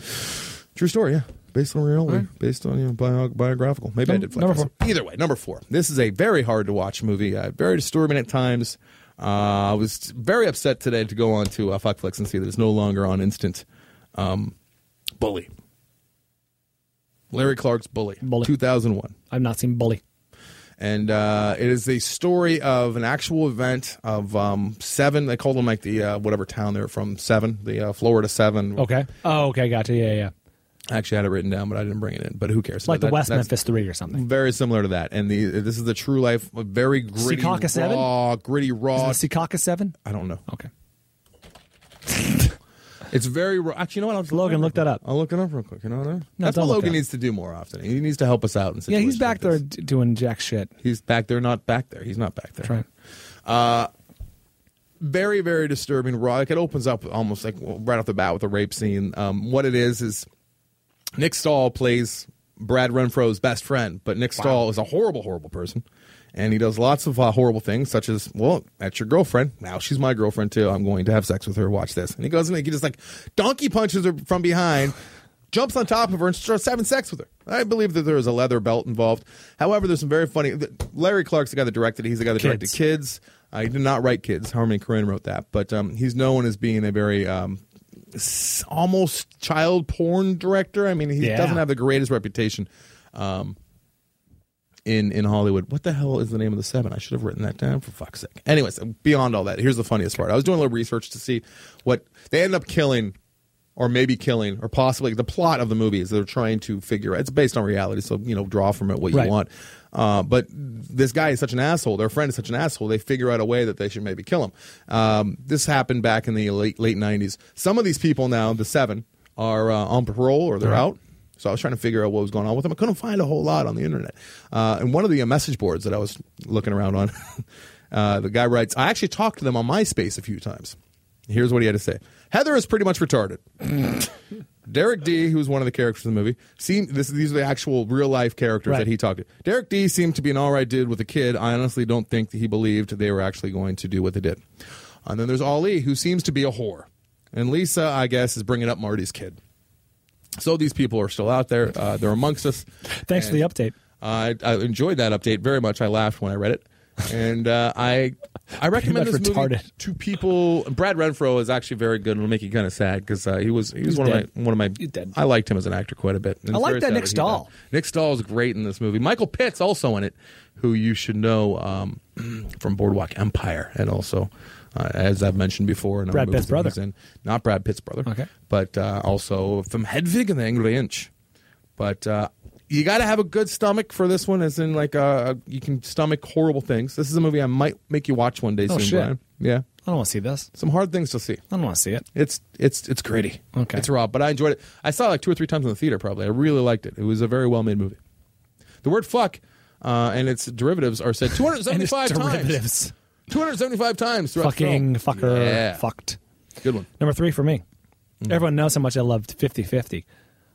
G: True story, yeah. Based on reality, based on you know, bio- biographical. Maybe I
H: Num-
G: did flick
H: number
G: fast it. Either way, number four. This is a very hard to watch movie. Uh, very disturbing at times. Uh, I was very upset today to go on to uh, Fuckflix and see that it's no longer on Instant. Um, Bully. [laughs] Larry Clark's Bully. Bully. 2001
H: I've not seen Bully.
G: and uh, it is the story of an actual event of um, seven. They called them like the uh, whatever town they're from, seven, the uh, Florida Seven.
H: Okay. Oh, okay, gotcha. Yeah, yeah.
G: I actually had it written down, but I didn't bring it in. But who cares?
H: Like the West
G: that's
H: Memphis Three or something.
G: Very similar to that, and the this is the true life, a very gritty,
H: Secaucus Seven?
G: raw, gritty, raw.
H: Is it Secaucus Seven?
G: I don't know.
H: Okay.
G: [laughs] It's very raw. Actually, you know what? I'll just
H: Logan, look that up.
G: I'll look it up real quick. You know what? I mean?
H: No,
G: That's
H: don't
G: what
H: look it
G: Logan
H: up.
G: needs to do more often. He needs to help us out. In
H: Yeah, he's
G: situations
H: back
G: like this.
H: there d- doing jack shit.
G: He's back there, not back there. He's not back there.
H: right.
G: Uh, very, very disturbing. Raw. Like it opens up almost like well, right off the bat with a rape scene. Um, what it is is Nick Stahl plays Brad Renfro's best friend, but Nick Stahl is a horrible, horrible person, and he does lots of uh, horrible things, such as, "Well, that's your girlfriend. Now she's my girlfriend too. I'm going to have sex with her. Watch this." And he goes and he just like donkey punches her from behind. Jumps on top of her and starts having sex with her. I believe that there is a leather belt involved. However, there's some very funny. Larry Clark's the guy that directed it. He's the guy that directed kids.
H: Kids.
G: Uh, he did not write kids. Harmony Korine wrote that, but um, he's known as being a very um, s- almost child porn director. I mean, he
H: Yeah.
G: doesn't have the greatest reputation um, in in Hollywood. What the hell is the name of the seven? I should have written that down for fuck's sake. Anyways, beyond all that, here's the funniest part. I was doing a little research to see what they ended up killing. Or maybe killing, or possibly the plot of the movie is they're trying to figure out. It's based on reality, so you know, draw from it what you
H: Right.
G: want. Uh, but this guy is such an asshole. Their friend is such an asshole. They figure out a way that they should maybe kill him. Um, this happened back in the late late nineties. Some of these people now, the seven, are uh, on parole or they're out. So I was trying to figure out what was going on with them. I couldn't find a whole lot on the internet. Uh, and one of the uh, message boards that I was looking around on, [laughs] uh, the guy writes, I actually talked to them on MySpace a few times. Here's what he had to say Heather is pretty much retarded. [laughs] Derek D, who's one of the characters in the movie, seemed this, these are the actual real life characters
C: Right.
G: that he talked to. Derek D seemed to be an all right dude with a kid. I honestly don't think that he believed they were actually going to do what they did. And then there's Ali, who seems to be a whore. And Lisa, I guess, is bringing up Marty's kid. So these people are still out there. Uh, they're amongst us.
H: Thanks for the update.
G: I, I enjoyed that update very much. I laughed when I read it, and uh,
H: [laughs]
G: I I recommend
H: much
G: this movie
H: retarded.
G: to people. Brad Renfro is actually very good. It'll make you kind of sad because uh, he was he was
H: He's
G: one
H: dead.
G: of my one of my. I liked him as an actor quite a bit. And
H: I
G: it's
H: like
G: very
H: that
G: sad
H: Nick
G: he
H: Stahl.
G: died. Nick Stahl is great in this movie. Michael Pitt's also in it, who you should know um, [clears throat] from Boardwalk Empire, and also uh, as I've mentioned before, in other
H: Brad
G: movies
H: Pitt's
G: that
H: brother.
G: he's in. not Brad Pitt's brother, okay, but uh, also from Hedvig and the Angry Inch. But uh, you got to have a good stomach for this one, as in like uh, you can stomach horrible things. This is a movie I might make you watch one day
H: Oh,
G: soon.
H: shit.
G: Brian. Yeah,
H: I don't want to see this.
G: Some hard
H: [laughs]
G: things to see. I
H: don't want to see it.
G: It's it's it's gritty.
H: Okay.
G: it's raw, but I enjoyed it. I saw it like two or three times in the theater. Probably, I really liked it. It was a very well made movie. The word "fuck" uh, and its derivatives are
H: [laughs]
G: said 275
H: And its
G: times. 275 times throughout
H: Fucking
G: the film.
H: fucker.
G: Yeah.
H: Fucked.
G: Good one.
H: Number three for me. Everyone knows how much I loved 50 50,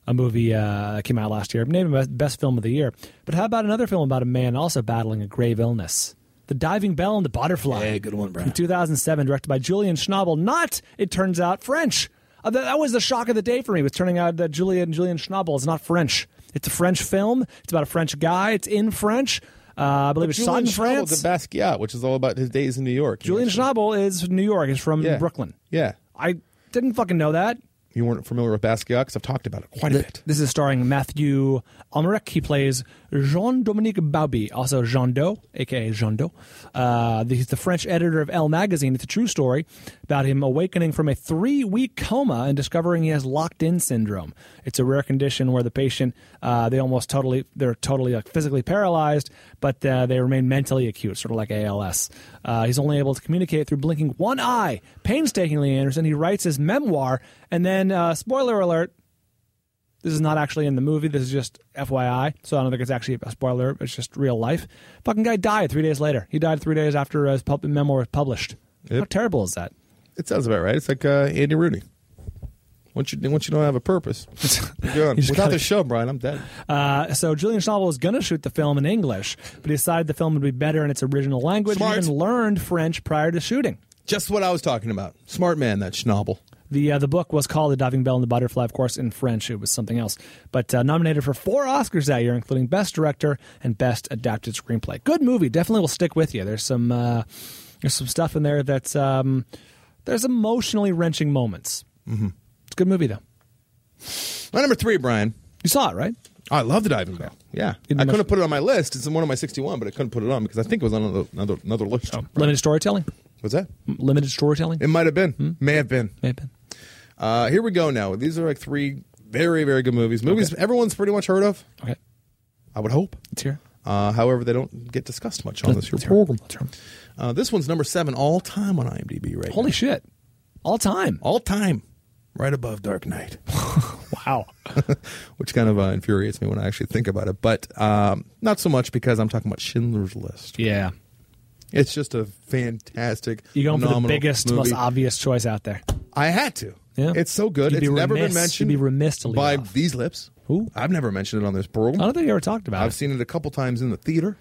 H: a movie uh, that came out last year, named best- best film of the year. But how about another film about a man also battling a grave illness? The Diving Bell and the Butterfly. Yeah, good one, Brad. From 2007, directed by Julian Schnabel. Not, it turns out, French. Uh, that, that was the shock of the day for me, was turning out that Julian, Julian Schnabel is not French. It's a French film. It's about a French guy. It's in French. Uh, I believe it's shot in France.
G: The Basquiat, which is all about his days in New York.
H: Julian Schnabel is New York. He's from Brooklyn.
G: Yeah.
H: I didn't fucking know that.
G: You weren't familiar with Basquiat because I've talked about it quite a bit.
H: This is starring Matthew Almerich. He plays Jean Dominique Bauby, also Jean Doe, aka Jean Doe. Uh, he's the French editor of Elle magazine. It's a true story about him awakening from a three week coma and discovering he has locked in syndrome. It's a rare condition where the patient uh, they almost totally they're totally like physically paralyzed, but uh, they remain mentally acute, sort of like ALS. Uh, he's only able to communicate through blinking one eye. Painstakingly, Anderson. He writes his memoir, and then uh, spoiler alert. This is not actually in the movie. This is just FYI. So I don't think it's actually a spoiler. It's just real life. Fucking guy died three days later. He died three days after his pub- memoir was published. How terrible is that?
G: It sounds about right. It's like uh, Andy Rooney. Once you once you don't have a purpose,
H: [laughs]
G: you're gone.
H: You just
G: without
H: gotta-
G: the show, Brian, I'm dead.
H: Uh, so Julian Schnabel was going to shoot the film in English, but he decided the film would be better in its original language.
G: Smart.
H: He even learned French prior to shooting.
G: Just what I was talking about. Smart man, that Schnabel.
H: The uh, the book was called The Diving Bell and the Butterfly, of course, in French. It was something else. But uh, nominated for four Oscars that year, including Best Director and Best Adapted Screenplay. Good movie. Definitely will stick with you. There's some uh, there's some stuff in there that's um, there's emotionally wrenching moments. Mm-hmm. It's a good movie though.
G: My number three, Brian. Oh,
H: You saw it, right?
G: I love the diving bell. Yeah, I couldn't put it on my list. It's in one of my 61, but I couldn't put it on because I think it was on another another, another list.
H: Limited storytelling.
G: What's that?
H: Limited storytelling. Hmm?
G: It might have been. May have been.
H: May have been.
G: Uh, here we go. Now these are like three very very good movies. Movies everyone's pretty much heard of.
H: Okay.
G: I would hope.
H: It's here.
G: Uh, however, they don't get discussed much on this here program. Uh, this one's number seven all time on IMDb right
H: Holy shit. All time.
G: All time. Right above Dark Knight.
H: [laughs]
G: [laughs]
H: wow.
G: which kind of uh, infuriates me when I actually think about it. But um, not so much because I'm talking about Schindler's List.
H: Yeah.
G: It's just a fantastic.
H: You're going for the
G: phenomenal
H: biggest,
G: movie.
H: most obvious choice out there.
G: I had to.
H: Yeah.
G: It's so good.
H: You'd be
G: it's never been
H: remiss-
G: mentioned.
H: you'd be remiss to leave
G: by
H: it
G: these lips. Who? I've never mentioned it on this program. I
H: don't think you ever talked about
G: it. I've seen it a couple times in the theater.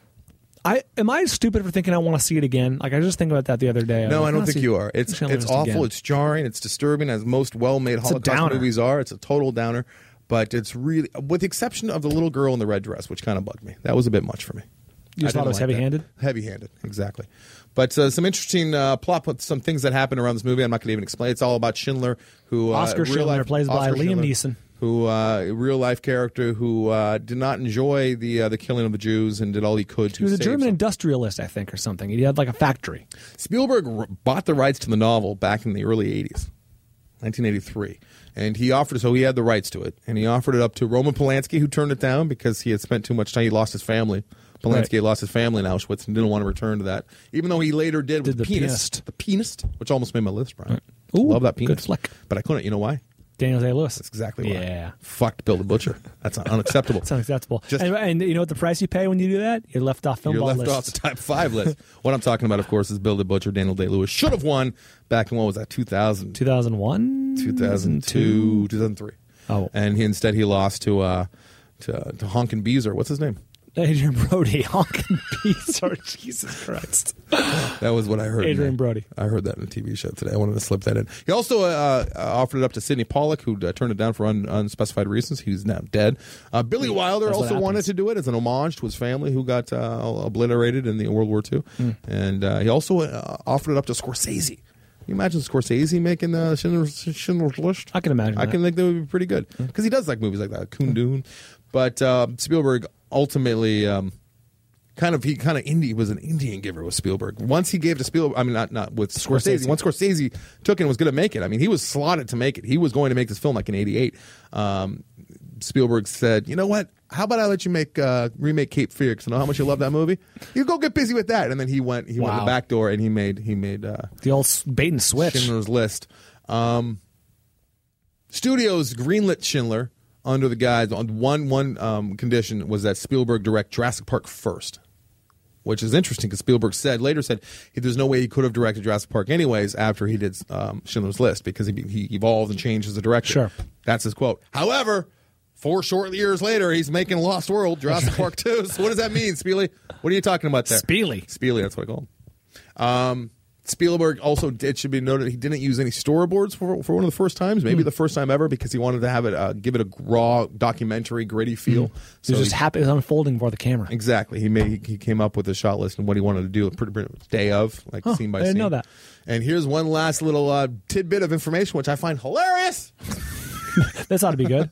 H: I am I stupid for thinking I want to see it again? Like I was just thinking about that the other day. I was
G: No,
H: like,
G: I don't
H: wanna
G: think
H: see
G: you are. It's
H: Schindler's
G: it's
H: List
G: awful.
H: again.
G: It's jarring. It's disturbing, as most well-made
H: a
G: Holocaust
H: downer.
G: movies are. It's a total downer. But it's really, with the exception of the little girl in the red dress, which kind of bugged me. That was a bit much for me.
H: You just
G: I
H: thought it
G: didn't
H: was
G: like that.
H: heavy-handed?
G: Heavy-handed, exactly. But uh, some interesting uh, plot, with some things that happen around this movie. I'm not going to even explain. It's all about Schindler, who uh,
H: Oscar
G: real
H: Schindler
G: life-
H: plays by
G: Oscar
H: Liam
G: Schindler
H: Neeson.
G: who uh, a real life character who uh, did not enjoy the uh, the killing of the Jews and did all he could to
H: He was a
G: save
H: German industrialist, I think, or something. He had like a factory.
G: Spielberg r- bought the rights to the novel back in the early 80s, 1983. And he offered, so he had the rights to it. And he offered it up to Roman Polanski, who turned it down because he had spent too much time. He lost his family. Polanski
C: Right.
G: had lost his family in Auschwitz and didn't want to return to that, even though he later did with
C: Did
G: the,
C: The
G: penis,
C: Pianist.
G: The Pianist, which almost made my list, Brian.
H: Ooh,
G: Love that
H: good
G: penis.
H: flick.
G: But I couldn't. You know why?
H: Daniel Day Lewis. That's
G: exactly
H: yeah.
G: what I- fucked Bill the Butcher. That's not unacceptable. it's
H: unacceptable. and, and you know what the price you pay when you do that? You're left off film
G: You're
H: ball
G: left
H: lists.
G: off
H: [laughs]
G: the top five list. what I'm talking about, of course, is Bill the Butcher. Daniel Day Lewis should have won back in what was that, 2000,
H: 2001,
G: 2002, 2003.
H: Oh,
G: and he, instead he lost to uh, to, to Honkin Beezer. What's his name?
H: Adrian Brody, [laughs] honking Beezer. Jesus Christ.
G: That was what I heard.
H: Adrian
G: man.
H: Brody.
G: I heard that in a TV show today. I wanted to slip that in. He also uh, uh, offered it up to Sidney Pollack, who uh, turned it down for un- unspecified reasons. He's now dead. Uh, Billy Wilder
C: That's what
G: also wanted to do it as an homage to his family, who got uh, obliterated in the World War II.
C: Mm.
G: And uh, he also uh, offered it up to Scorsese. Can you imagine Scorsese making uh, Schindler's, Schindler's List? I
H: can imagine.
G: I can think that would be pretty good
H: Mm-hmm.
G: because he does like movies like that, Kundun. But uh, Spielberg ultimately. Um, kind of he kind of indie was an Indian giver with Spielberg. Once he gave to Spielberg, I mean not not with Scorsese.
C: Scorsese.
G: Once Scorsese took it and was going to make it, I mean he was slotted to make it. He was going to make this film like in '88. Um, Spielberg said, "You know what? How about I let you make uh, remake Cape Fear? Because I know how much you love that movie. You go get busy with that." And then he went he went
H: Wow.
G: the back door and he made he made uh,
H: the old bait and switch
G: Schindler's List. Um, studios greenlit Schindler under the guise on one one um, condition was that Spielberg direct Jurassic Park first, which is interesting because Spielberg said later said he- there's no way he could have directed Jurassic Park anyways after he did um, Schindler's List because he, he evolved and changed as a director. Sure, that's his quote. However. Four short years later, he's making Lost World, Jurassic Park 2. So, what does that mean, Speely? What are you talking about there? Speely. Speely, that's what I call him. Um, Spielberg also it should be noted he didn't use any storyboards for, for one of the first times,
H: Hmm.
G: maybe the first time ever, because he wanted to have it uh, give it a raw documentary, gritty feel.
H: Hmm. He was just
G: he-
H: happy it was unfolding for the camera.
G: Exactly. He made he came up with a shot list and what he wanted to do pretty, pretty much day of, like
H: Huh,
G: scene by
H: I didn't
G: scene.
H: know that.
G: And here's one last little uh, tidbit of information which I find hilarious.
H: [laughs]
G: [laughs]
H: This ought to be good.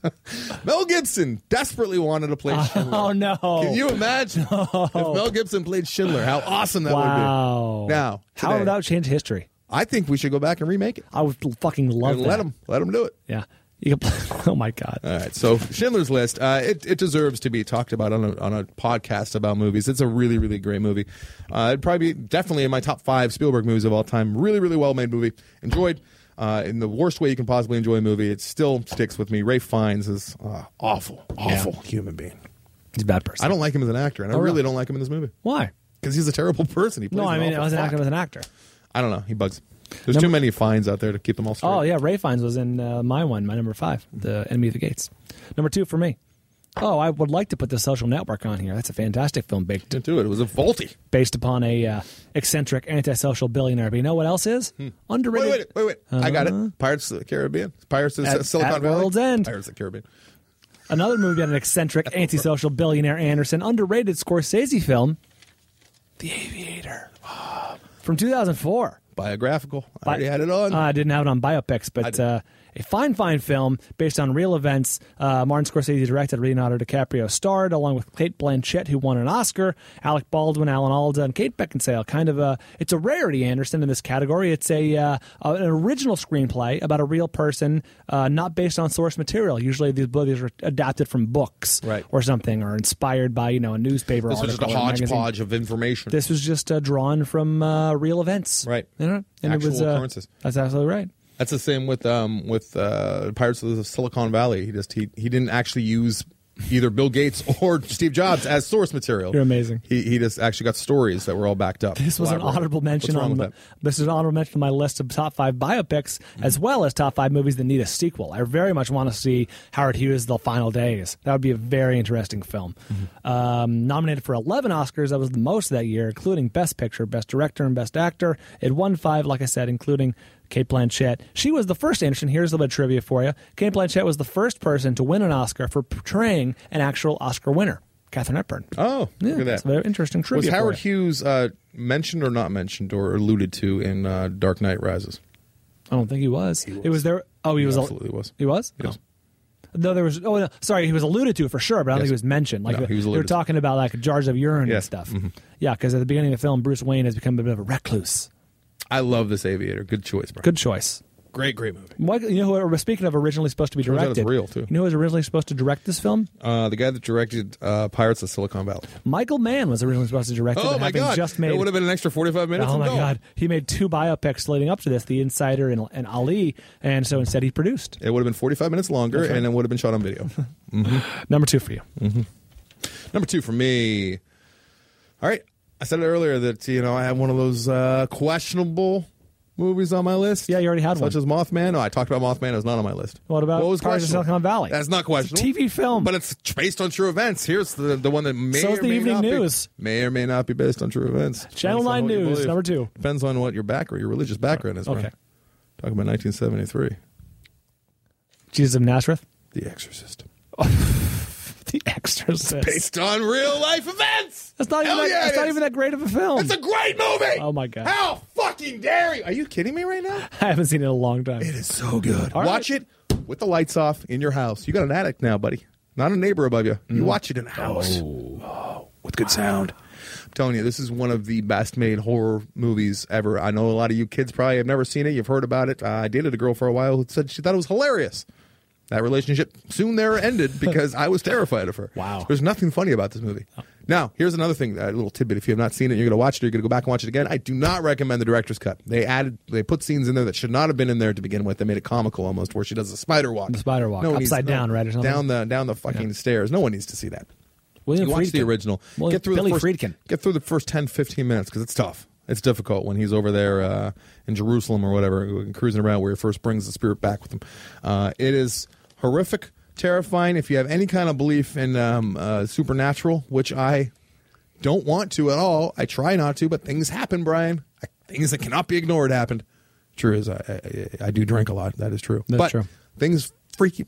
G: Mel Gibson desperately wanted to play Schindler.
H: [laughs] Oh, no.
G: Can you imagine
H: [laughs]
G: if Mel Gibson played Schindler? How awesome that
H: wow.
G: would be. Now,
H: how
G: today-
H: would that change history?
G: I think we should go back and remake it.
H: I would fucking love
G: And
H: that.
G: let him let him do it.
H: Yeah. You could play, [laughs] oh my god.
G: All right, so Schindler's List, uh, it, it deserves to be talked about on a, on a podcast about movies. It's a really, really great movie. Uh, it'd probably be definitely in my top five Spielberg movies of all time. Really, really well made movie. Enjoyed uh, in the worst way you can possibly enjoy a movie. It still sticks with me. Ray Fiennes is uh, awful, awful human being.
H: He's a bad person.
G: I don't like him as an actor, and I
H: Oh,
G: really
H: really?
G: don't like him in this movie. [laughs]
H: Why?
G: Because he's a terrible person. He plays
H: No, I
G: an
H: mean
G: awful
H: as an
G: fuck.
H: actor, as an actor.
G: I don't know. He bugs. There's
H: Number-
G: too many fines out there to keep them all straight.
H: Oh yeah, Ray Fiennes was in uh, my one, my number five, the
G: Mm-hmm.
H: Enemy of the Gates. Number two for me. Oh, I would like to put the Social Network on here. That's a fantastic film. Baked
G: into it. It was a faulty
H: based upon a uh, eccentric, antisocial billionaire. But you know what else is
G: Hmm.
H: underrated?
G: Wait, wait, wait, wait. I got
H: Uh-huh.
G: it. Pirates of the Caribbean. Pirates of
H: At-
G: Silicon
H: at
G: Valley.
H: World's End.
G: Pirates of the Caribbean.
H: Another movie on an eccentric, antisocial billionaire Anderson, underrated Scorsese film, The Aviator, from 2004.
G: Biographical. I already had it on.
H: Uh, I didn't have it on biopics, but uh, a fine, fine film based on real events. Uh, Martin Scorsese directed, Leonardo DiCaprio starred, along with Kate Blanchett, who won an Oscar, Alec Baldwin, Alan Alda, and Kate Beckinsale. Kind of a, it's a rarity, Anderson, in this category. It's a uh, uh, an original screenplay about a real person, uh, not based on source material. Usually, these these are adapted from books,
G: Right.
H: or something, or inspired by you know a newspaper.
G: This was
H: article
G: just a
H: or magazine.
G: hodgepodge of information.
H: This was just uh, drawn from uh, real events,
G: right?
H: You know?
G: Actual
H: And it was uh,
G: occurrences.
H: That's absolutely right.
G: That's the same with um with uh, Pirates of the Silicon Valley. He just he he didn't actually use either Bill Gates [laughs] or Steve Jobs as source material.
H: You're amazing.
G: He he just actually got stories that were all backed up.
H: This was an
G: Elaborate.
H: honorable mention
G: What's wrong
H: on
G: with
H: the,
G: that? Mm-hmm.
H: this is an honorable mention on my list of top five biopics as well as top five movies that need a sequel. I very much want to see Howard Hughes' The Final Days. That would be a very interesting film.
G: Mm-hmm.
H: Um, nominated for eleven Oscars, that was the most that year, including Best Picture, Best Director, and Best Actor. It won five, like I said, including Kate Blanchett. She was the first Anderson. Here's a little bit of trivia for you. Kate Blanchett was the first person to win an Oscar for portraying an actual Oscar winner, Katherine Hepburn.
G: Oh,
H: yeah,
G: look at
H: that's
G: that.
H: very interesting trivia.
G: Was
H: for
G: Howard
H: you.
G: Hughes uh, mentioned or not mentioned or alluded to in uh, Dark Knight Rises?
H: I don't think he was. It was there. Oh, he,
G: He
H: was
G: absolutely was.
H: He was.
G: Yes.
H: No. No, there was. Oh, no, sorry, he was alluded to for sure, but I don't
G: Yes.
H: think he was mentioned. Like
G: No, he was
H: they were
G: alluded to.
H: talking about like jars of urine and
G: Yes.
H: stuff.
G: Mhm.
H: Yeah, because at the beginning of the film, Bruce Wayne has become a bit of a recluse.
G: I love this aviator. Good choice, bro.
H: Good choice.
G: Great, great movie.
H: Michael, you know who? we're Speaking of originally supposed to be
G: Turns out
H: directed,
G: it's real, too.
H: You know who was originally supposed to direct this film?
G: Uh, the guy that directed uh, Pirates of Silicon Valley.
H: Michael Mann was originally supposed to direct it.
G: Oh
H: but
G: my
H: having
G: god!
H: Just made
G: it would have been an extra forty-five minutes.
H: Oh
G: and
H: my
G: gone.
H: god! He made two biopics leading up to this, The Insider and, and Ali, and so instead he produced.
G: It would have been forty-five minutes longer,
H: That's right. Mm-hmm.
G: and it would [laughs] have been shot on video. Mm-hmm.
H: Number two for you.
G: Number two for me. All right, I said it earlier that you know I have one of those uh, questionable movies on my list. Yeah,
H: you already had
G: such one, such as Mothman. No, I talked about Mothman. It was not on my list.
H: What about
G: What was
H: Pirates of
G: questionable?
H: Silicon Valley?
G: That's not questionable.
H: TV film,
G: but it's based on true events. Here's the the one that may
H: So is
G: or
H: the
G: may
H: evening
G: not be-
H: news.
G: may or may not be based on true events. Depends
H: Channel
G: on
H: 9
G: what you
H: News,
G: believe.
H: number two.
G: Depends on what your back or your religious background is.
H: Okay.
G: Right? Talking about 1973,
H: Jesus of Nazareth,
G: The
H: [laughs]
G: Exorcist.
H: [laughs] The Exorcist.
G: based on real life events.
H: That's not even
G: Hell
H: that,
G: yeah, it
H: that's not
G: is.
H: even that great of a film.
G: It's a great movie.
H: Oh my god!
G: How fucking dare you? Are you kidding me right now?
H: [laughs] I haven't seen it in a long time.
G: It is so good. watch it with the lights off in your house. You got an attic now, buddy. Not a neighbor above you.
H: Mm.
G: You watch it in a house.
H: Oh.
G: with good sound. I'm telling you, this is one of the best made horror movies ever. I know a lot of you kids probably have never seen it. You've heard about it. Uh, I dated a girl for a while who said she thought it was hilarious. That relationship soon there
H: [laughs]
G: ended because I was terrified of her. Wow. There's nothing funny about this movie.
H: Oh.
G: Now, here's another thing, a little tidbit. If you have not seen it, you're going to watch it, you're going to go back and watch it again. I do not recommend the director's cut. They added, they put scenes in there that should not have been in there to begin with. They made it comical almost, where she does a spider walk.
H: The spider walk.
G: one needs-
H: Upside down, right, or something?
G: Down the, down the fucking stairs. No one needs to see that.
H: William
G: You watch the
H: Friedkin.
G: original.
H: William-
G: get through
H: Billy
G: the first,
H: Friedkin.
G: Get through the first 10, 15 minutes because it's tough. It's difficult when he's over there uh, in Jerusalem or whatever, cruising around where he first brings the spirit back with him. Uh, it is horrific, terrifying. If you have any kind of belief in um, uh, supernatural, which I don't want to at all, I try not to, but things happen, Brian. I, things that cannot be ignored happened. True is, I, I, I do drink a lot. That is true.
H: That's
G: but
H: true.
G: Things freaky.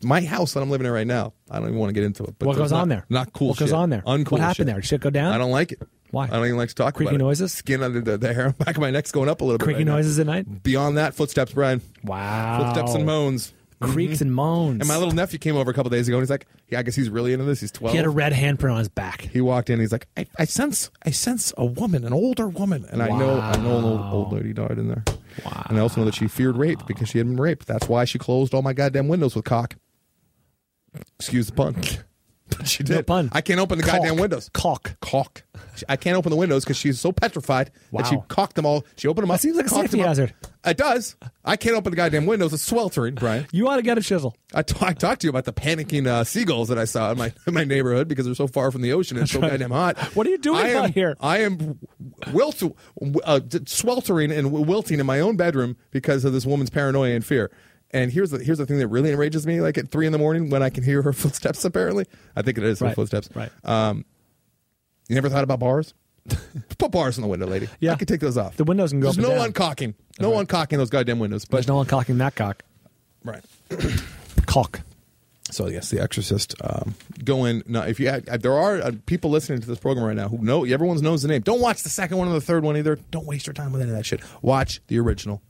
G: My house that I'm living in right now, I don't even want to get into it. But
H: What
G: there's
H: goes
G: not-
H: on there?
G: Not cool.
H: What goes
G: shit.
H: on there?
G: Uncool
H: What happened
G: shit.
H: there? Did shit go down?
G: I don't like it. Why? I don't even like to talk
H: Creaky
G: about it.
H: noises?
G: Skin under the, the hair [laughs] on the back of my neck's going up a little bit.
H: Creaky
G: right now.
H: noises at night?
G: Beyond that, footsteps, Brian.
H: Wow.
G: Footsteps and moans.
H: Creaks
G: Mhm.
H: and moans.
G: And my little nephew came over a couple days ago and he's like, yeah, I guess he's really into this. He's 12.
H: He had a red handprint on his back.
G: He walked in. He's like, I, I sense, I sense a woman, an older woman, and I know, I know, an old, old lady died in there. Wow. And I also know that she feared rape because she had been raped. That's why she closed all my goddamn windows with cock. Excuse the pun. [laughs] But she did. pun. I can't open the goddamn windows.
H: Caulk.
G: Caulk. She- I can't open the windows because she's so petrified that she
H: Wow.
G: cocked them all. She opened them up.
H: That seems like a
G: cocked
H: safety
G: them up.
H: hazard.
G: It does. I can't open the goddamn windows. It's sweltering, Brian.
H: You ought to get a chisel.
G: I ta- I talked to you about the panicking uh, seagulls that I saw in my in my neighborhood because they're so far from the ocean and it's so
H: That's right.
G: goddamn hot.
H: What are you doing
G: I am,
H: out here?
G: I am wilt- uh, d- sweltering and wilting in my own bedroom because of this woman's paranoia and fear. And here's the here's the thing that really enrages me. Like at three in the morning when I can hear her [laughs] footsteps. Apparently, I think it is her
H: Right.
G: footsteps.
H: Right.
G: Um, you never thought about bars? [laughs] Put bars on the window, lady. Yeah. I could take those off. The
H: windows can go
G: There's
H: up and
G: no
H: down.
G: uncocking. No uncocking those goddamn windows. But
H: There's no one cocking that cock.
G: Right.
H: Caulk.
G: So yes, The Exorcist. Um, go in. No, if you uh, there are uh, people listening to this program right now who know everyone knows the name. Don't watch the second one or the third one either. Don't waste your time with any of that shit. Watch the original.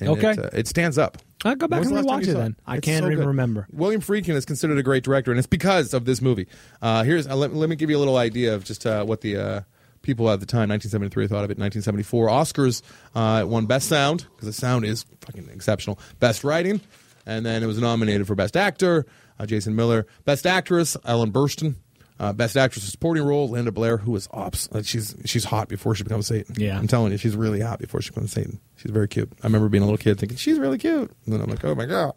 G: And
H: Okay.
G: it, uh, it stands up.
H: I'll go back
G: When was
H: and
G: the last time
H: rewatch
G: you
H: it
G: saw
H: then. I
G: It's
H: can't
G: so
H: even
G: good.
H: remember.
G: William Friedkin is considered a great director, and it's because of this movie. Uh, here's uh, let, let me give you a little idea of just uh, what the uh, people at the time, 1973, thought of it. 1974, Oscars uh, it won Best Sound because the sound is fucking exceptional. Best Writing, and then it was nominated for Best Actor, uh, Jason Miller. Best Actress, Ellen Burstyn. Uh, best Actress in Supporting Role, Linda Blair, who is ops. Like she's she's hot before she becomes Satan.
H: Yeah.
G: I'm telling you, she's really hot before she becomes Satan. She's very cute. I remember being a little kid thinking she's really cute, and then I'm like, oh my god.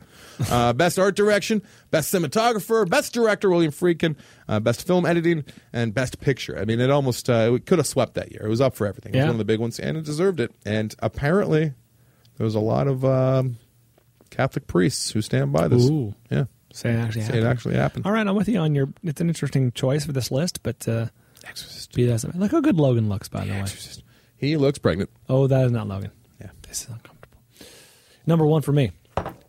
G: Uh, best art direction, best cinematographer, best director William Friedkin, uh, best film editing, and best picture. I mean, it almost uh, it could have swept that year. It was up for everything. It was
H: Yeah.
G: one of the big ones, and it deserved it. And apparently, there was a lot of um, Catholic priests who stand by this.
H: Ooh.
G: Yeah,
H: Say it actually
G: Say
H: happened.
G: It actually happened.
H: All right, I'm with you on your. It's an interesting choice for this list, but uh, Exorcist. Be that as it may. look how good Logan looks, by the, way.
G: He looks pregnant.
H: Oh, that is not Logan. Yeah, this is uncomfortable. Number one for me.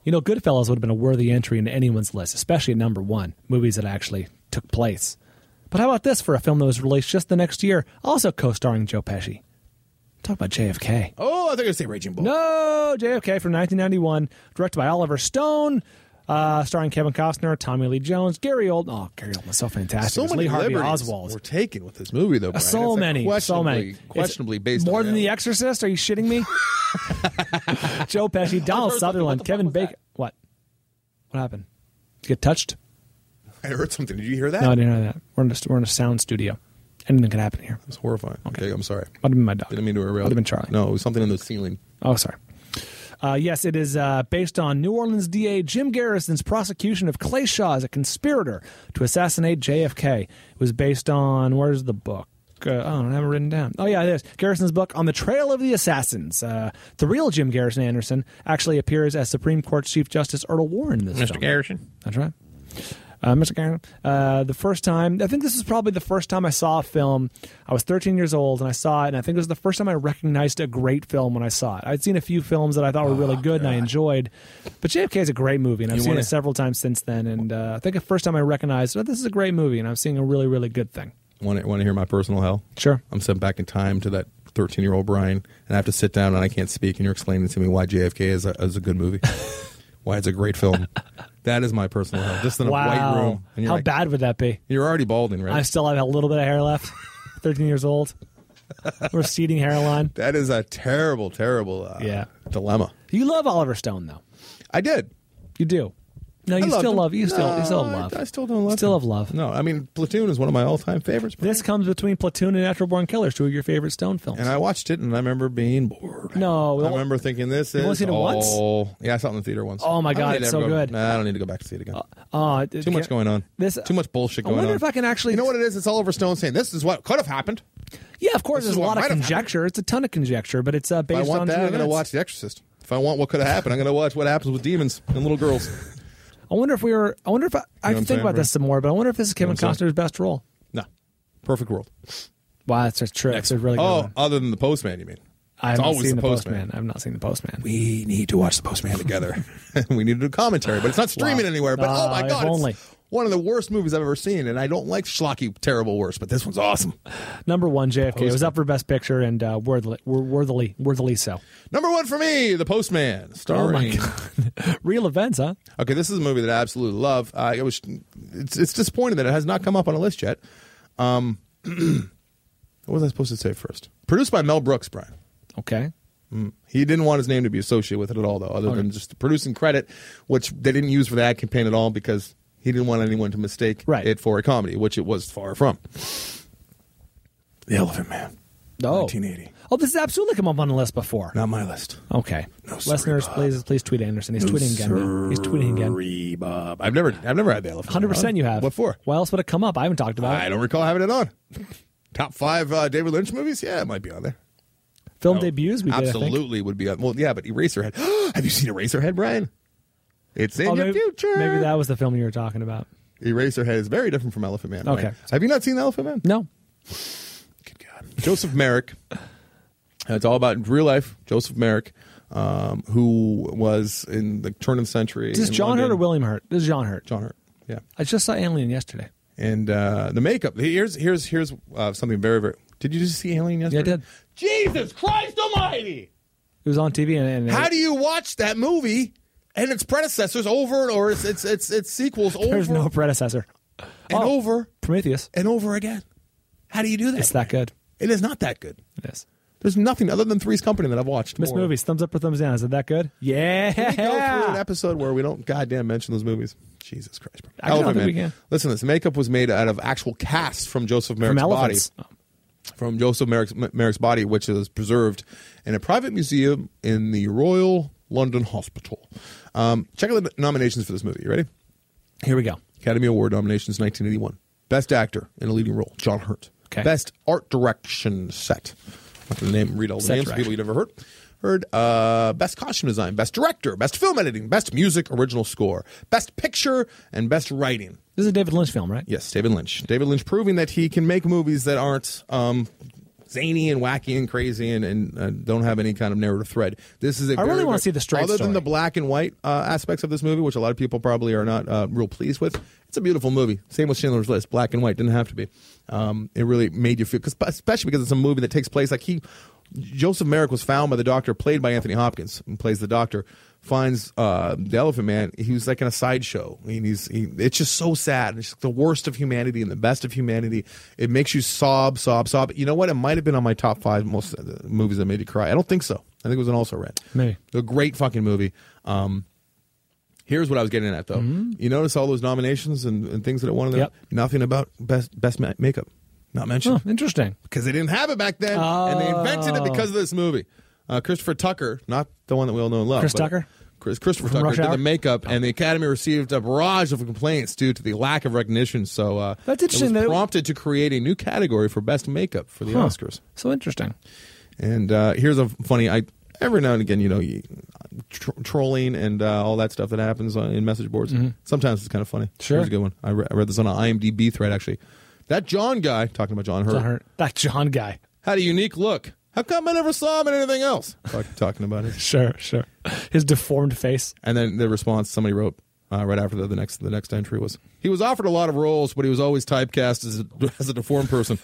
H: You know, Goodfellas would have been a worthy entry into anyone's list, especially at number one movies that actually took place. But how about this for a film that was released just the next year, also co-starring Joe Pesci? Talk about JFK.
G: Oh, I thought you were going to say Raging Bull.
H: No, JFK from 1991, directed by Oliver Stone, uh, starring Kevin Costner, Tommy Lee Jones, Gary Old. Oh, Gary Oldman is so fantastic.
G: So
H: It's
G: many
H: Lee Harvey
G: liberties
H: Oswald. Uh,
G: were taken with this movie, though. Brian.
H: so
G: It's, like,
H: many, so many.
G: questionably- questionably
H: It's
G: based
H: more
G: on
H: than The Exorcist. Are you
G: [laughs]
H: shitting me? Joe Pesci, Donald Sutherland, Kevin Bacon. What? What happened? Did you get touched?
G: I heard something. Did you hear that?
H: No, I didn't know that. We're in a, we're in a sound studio. Anything could happen here.
G: It's horrifying. Okay, I'm sorry.
H: Might have been my dog.
G: Didn't mean to
H: Might
G: derail.
H: have been Charlie.
G: No, it was something in the ceiling.
H: Oh, sorry. Uh, yes, it is uh, based on New Orleans DA Jim Garrison's prosecution of Clay Shaw as a conspirator to assassinate JFK. It was based on where's the book? Uh, oh, I don't have it written down. Oh yeah, it is Garrison's book on the trail of the assassins. Uh, the real Jim Garrison Anderson actually appears as Supreme Court Chief Justice Earl Warren. in This
A: Mr.
H: film.
A: Garrison.
H: That's right. Uh, Mr. Garrison. Uh, the first time, I think this is probably the first time I saw a film. I was 13 years old and I saw it, and I think it was the first time I recognized a great film when I saw it. I'd seen a few films that I thought were
G: Ah,
H: really good and I enjoyed, but JFK is a great movie, and I've
A: You
H: seen
A: wanna-
H: it several times since then. And uh, I think the first time I recognized, oh, this is a great movie, and I'm seeing a really, really good thing.
G: Want to want to hear my personal hell?
H: Sure.
G: I'm sent back in time to that 13 year old Brian, and I have to sit down and I can't speak, and you're explaining to me why JFK is a, is a good
H: [laughs]
G: movie, why it's a great film. That is my personal hell. Just in a
H: Wow.
G: white room. And you're
H: How
G: like-
H: bad would that be?
G: You're already balding, right?
H: I still have a little bit of
G: [laughs]
H: hair left, 13 years old, receding hairline.
G: That is a terrible, terrible uh,
H: yeah.
G: dilemma.
H: You love Oliver Stone, though.
G: I did.
H: You do. [laughs] No,
G: I
H: you
G: loved
H: still
G: him.
H: love. You still,
G: No,
H: you still
G: I-
H: love.
G: I still don't love
H: Still
G: him.
H: have love.
G: No, I mean Platoon is one of my all time favorites.
H: This comes between Platoon and Natural Born Killers, two of your favorite Stone films.
G: And I watched it, and I remember being bored.
H: No,
G: I remember thinking this
H: You've
G: is
H: only seen it once?
G: all- Oh, Yeah, I saw it in the theater once.
H: Oh my
G: I don't
H: God,
G: need to
H: it's
G: ever
H: so
G: go-
H: good.
G: Nah, I don't need to go back to see it again.
H: Uh,
G: Too much going on.
H: This
G: Too much bullshit
H: I
G: going on.
H: wonder if I can actually.
G: You know what it is? It's Oliver Stone saying this is what could have happened.
H: Yeah, of course.
G: This is
H: There's a
G: what
H: lot of
G: might have
H: conjecture. It's a ton of conjecture, but it's uh,
G: If
H: based
G: I
H: on
G: want that,
H: true
G: I'm going to
H: events.
G: watch The Exorcist. If I want what could have happened, I'm going to watch what happens with demons and little
H: [laughs]
G: girls.
H: I wonder if we were. I wonder if I, I
G: what
H: have
G: I'm
H: to think
G: saying,
H: about
G: bro?
H: this some more. But I wonder if this is
G: You know
H: Kevin
G: what I'm
H: Costner's best role.
G: No, Perfect World.
H: Wow, that's a trick. That's a really good
G: oh,
H: one.
G: other than the Postman, you mean?
H: I
G: it's
H: haven't
G: always
H: seen
G: the
H: the
G: Postman.
H: Postman. I've not seen the Postman.
G: We need to watch the Postman together. [laughs] we need to do commentary, but it's
H: [sighs]
G: not streaming
H: Wow.
G: anywhere. But oh
H: Ah,
G: my
H: if
G: god, it's
H: only.
G: one of the worst movies I've ever seen, and I don't like schlocky, terrible worst, but this one's awesome.
H: Number one, JFK It was
G: Postman.
H: up for Best Picture and uh, worthily, wor- worthily, worthily so.
G: Number one for me, The Postman, starring.
H: Oh [laughs] Real events, huh?
G: Okay, this is a movie that I absolutely love. Uh, it was, it's, it's disappointing that it has not come up on a list yet. Um, [clears throat] what was I supposed to say first? Produced by Mel Brooks, Brian.
H: Okay.
G: Mm. He didn't want his name to be associated with it at all, though, other than just the producing credit, which they didn't use for the ad campaign at all because he didn't want anyone to mistake it for a comedy, which it was far from. The Elephant Man.
H: Oh.
G: 1980.
H: Oh, this has absolutely come up on the list before.
G: Not my list.
H: Okay. Listeners, please please tweet Anderson. He's
G: No,
H: tweeting again. now. He's tweeting again.
G: Bob. I've never I've never had the Elephant Man.
H: Hundred percent, you have. What
G: for?
H: Why else would it come up? I haven't talked about
G: I
H: it.
G: don't recall having it on. Top five uh, David Lynch movies? Yeah, it might be on there.
H: Film debuts. We did, I think.
G: absolutely would be on. Well, yeah, but Eraserhead. [gasps] Have you seen Eraserhead, Brian? It's in
H: Oh,
G: your
H: maybe,
G: future.
H: Maybe that was the film you were talking about.
G: Eraserhead is very different from Elephant Man.
H: Okay.
G: right? Have you not seen Elephant Man?
H: No.
G: Good God. Joseph Merrick. Uh, It's all about real life Joseph Merrick, um, who was in the turn of the century.
H: Is this
G: in
H: John
G: London.
H: Hurt or William Hurt? This is John Hurt.
G: John Hurt. Yeah.
H: I just saw Alien yesterday.
G: And uh, the makeup. Here's here's here's uh, something very very. Did you just see Alien yesterday?
H: Yeah, I did.
G: Jesus Christ Almighty!
H: It was on TV and, and
G: How do you watch that movie and its predecessors over and or its its its, its sequels over
H: There's no predecessor. Oh,
G: and over
H: Prometheus
G: and over again? How do you do that?
H: It's that good.
G: It is not that good.
H: It is.
G: There's nothing other than Three's Company that I've watched.
H: Miss
G: more.
H: movies, thumbs up or thumbs down. Is it that good? Yeah.
G: Can we go through an episode where we don't goddamn mention those movies? Jesus Christ, bro.
H: I don't
G: Elephant
H: think we
G: Man.
H: can.
G: Listen, this makeup was made out of actual cast from Joseph Merrick's body.
H: elephants.
G: From Joseph Merrick's, Merrick's body, which is preserved in a private museum in the Royal London Hospital. Um, check out the nominations for this movie. You ready?
H: Here we go.
G: Academy Award nominations 1981. Best actor in a leading role, John Hurt.
H: Okay.
G: Best art direction set. I'm not going to name read all the
H: Set
G: names of people
H: direction.
G: you've never heard. Heard uh, best costume design, best director, best film editing, best music original score, best picture, and best writing.
H: This is a David Lynch film, right?
G: Yes, David Lynch. David Lynch proving that he can make movies that aren't um, zany and wacky and crazy and, and uh, don't have any kind of narrative thread. This is a
H: I really
G: very,
H: wanna
G: very-
H: see the straight
G: Other than
H: story.
G: the black and white uh, aspects of this movie, which a lot of people probably are not uh, real pleased with, it's a beautiful movie. Same with Schindler's List. Black and white didn't have to be. Um, it really made you feel, cause, especially because it's a movie that takes place like he. Joseph Merrick was found by the doctor, played by Anthony Hopkins, and plays the doctor finds uh, the Elephant Man. He was like in a sideshow. I mean, he's he, it's just so sad. It's the worst of humanity and the best of humanity. It makes you sob, sob, sob. You know what? It might have been on my top five most uh, movies that made you cry. I don't think so. I think it was an also ran.
H: Maybe.
G: A great fucking movie. Um, here's what I was getting at though. You notice all those nominations and, and things that it won. Yep. Nothing about best best ma- makeup. Not mentioned.
H: interesting.
G: Because they didn't have it back then, and they invented it because of
H: Oh.
G: this movie. Uh, Christopher Tucker, not the one that we all know and love.
H: Chris
G: but
H: Tucker?
G: Chris, Christopher
H: From
G: Tucker
H: Rush
G: did
H: Hour?
G: the makeup, and the Academy received a barrage of complaints due to the lack of recognition. So uh,
H: That's interesting,
G: It was
H: though.
G: prompted to create a new category for best makeup for the
H: Huh.
G: Oscars.
H: So interesting.
G: And uh, here's a funny. I every now and again, you know, you, tr- trolling and uh, all that stuff that happens on, in message boards.
H: Mhm.
G: Sometimes it's kind of funny.
H: Sure.
G: here's a good one. I, re- I read this on an IMDb thread actually. That John guy talking about John Hurt.
H: John Hurt. That John guy.
G: had a unique look. How come I never saw him in anything else? Talk, talking about it.
H: [laughs] Sure, sure. His deformed face.
G: And then the response somebody wrote uh, right after the, the next the next entry was he was offered a lot of roles, but he was always typecast as a, [laughs] as a deformed person.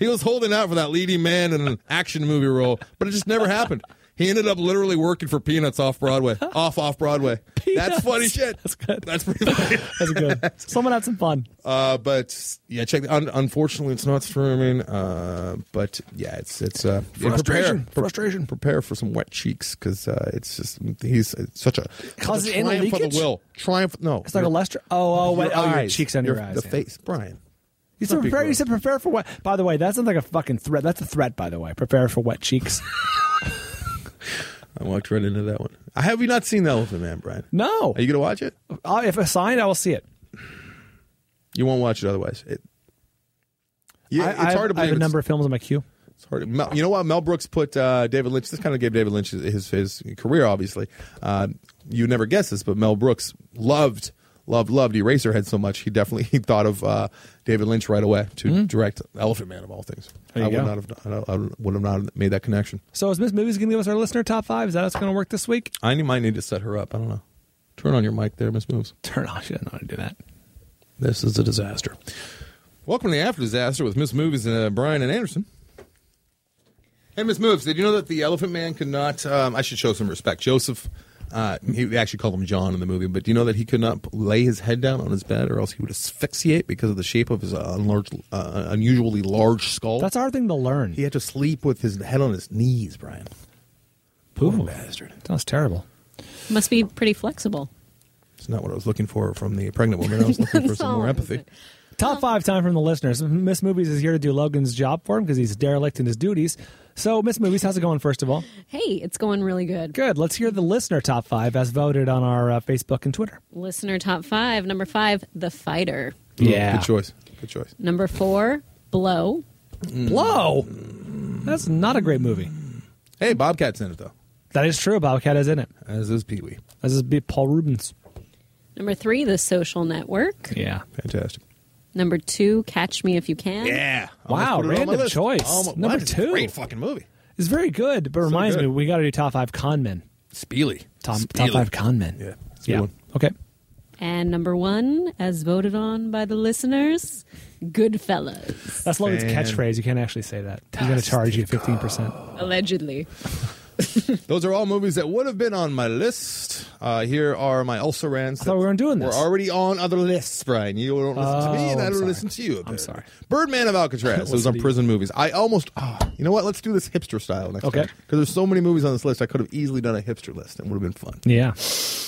G: he was holding out for that leading man in an action movie role, but it just never happened. He ended up literally working for Peanuts off Broadway, off off
H: [laughs]
G: Broadway. That's funny shit. That's good. That's pretty funny.
H: That's
G: [laughs]
H: good. Someone had some fun.
G: Uh, but yeah, check. The, un, unfortunately, it's not streaming. Uh, but yeah, it's it's uh, yeah,
H: Frustration.
G: prepare, frustration. Prepare for some wet cheeks because uh, it's just he's such a
H: Causes
G: it's a
H: anal
G: triumph of
H: leakage?
G: the will. Triumph. No,
H: It's like a luster. Oh, oh, wait, oh, your cheeks under your, eyes.
G: The face, Brian.
H: You
G: It's
H: said
G: not big
H: prepare. You
G: words.
H: said prepare for wet. By the way, that sounds like a fucking threat. That's a threat. By the way, prepare for
G: [laughs]
H: wet cheeks.
G: I walked right into that one. I have you not seen the Elephant Man, Brian?
H: No.
G: Are you gonna watch it?
H: Uh, if assigned, I will see it.
G: You won't watch it otherwise. It,
H: I,
G: yeah,
H: I
G: it's
H: have,
G: hard to
H: I
G: believe.
H: have a
G: it's-
H: number of films on my queue.
G: It's hard. to- Mel, you know what? Mel Brooks put uh, David Lynch. This kind of gave David Lynch his his career. Obviously, uh, you never guess this, but Mel Brooks loved loved loved Eraserhead so much. He definitely he thought of uh, David Lynch right away to direct Elephant Man of all things.
H: Hmm. There
G: I
H: you
G: would
H: go.
G: not have I don't- I would have not made that connection.
H: So is Miss Movies going to give us our listener top five? Is that how it's going to work this week?
G: I need- might need to set her up. I don't know. Turn on your mic there, Miss Moves.
H: [laughs] Turn on. She doesn't know how to do that.
G: This is a disaster. Welcome to the After Disaster with Miss Moves and uh, Brian and Anderson. Hey, Miss Moves, did you know that the Elephant Man could not? Um, I should show some respect. Joseph, uh, he actually called him John in the movie, but do you know that he could not lay his head down on his bed, or else he would asphyxiate because of the shape of his uh, unlarge, uh, unusually large skull?
H: That's a hard thing to learn.
G: He had to sleep with his head on his knees, Brian.
H: Poor bastard. Sounds terrible.
R: Must be pretty flexible.
G: It's not what I was looking for from the pregnant woman. I was looking for
R: That's
G: some
R: all
G: more
R: it
G: empathy.
H: Top five time from the listeners. Miss Movies is here to do Logan's job for him because he's derelict in his duties. So, Miss Movies, how's it going, first of all?
R: Hey, it's going really good.
H: Good. Let's hear the listener top five as voted on our uh, Facebook and Twitter.
R: Listener top five. Number five, The Fighter.
H: Yeah.
G: good choice. Good choice.
R: Number four, Blow.
H: Mm. Blow. That's not a great movie.
G: Mm. Hey, Bobcat's in it, though.
H: That is true. Bobcat is in it.
G: As is Pee Wee.
H: As is be Paul Rubens.
R: Number three, The Social Network.
H: Yeah.
G: Fantastic.
R: Number two, Catch Me If You Can.
G: Yeah.
H: Wow,
G: Almost put it on my
H: random
G: list.
H: choice.
G: Almost-
H: Number
G: wow, it's a
H: two.
G: Great fucking movie.
H: It's very good, but reminds
G: good.
H: me we got to do top five con men.
G: Speely.
H: Top, top
G: Speely.
H: five con men.
G: Yeah. it's a
H: Yeah.
G: good one.
H: Okay.
R: And number one, as voted on by the listeners, Goodfellas.
H: That's Logan's catchphrase. You can't actually say that. He's going to charge you 15%.
R: Allegedly.
G: Those are all movies that would have been on my list. Uh, here are my also rans. I thought we
H: weren't doing
G: this. Oh, We're already on other lists, Brian. You don't listen to me,
H: Oh,
G: and I don't listen to you. I'm sorry. Birdman of [laughs] Alcatraz. Those
H: Listen
G: are
H: to you.
G: prison movies. I almost. ah, you know what? Let's do this hipster style next
H: Okay.
G: Because there's so many movies on this list, I could have easily done a hipster list. and would have been fun.
H: Yeah.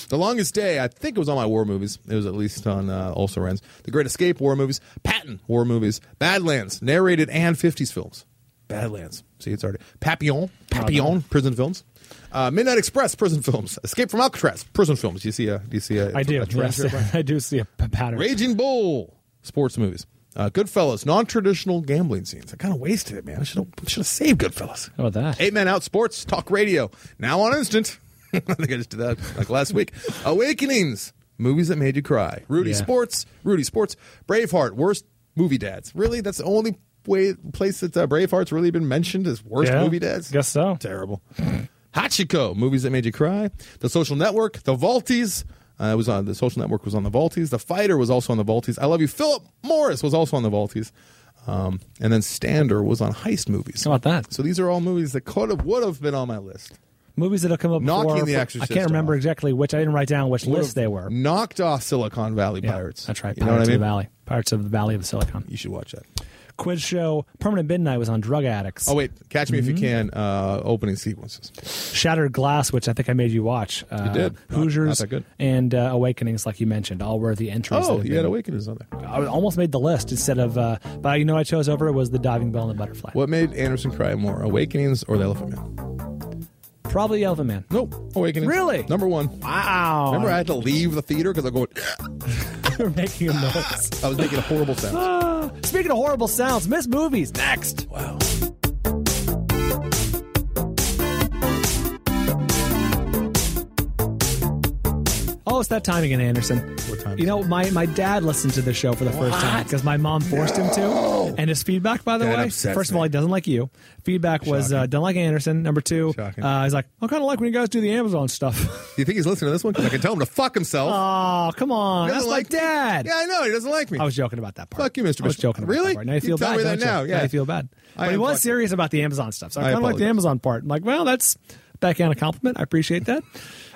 G: The Longest Day, I think it was on my war movies. It was at least on uh, also rans. The Great Escape, war movies. Patton, war movies. Badlands, narrated and 50s films. Badlands. See, it's already. Papillon, Papillon, prison films. Uh, Midnight Express, prison films. Escape from Alcatraz, prison films. You see a, do you see a,
H: I do.
G: a trend
H: Yes.
G: here, Brian?
H: [laughs] I do see a p- pattern.
G: Raging Bull, sports movies. Uh, Goodfellas, non-traditional gambling scenes. I kind of wasted it, man. I should have should have saved Goodfellas.
H: How about that?
G: Eight Men Out Sports Talk Radio. Now on Instant. [laughs] I think I just did that like last week. Awakenings. Movies that made you cry. Rudy
H: Yeah.
G: Sports. Rudy Sports. Braveheart. Worst movie dads. Really? That's the only way place that uh, Braveheart's really been mentioned as worst
H: Yeah,
G: movie dads?
H: Guess so.
G: Terrible. Hachiko. Movies that made you cry. The Social Network. The Vaulties. Uh, it was on the Social Network was on the Vaulties. The Fighter was also on the Vaulties. I Love You. Philip Morris was also on the Vaulties. Um, and then Stander was on heist movies.
H: How about that?
G: So these are all movies that could have, would have been on my list.
H: movies that'll come up.
G: Knocking
H: before-
G: the Exorcist
H: I can't remember
G: off.
H: exactly which. I didn't write down which
G: Would've
H: list they were.
G: Knocked off Silicon Valley Pirates.
H: That's right.
G: You
H: Pirates
G: know what I
H: of
G: mean?
H: the Valley. Pirates of the Valley of the Silicon.
G: You should watch that.
H: Quiz show. Permanent Midnight was on drug addicts.
G: Oh wait, Catch Me If You
H: Mhm.
G: Can uh, opening sequences.
H: Shattered Glass, which I think I made you watch. Uh,
G: did. Not-
H: Hoosiers
G: not that good.
H: and uh, Awakenings, like you mentioned, all were the entries.
G: Oh,
H: that have
G: you had
H: been-
G: Awakenings on there.
H: I almost made the list instead of, uh, but you know, what I chose over it was the Diving Bell and the Butterfly.
G: What made Anderson cry more, Awakenings or The Elephant Man?
H: Probably Elephant Man.
G: Nope, Awakenings.
H: Really?
G: Number one.
H: Wow.
G: Remember, I had to leave the theater because I
H: [laughs]
G: go.
H: You're making a
G: [laughs]
H: noise.
G: I was making a horrible sound.
H: Ah, [gasps] Speaking of horrible sounds, Miss Movies next. Wow. Oh, it's that time again, Anderson. What time? You know, my, my dad listened to the show for the first time because my mom forced him to. And his feedback, by the
G: That
H: way,
G: upsets
H: first of
G: me.
H: all, he doesn't like you. Feedback was uh, don't like Anderson. Number two, uh, he's like, I kind of like when you guys do the Amazon stuff.
G: Do you think he's listening to this one? 'Cause I can tell him to fuck
H: [laughs]
G: himself.
H: oh, come on,
G: He
H: that's
G: doesn't
H: like
G: me.
H: dad.
G: Yeah, I know he doesn't like me.
H: I was joking about that part.
G: Fuck you, Mr.
H: I was
G: Bishop.
H: joking. About
G: Really?
H: That part. Now you feel
G: tell
H: bad.
G: me
H: don't
G: that now.
H: You?
G: Yeah,
H: Now you feel bad.
G: I
H: but he
G: am
H: was
G: fucking-
H: serious about the Amazon stuff, so I,
G: I
H: kind of like the
G: apologize.
H: Amazon part. I'm like, well, that's back down a compliment. I appreciate that.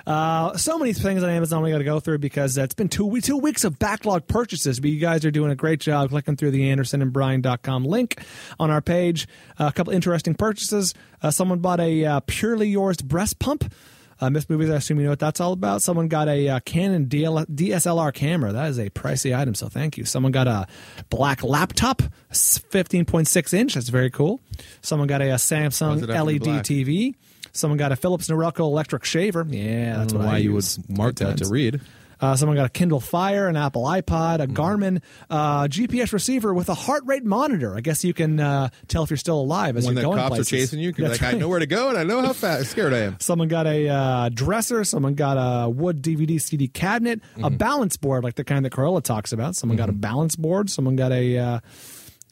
H: Uh, so many things on Amazon we got to go through because that's been two we- two weeks of backlog purchases. But you guys are doing a great job clicking through the Anderson and Brian.com link on our page. Uh, a couple interesting purchases. Uh, someone bought a uh, purely yours breast pump. Uh, Miss Movies, I assume you know what that's all about. Someone got a uh, Canon DL- DSLR camera. That is a pricey item, so thank you. Someone got a black laptop, s- 15.6 inch. That's very cool. Someone got a, uh,
G: How's
H: Samsung
G: it have to be
H: LED
G: black?
H: TV. Someone got a Philips Norelco electric shaver. Yeah, that's
G: I don't
H: what
G: know
H: I
G: why you
H: use
G: would mark that to
H: sometimes.
G: read. Hmm.
H: Uh, someone got a Kindle Fire, an Apple iPod, a Garmin uh, GPS receiver with a heart rate monitor. I guess you can uh, tell if you're still alive as
G: when
H: you're
G: the
H: going
G: cops
H: places.
G: are chasing you, 'cause you're
H: That's
G: like, I
H: right.
G: know where to go and I know how fast scared I am.
H: Someone got a uh, dresser. Someone got a wood DVD CD cabinet. A
G: Mm-hmm.
H: balance board, like the kind that Corolla talks about. Someone got a balance board. Someone got a. Uh,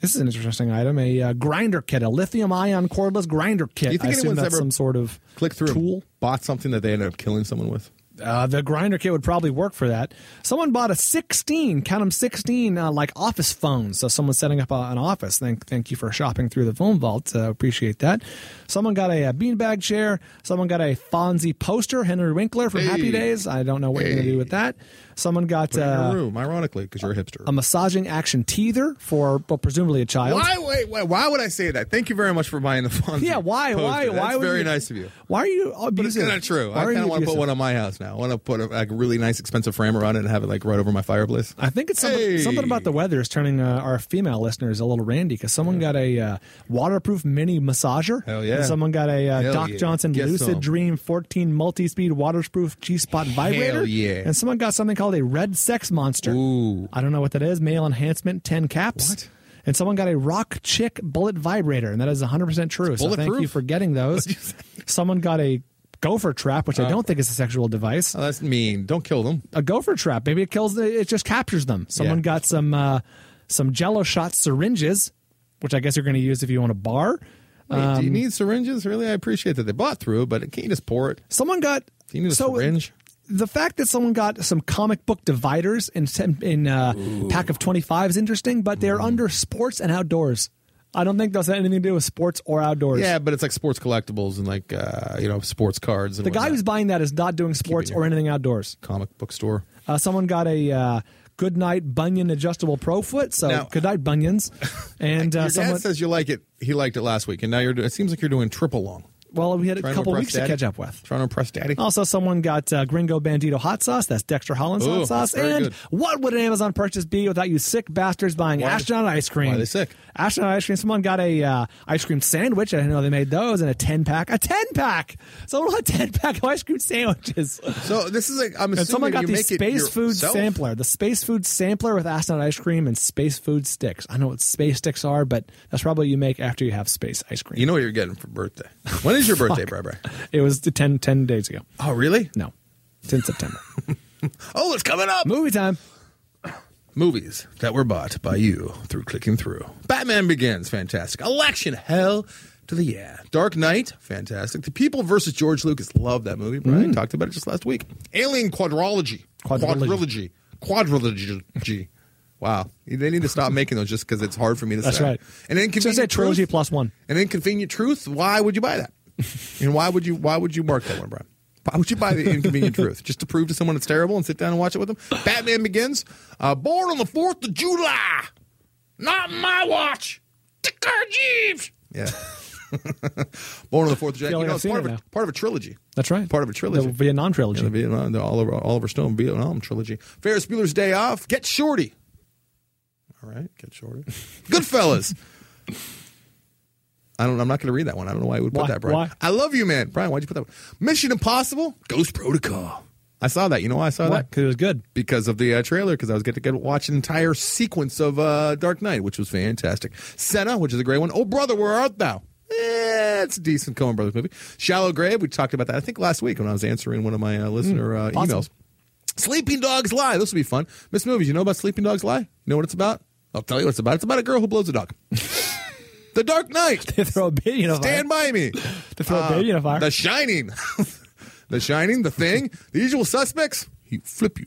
H: this is an interesting item. A uh, grinder kit, a lithium ion cordless grinder kit.
G: Do you think
H: I assume
G: anyone's
H: that's
G: ever
H: some sort of
G: click through tool bought something that they ended up killing someone with?
H: uh, the grinder kit would probably work for that. Someone bought a 16, count them 16, uh, like office phones. So someone's setting up a, an office. Thank, thank you for shopping through the phone vault. Uh, appreciate that. Someone got a, uh beanbag chair. Someone got a Fonzie poster, Henry Winkler from Happy Days. I don't know what you're going to do with that. Someone got
G: In
H: uh,
G: your room, ironically, because you're a hipster.
H: a massaging action teether for well, presumably a child.
G: Why, wait, why? Why would I say that? Thank you very much for buying the font.
H: Yeah, why-
G: poster.
H: why-
G: That's
H: why would
G: very
H: you-
G: nice of you.
H: Why are you abusive?
G: But it's kind of true.
H: Why
G: I
H: are you
G: kind of want to put
H: abusive?
G: one on my house now. I want to put a like, really nice, expensive frame around it and have it like right over my fireplace.
H: I think it's something, something about the weather is turning uh, our female listeners a little randy because someone got a uh, waterproof mini massager.
G: Hell yeah.
H: And someone got a uh,
G: Hell
H: Doc
G: yeah.
H: Johnson
G: Get
H: Lucid
G: some.
H: Dream 14 multi speed waterproof G Spot vibrator.
G: yeah.
H: And someone got something called a Red Sex Monster. Ooh. I don't know what that is. Male enhancement, 10 caps. What? And someone got a Rock Chick bullet vibrator, and that is 100% true. So thank you
G: bulletproof?
H: for getting those. someone got a gopher trap, which I
G: Oh.
H: don't think is a sexual device.
G: Oh, that's mean. Don't kill them.
H: A gopher trap. Maybe it kills. The, it just captures them. Someone
G: Yeah.
H: got some uh, some Jello shot syringes, which I guess you're going to use if you want a bar.
G: Wait, do you
H: Um,
G: need syringes? Really, I appreciate that they bought through, but can't you just pour it?
H: Someone got.
G: Do you need a
H: so-
G: syringe?
H: The fact that someone got some comic book dividers in sem- in uh, pack of twenty five is interesting, but
G: Mm.
H: they're under sports and outdoors. I don't think those have anything to do with sports or outdoors.
G: Yeah, but it's like sports collectibles and like uh, you know sports cards. And
H: the guy who's buying that is not doing sports or anything outdoors.
G: comic book store.
H: Uh, someone got a uh, Goodnight Bunion adjustable pro foot, so
G: Now- [laughs]
H: Goodnight Bunions. And uh,
G: Your dad
H: someone
G: says you like it. He liked it last week, and now you're. do- It seems like you're doing triple long.
H: Well, we had a
G: Trying to
H: couple
G: impress
H: weeks to
G: Daddy?
H: catch up with.
G: Trying to impress daddy.
H: Also, someone got uh, Gringo Bandito hot sauce. That's Dexter Holland's
G: Ooh,
H: hot sauce.
G: that's very
H: And
G: good.
H: what would an Amazon purchase be without you sick bastards buying astronaut ice cream?
G: why are they sick?
H: Astronaut ice cream. Someone got a uh, ice cream sandwich. I didn't know they made those in a ten pack. A ten pack. Someone got a ten pack of ice cream sandwiches.
G: So this is like I'm
H: and
G: assuming
H: someone got
G: you
H: the
G: make it
H: space food
G: yourself?
H: sampler. The space food sampler with astronaut ice cream and space food sticks. I know what space sticks are, but that's probably what you make after you have space ice cream.
G: You know what you're getting for birthday. When is your birthday,
H: [laughs] Fuck.
G: Bri Bri?
H: It was the 10, 10 days ago.
G: Oh, really?
H: No. It's
G: [laughs]
H: in September.
G: Oh, it's coming up.
H: Movie time.
G: Movies that were bought by you through clicking through. Batman Begins, fantastic. Election, hell to the yeah. Dark Knight, fantastic. The People versus George Lucas, love that movie. Brian
H: Mm.
G: talked about it just last week. Alien Quadrology.
H: Quadrilogy.
G: Quadrilogy. Quadrilogy. wow. They need to
H: [laughs]
G: stop making those just because it's hard for me to
H: That's
G: say.
H: right.
G: And inconvenient
H: Just say trilogy
G: Truth-
H: plus one.
G: And inconvenient truth, why would you buy that? and why would you? Why would you mark that one, Brian? Why would you buy the
H: [laughs]
G: inconvenient truth just to prove to someone it's terrible and sit down and watch it with them? Batman Begins, uh, born on the fourth of July. Not my watch. Ticker Jeeves. Yeah. [laughs] born on the fourth of July.
H: Feel
G: You know,
H: like I've
G: it's
H: seen
G: part of,
H: it
G: a,
H: now.
G: part of a trilogy.
H: That's right.
G: Part of a trilogy.
H: The Vietnam trilogy.
G: Yeah, the Vietnam, the Oliver, Oliver Stone Vietnam trilogy. Ferris Bueller's Day Off. Get Shorty. All right, get
H: [laughs]
G: Shorty. Goodfellas. I don't. I'm not going to read that one. I don't know why you would put
H: Why?
G: that, Brian.
H: Why?
G: I love you, man. Brian, why'd you put that? one? Mission Impossible. Ghost Protocol. I saw that. You know why I saw
H: Why?
G: that? Because it was good. Because of the uh, trailer. Because I was going to get to watch an entire sequence of uh, Dark Knight, which was fantastic. Senna, which is a great one. Oh brother, where art thou? Eh, it's a decent Coen Brothers movie. Shallow Grave. We talked about that. I think last week when I was answering one of my uh, listener uh,
H: awesome.
G: emails. Sleeping Dogs Lie. This will be fun. Miss Movies, you know about Sleeping Dogs Lie? You know what it's about? I'll tell you what it's about. It's about a girl who blows a
H: [laughs]
G: dog. the Dark Knight. they
H: throw a baby in a
G: Stand by me. they
H: throw a baby in a fire.
G: The Shining. [laughs] the Shining, The Thing, The Usual Suspects. He flip you.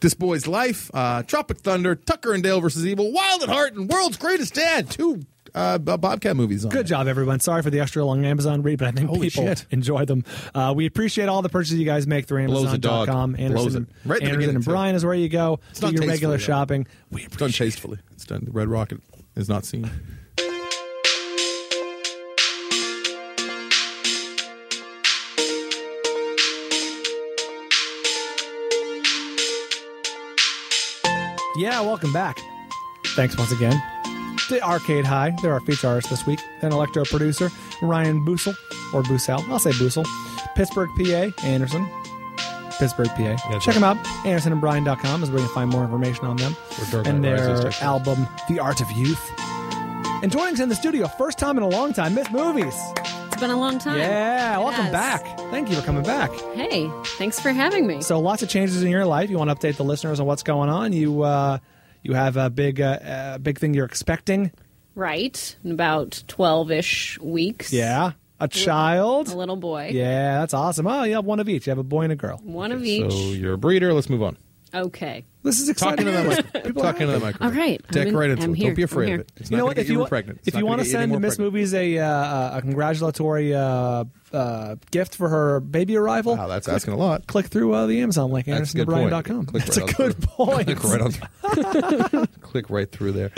G: This Boy's Life, uh, Tropic Thunder, Tucker and Dale versus Evil, Wild at Heart, and World's Greatest Dad. Two uh, Bob- Bobcat movies on
H: Good job, everyone. Sorry for the extra long Amazon read, but I think
G: Holy
H: people
G: shit.
H: enjoy them. Uh, we appreciate all the purchases you guys make through
G: Blows the dog.
H: Amazon.com.
G: Blows
H: Anderson,
G: it. Right at the
H: Anderson
G: beginning,
H: and
G: too.
H: Brian is where you go.
G: It's
H: Do
G: not
H: your regular
G: tasteful, yeah.
H: shopping. We
G: It's done tastefully. It's done. The Red Rocket is not seen.
H: Yeah, welcome back. Thanks once again. The Arcade High, they're our feature artist this week. Then electro producer Ryan Boosel, or Boosel, I'll say Boosel. Pittsburgh, PA, Anderson. Pittsburgh, PA. Check them out. AndersonandBrian.com is where you can find more information on them
G: Or Dark
H: and
G: Knight
H: their
G: Rises, check it
H: album, The Art of Youth. And joining us in the studio, first time in a long time, Miss Movies.
R: It's been a long time.
H: Yeah,
R: It
H: welcome
R: has.
H: back. Thank you for coming back.
R: Hey, thanks for having me.
H: So lots of changes in your life. You want to update the listeners on what's going on. You uh, you have a big uh, uh, big thing you're expecting.
R: Right, in about 12 ish weeks.
H: Yeah, a child.
R: A little boy.
H: Yeah, that's awesome. Oh, you have one of each. You have a boy and a girl.
R: One of each.
G: you're a breeder. Let's move on.
R: Okay.
H: This is
G: Talk
H: exciting.
G: into that microphone. Talk into that microphone.
R: All right, I'm
G: Deck
R: in-
G: right into
R: I'm
G: it.
R: here.
G: Don't be
R: I'm
G: afraid
R: here.
G: of it. It's
H: you
G: not
H: know
G: gonna
H: what?
G: get
H: If
G: you
H: you,
G: more
H: wa-
G: pregnant. It's
H: if
G: not
H: you
G: gonna
H: want to
G: get you any
H: send
G: more
H: Miss
G: pregnant.
H: Movies a, uh, a congratulatory uh, uh, gift for her baby arrival, wow,
G: that's asking a lot.
H: Click through uh, the Amazon link,
G: That's a good
H: AndersonBrian.com.
G: point. Click
H: That's a
G: right
H: good point.
G: Click right [laughs] on. click right through there. [sighs]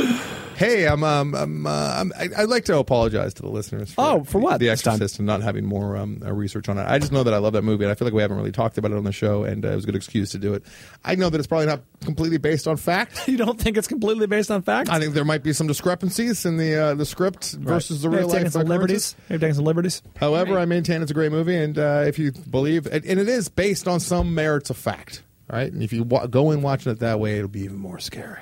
G: Hey, I'm um I'm, uh, I'm I, I'd like to apologize to the listeners. For oh, for what? The Exorcist and not having more um uh, research on it. I just know that I love that movie, and I feel like we haven't really talked about it on the show, and uh, it was a good excuse to do it. I know that it's probably not completely based on fact.
H: [laughs] you don't think it's completely based on fact?
G: I think there might be some discrepancies in the uh, the script versus the
H: They've
G: real
H: taken
G: life
H: some liberties. They've taken some liberties.
G: However, I maintain it's a great movie, and uh, if you believe, and, and it is based on some merits of fact, all right? And if you wa- go in watching it that way, it'll be even more scary.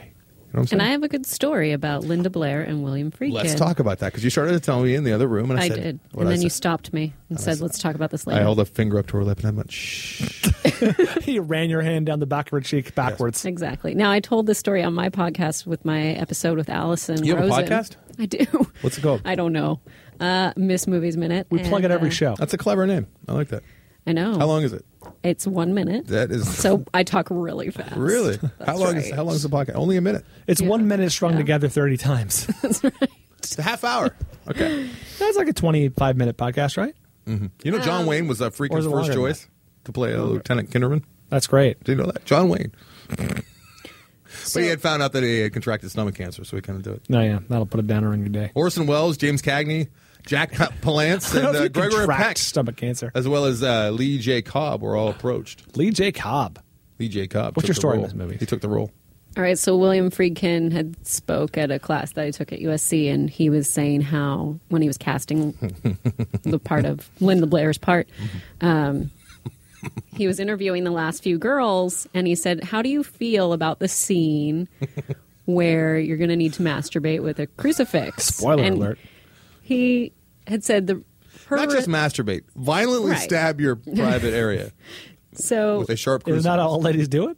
G: You know what I'm saying?
R: And I have a good story about Linda Blair and William Friedkin.
G: Let's talk about that because you started to tell me in the other room, and I,
R: I
G: said,
R: did.
G: what
R: And
G: I
R: then you
G: said.
R: stopped me and said, let's talk about this
G: I
R: later.
G: held a finger up to her lip, and I went, "Shh."
H: [laughs] you ran your hand down the back of her cheek backwards.
R: Exactly. Now, I told this story on my podcast with my episode with Allison.
H: You have a
R: Rosen.
H: podcast?
R: I do.
G: What's it called?
R: [laughs] I don't know. Uh, Miss Movies Minute.
G: We
R: and,
G: plug it every
R: uh,
G: show. That's a clever name. I like that.
R: I know.
G: How long is it?
R: It's one minute.
G: That is
R: So I talk really fast.
G: really. How
R: [laughs] That's
G: long is
R: right.
G: how long is the podcast? Only a minute.
H: It's one minute strung together 30
R: [laughs]
H: times.
G: It's a half hour. Okay.
H: That's like a 25 minute podcast, right?
G: hmm You know, John
H: Um,
G: Wayne was a
H: or
G: freaking
H: is it
G: first
H: longer than
G: choice to play uh, Lieutenant Kinderman.
H: That's great.
G: Did you know that? John Wayne. but he had found out that he had contracted stomach cancer, so he couldn't do it.
H: [laughs] No, yeah, that'll put a downer on your day.
G: Orson Welles, James Cagney, Jack
H: [laughs]
G: Pa- Palance, and
H: I don't know if
G: uh,
H: you
G: Gregory
H: contract
G: Peck,
H: stomach cancer.
G: as well as uh, Lee J. Cobb, were all approached.
H: Lee J. Cobb.
G: Lee J. Cobb.
H: What's
G: took
H: your
G: the
H: story in
G: role.
H: this movie?
G: He took the role.
R: All right, so William Friedkin had spoke at a class that I took at USC, and he was saying how when he
G: [laughs]
R: was casting the part of Linda Blair's part,
G: Mm-hmm.
R: um, he was interviewing the last few girls, and he said, "How do you feel about the scene where you're going to need to masturbate with a crucifix?"
G: Spoiler
R: And
G: alert.
R: He had said the her
G: Not just masturbate, violently
R: Right. Oh.
G: stab
R: [laughs]
G: your private area
R: so
G: with a sharp
H: Isn't
G: crucifix.
H: that how all ladies do it?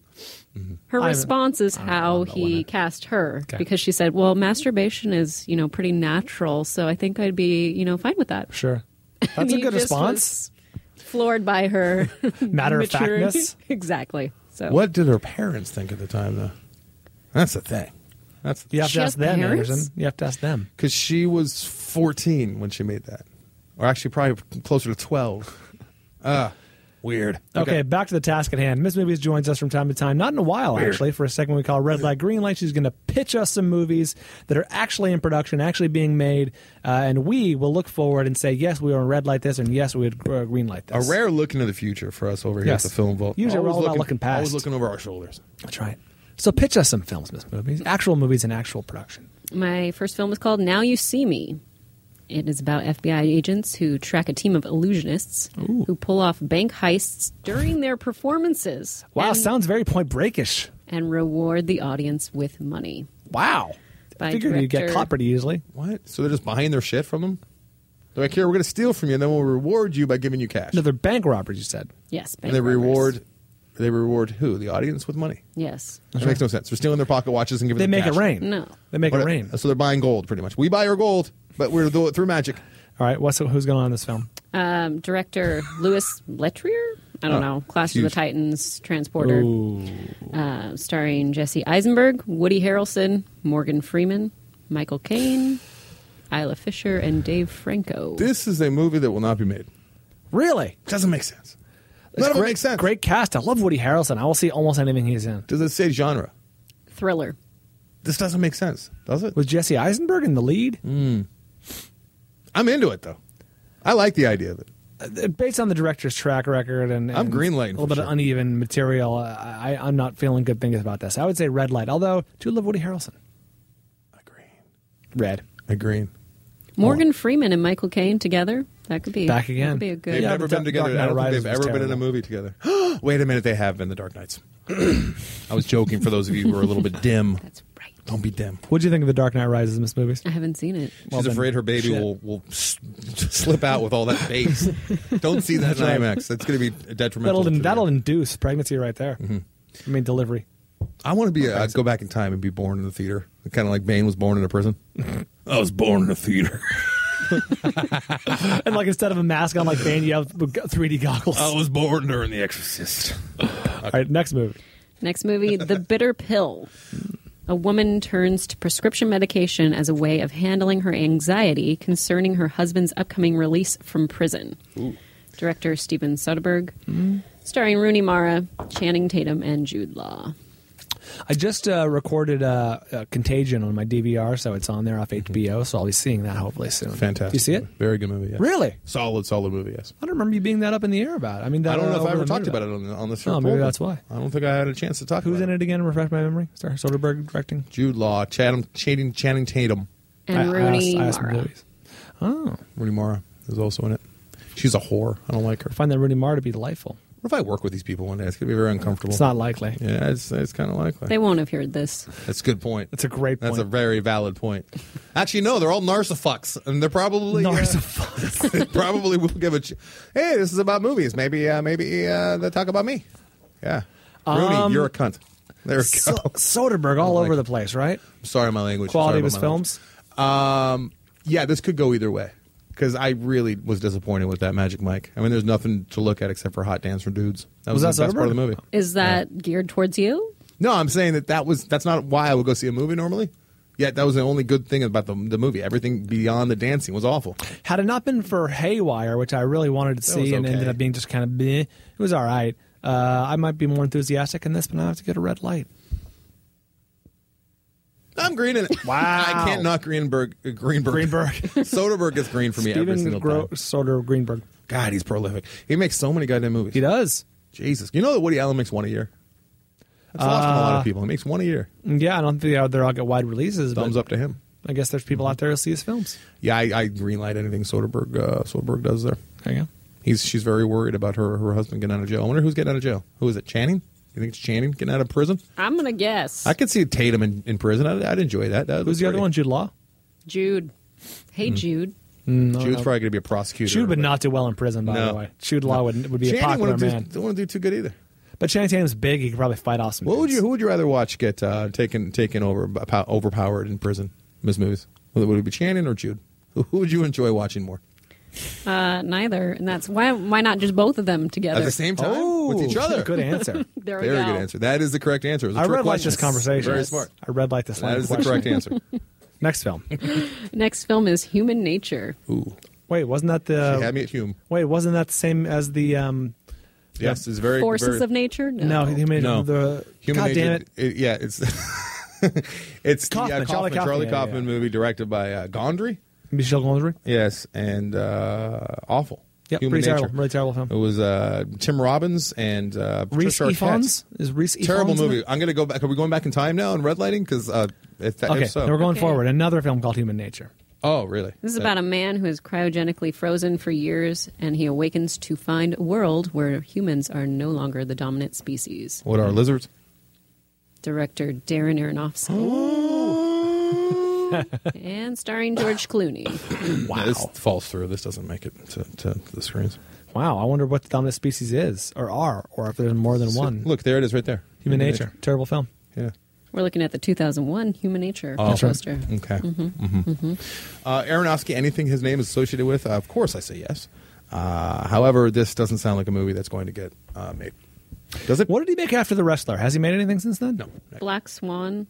R: Her
H: I'm-
R: response is how he cast her
H: Okay.
R: because she said, "Well, masturbation is you know pretty natural, so I think I'd be you know fine with that." [laughs]
H: Sure.
R: And
H: That's a
R: he
H: good
R: just
H: response.
R: was floored by her
H: [laughs] Matter of
R: maturity.
H: factness?
R: [laughs] exactly. So
G: What did her parents think at the time, though? That's the thing. That's the
H: You have to
R: She
H: ask
R: has
H: them,
R: parents?
H: Anderson. You have to ask them.
G: Because she was 14 when she made that. or actually probably closer to twelve. Ah, weird.
H: Okay, back to the task at hand. Miss Movies joins us from time to time, not in a while
G: Weird.
H: actually, for a segment we call Red Light Green Light. She's going to pitch us some movies that are actually in production, actually being made, uh, and we will look forward and say, yes, we are in red light this, and yes, we would uh, green light
G: A
H: this.
G: rare look into the future for us over here
H: Yes.
G: at the Film Vault.
H: Usually we're
G: Always
H: all about looking past.
G: Always looking over our shoulders.
H: That's right. So pitch us some films, Miss Movies, actual movies in actual production.
R: My first film is called Now You See Me. It is about FBI agents who track a team of illusionists
H: Ooh.
R: who pull off bank heists during their performances.
H: Wow,
R: and,
H: sounds very Point Breakish.
R: and reward the audience with money.
H: Wow.
R: By
H: Figured you'd get
R: director-
H: caught pretty easily.
G: What? So they're just buying their shit from them? They're like, here, we're going to steal from you, and then we'll reward you by giving you cash.
H: No, they're bank robbers. You said.
R: Yes,
G: and they
R: bank robbers.
G: reward, they reward who? The audience with money.
R: Yes.
G: That makes no sense. They're stealing their pocket watches and giving.
H: They
G: them
H: make it
G: cash.
H: rain. No. They make it
G: What-
H: rain.
G: So they're buying gold, pretty much. We buy your gold, but we're doing it through magic.
H: All right, what's who's going on in this film?
R: Um, director Louis Letrier? I don't
H: Oh,
R: know. Clash
H: huge.
R: of the Titans, Transporter. Uh, starring Jesse Eisenberg, Woody Harrelson, Morgan Freeman, Michael Caine, Isla Fisher, and Dave Franco.
G: This is a movie that will not be made.
H: Really?
G: Doesn't make sense.
H: None great, of it makes sense. Great cast. I love Woody Harrelson. I will see almost anything he's in.
G: Does it say genre?
R: Thriller.
G: This doesn't make sense, does it? Hmm.
H: Was Jesse Eisenberg in the lead?
G: I'm into it though. I like the idea of it.
H: Uh, Based on the director's track record and,
G: I'm
H: and
G: greenlighting
H: a little
G: for
H: bit of
G: sure.
H: uneven material, uh, I, I'm not feeling good things about this. I would say red light, although I do love Woody Harrelson. Agreed. Red.
G: Agreed.
R: Morgan Freeman and Michael Caine together. That could be
H: Back again.
R: That could be a good.
G: They've never been together.
H: Dark
G: I don't
H: Knight
G: think they've
H: Rises
G: ever
H: was
G: been in a
H: terrible.
G: movie together. [gasps] Wait a minute, they have been. The Dark Knights. [clears throat] I was joking for those of you who are a little bit
R: [laughs]
G: dim. That's right. Don't be dim.
H: What do you think of The Dark Knight Rises, Miss Movies?
R: I haven't seen it.
G: She's afraid her baby
H: shit.
G: will will s- slip out with all that [laughs] bass. Don't see that
H: That's
G: in
H: right.
G: IMAX. That's going to be detrimental.
H: That'll,
G: to the-
H: that'll induce pregnancy right there. I mean, [laughs] delivery.
G: I want to be a, go back in time and be born in the theater, kind of like Bane was born in a prison. [laughs] I was born in a theater.
H: and like instead of a mask on, like Bane, you have 3D goggles.
G: I was born during The Exorcist.
H: [laughs] All right, next movie.
R: Next movie, The Bitter Pill. A woman turns to prescription medication as a way of handling her anxiety concerning her husband's upcoming release from prison.
G: Ooh.
R: Director Steven Soderbergh,
H: Mm-hmm.
R: starring Rooney Mara, Channing Tatum, and Jude Law.
H: I just uh, recorded uh, uh, Contagion on my DVR, so it's on there off HBO. So I'll be seeing that hopefully soon.
G: Fantastic.
H: Do you see it?
G: Very good movie. yes.
H: Really?
G: Solid, solid movie. Yes.
H: I don't remember you being that up in the air about. it. I mean, that,
G: I don't know if
H: uh,
G: I
H: over
G: ever
H: the
G: talked
H: moon
G: about it on the on this.
H: Oh, maybe that's why.
G: I don't think I had a chance to talk.
H: Who's in it again? Refresh my memory. Star Soderbergh directing.
G: Jude Law, Chatham, Channing, Channing Tatum,
R: And I- I Rooney asked- I asked Mara.
H: movies. Oh,
G: Rooney Mara is also in it. She's a whore. I don't like her.
H: I find that Rooney Mara to be delightful.
G: What if I work with these people one day? It's gonna be very uncomfortable.
H: It's not likely.
G: Yeah, it's it's kind of likely.
R: They won't have heard this.
G: That's a good point. That's
H: a great.
G: That's a very valid point. Actually, no, they're all narcifucks, and they're probably uh, [laughs]
H: narcifucks.
G: they probably will give a. Ch- hey, this is about movies. Maybe uh, maybe uh, they talk about me. Yeah, Rooney,
H: Um,
G: you're a cunt. There we
H: So-
G: go.
H: Soderbergh all over the place, right?
G: I'm sorry, my language.
H: Quality
G: Sorry
H: of his
G: about my language. Um, yeah, this could go either way because I really was disappointed with that Magic Mike. I mean, there's nothing to look at except for hot dance from dudes. That was,
H: Was that
G: the best part of the
H: Soderbergh?
G: movie.
R: Is that geared towards you?
G: No, I'm saying that that was that's not why I would go see a movie normally. Yet that was the only good thing about the the movie. Everything beyond the dancing was awful.
H: Had it not been for Haywire, which I really wanted to see
G: was
H: and ended
G: okay.
H: up being just kind of bleh, it was all right. Uh, I might be more enthusiastic in this, but now I have to get a red light.
G: I'm greening it. [laughs] Wow, I can't knock Greenberg. uh, Greenberg.
H: Greenberg.
G: [laughs] Soderbergh gets green for me every
H: Steven
G: single
H: Gro-
G: time.
H: Soder Greenberg.
G: God, he's prolific. He makes so many goddamn movies. He
H: does.
G: Jesus, you know that Woody Allen makes one a year. It's lost on a lot
H: Uh,
G: of people. He makes one a year.
H: Yeah, I don't think they're, they're all get wide releases. but
G: Thumbs up to him.
H: I guess there's people out there who see his films.
G: Yeah, I, I greenlight anything Soderbergh uh, Soderbergh does there.
H: There you go.
G: He's she's very worried about her her husband getting out of jail. I wonder who's getting out of jail. Who is it? Channing? You think it's Channing getting out of prison?
R: I'm going to guess.
G: I could see Tatum in, in prison. I'd, I'd enjoy that. that
H: Who's the other one? Jude Law?
R: Jude.
G: Hmm.
R: Hey, Jude.
H: No,
G: Mm, Jude's
H: no.
G: probably going to be a prosecutor.
H: Jude would not do well in prison, by
G: No.
H: the way. Jude Law would, would be a
G: Channing
H: popular
G: wouldn't do-
H: man.
G: don't want to do too good either.
H: But Channing Tatum's big. He could probably fight off some.
G: What would you? Who would you rather watch get uh, taken taken over pow- overpowered in prison? Miss Movies. Would it be Channing or Jude? Who who would you enjoy watching more
R: Uh, neither. And that's why Why not just both of them together?
G: at the same time with each other?
H: Oh, good answer.
R: [laughs] There we
G: Very
R: go.
G: good answer. That is the correct answer. It was a
H: I
G: trick
H: red light
G: question.
H: this conversation.
G: Very smart.
H: I red light this.
G: That
H: line of [laughs]
G: is the
H: question.
G: correct answer.
H: Next film.
R: Next film is Human Nature.
G: Ooh.
H: Wait, wasn't that the
G: She had me at Hume.
H: Wait, wasn't that the same as the um?
G: Yes, it's very-
R: Forces very- of nature?
H: No,
R: No.
H: he made
G: no,
H: the
G: human
H: God damn
G: nature-
H: it.
G: yeah, it's [laughs] it's the, uh, Kaufman,
H: Kaufman, Charlie
G: Charlie
H: Kaufman, yeah,
G: Kaufman movie directed by uh, Gondry.
H: Michel Gondry.
G: Yes, and uh, awful.
H: Yeah,
G: Human
H: pretty
G: Nature.
H: terrible, really terrible film.
G: It was uh, Tim Robbins and uh,
H: Reese
G: Patricia Arquette.
H: Ifans? Is Reese
G: terrible
H: Ifans in
G: movie?
H: it?
G: I'm gonna go back. Are we going back in time now in red lighting? Because uh, if, that,
H: okay,
G: if so,
H: now we're going forward. Another film called Human Nature.
G: Oh, really?
R: This is about a man who is cryogenically frozen for years, and he awakens to find a world where humans are no longer the dominant species.
G: what are lizards?
R: Director Darren Aronofsky. [laughs] and starring George Clooney.
G: Oh. [coughs] Wow, this falls through. This doesn't make it to, to the screens.
H: Wow, I wonder what the dominant species is, or are, or if there's more than
G: So-
H: one.
G: Look, there it is, right there.
H: Human, nature. terrible film.
G: Yeah,
R: We're looking at the 2001 Human Nature
G: Oh,
R: poster.
G: Okay.
R: Mhm.
G: Mhm. Uh, Aronofsky, anything his name is associated with? Uh, of course, I say yes. Uh, however, this doesn't sound like a movie that's going to get uh, made. Does it?
H: What did he make after The Wrestler? Has he made anything since then?
G: No.
R: Black Swan.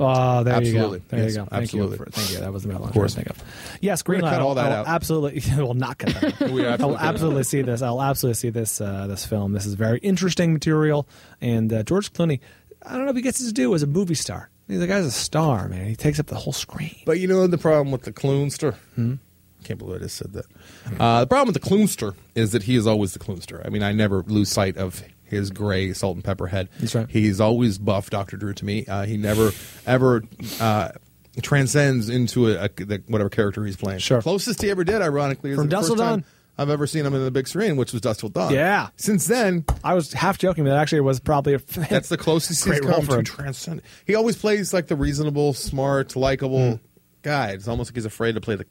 H: Oh, there
G: Absolutely.
H: you go. There
G: Yes,
H: you go. Thank
G: absolutely.
H: You for, thank you. That was the
G: Of
H: of
G: course.
H: course. Think of. Yes,
G: We're
H: Green Oh,
G: gonna
H: Light.
G: cut all
H: I'll-
G: that
H: I'll
G: out.
H: Absolutely. [laughs] We'll not cut that.
G: [laughs]
H: out.
G: We absolutely
H: I'll absolutely see this. I'll absolutely see this. Uh, this film. This is very interesting material. And uh, George Clooney, I don't know if he gets his due as a movie star. The guy's a star, man. He takes up the whole screen.
G: But you know the problem with the Kloonster? Hmm? Can't believe I just said that. Uh, the problem with the Kloonster is that he is always the Kloonster. I mean, I never lose sight of his gray salt and pepper head. That's right. He's always buff, Dr. Drew, to me. Uh, he never, ever uh, transcends into a, a- the, whatever character he's playing. Sure. Closest he ever did, ironically, is
H: From
G: the
H: Dusk
G: first
H: Till
G: time
H: Dawn.
G: I've ever seen him in the big screen, which was Dust Till Dawn.
H: Yeah.
G: Since then,
H: I was half joking, but actually, it was probably a [laughs]
G: That's the closest he's
H: Great role
G: come
H: for
G: to
H: him.
G: transcend. He always plays like the reasonable, smart, likable guy. It's almost like he's afraid to play the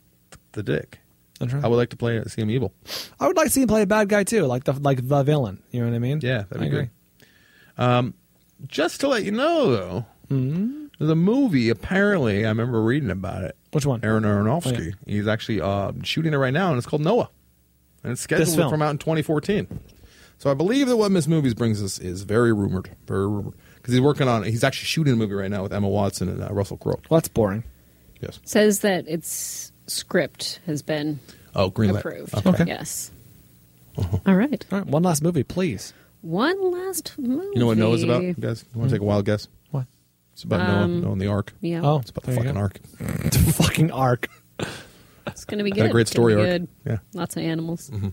G: the dick.
H: That's right.
G: I would like to play see him evil.
H: Hmm. I would like to see him play a bad guy too, like the like the villain. You know what I mean?
G: Yeah, that'd
H: I
G: be good.
H: agree.
G: Um, just to let you know, though, the movie apparently I remember reading about it.
H: Mm-hmm. Which one?
G: Aaron Aronofsky.
H: Oh, yeah.
G: He's actually uh, shooting it right now, and it's called Noah, and it's scheduled
H: This
G: to
H: film.
G: come out in 2014. So I believe that what Miss Movies brings us is very rumored, very rumored, because he's working on. He's actually shooting a movie right now with Emma Watson and uh, Russell Crowe.
H: Well, that's boring.
G: Yes.
R: Says that its script has been
G: Oh, green light.
R: approved.
G: Okay.
R: Yes. All right.
H: All right. One last movie, please.
R: One last movie.
G: You know what Noah's about, you guys? You want to take a wild guess?
H: What?
G: It's about
R: Um,
G: Noah, Noah and the Ark.
R: yeah.
H: Oh,
G: it's about the
H: there you
G: fucking
H: go. [laughs]
G: Ark.
H: It's a fucking arc.
R: It's going to be
G: Got a
R: good.
G: great
R: It's gonna
G: story
R: be
G: arc.
R: Good.
G: Yeah. Mm-hmm.
R: Lots of animals.
H: Mm-hmm.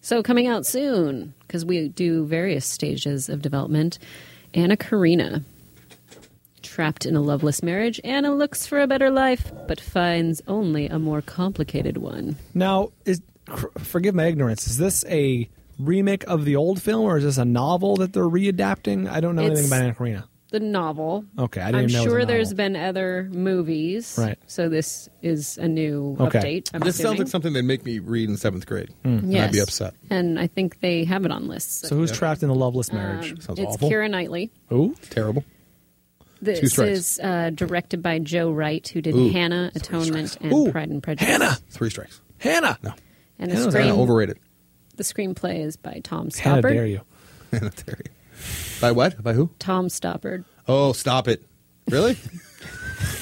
R: So coming out soon because we do various stages of development. Anna Karina, trapped in a loveless marriage, Anna looks for a better life but finds only a more complicated one.
H: Now, is cr- forgive my ignorance. Is this a remake of the old film, or is this a novel that they're readapting? I don't know anything
R: It's-
H: about Anna Karina.
R: The novel.
H: Okay, I didn't even know
R: am
H: it was a
R: sure
H: novel.
R: there's been other movies.
G: Right.
R: So this is a new update. I'm
G: this sounds
R: assuming.
G: like something they'd make me read in seventh grade.
H: Hmm.
G: And
R: yes.
G: I'd be upset.
R: And I think they have it on lists.
H: So who's trapped in a loveless marriage?
R: Um, it's Kira Knightley.
H: Ooh,
G: terrible.
R: This
H: Two strikes.
R: is uh, directed by Joe Wright, who did
G: Ooh.
R: Hannah, Atonement, and
H: Ooh.
R: Pride and Prejudice. Hannah!
G: Three strikes.
H: Hannah.
G: No.
R: And the,
G: Hannah's
R: screen,
G: kind of overrated.
R: the screenplay is by Tom
G: Hannah
R: Stoppard.
G: dare [laughs] you. Hannah dare you. By what? By who?
R: Tom Stoppard.
G: Oh, stop it. Really?
H: [laughs]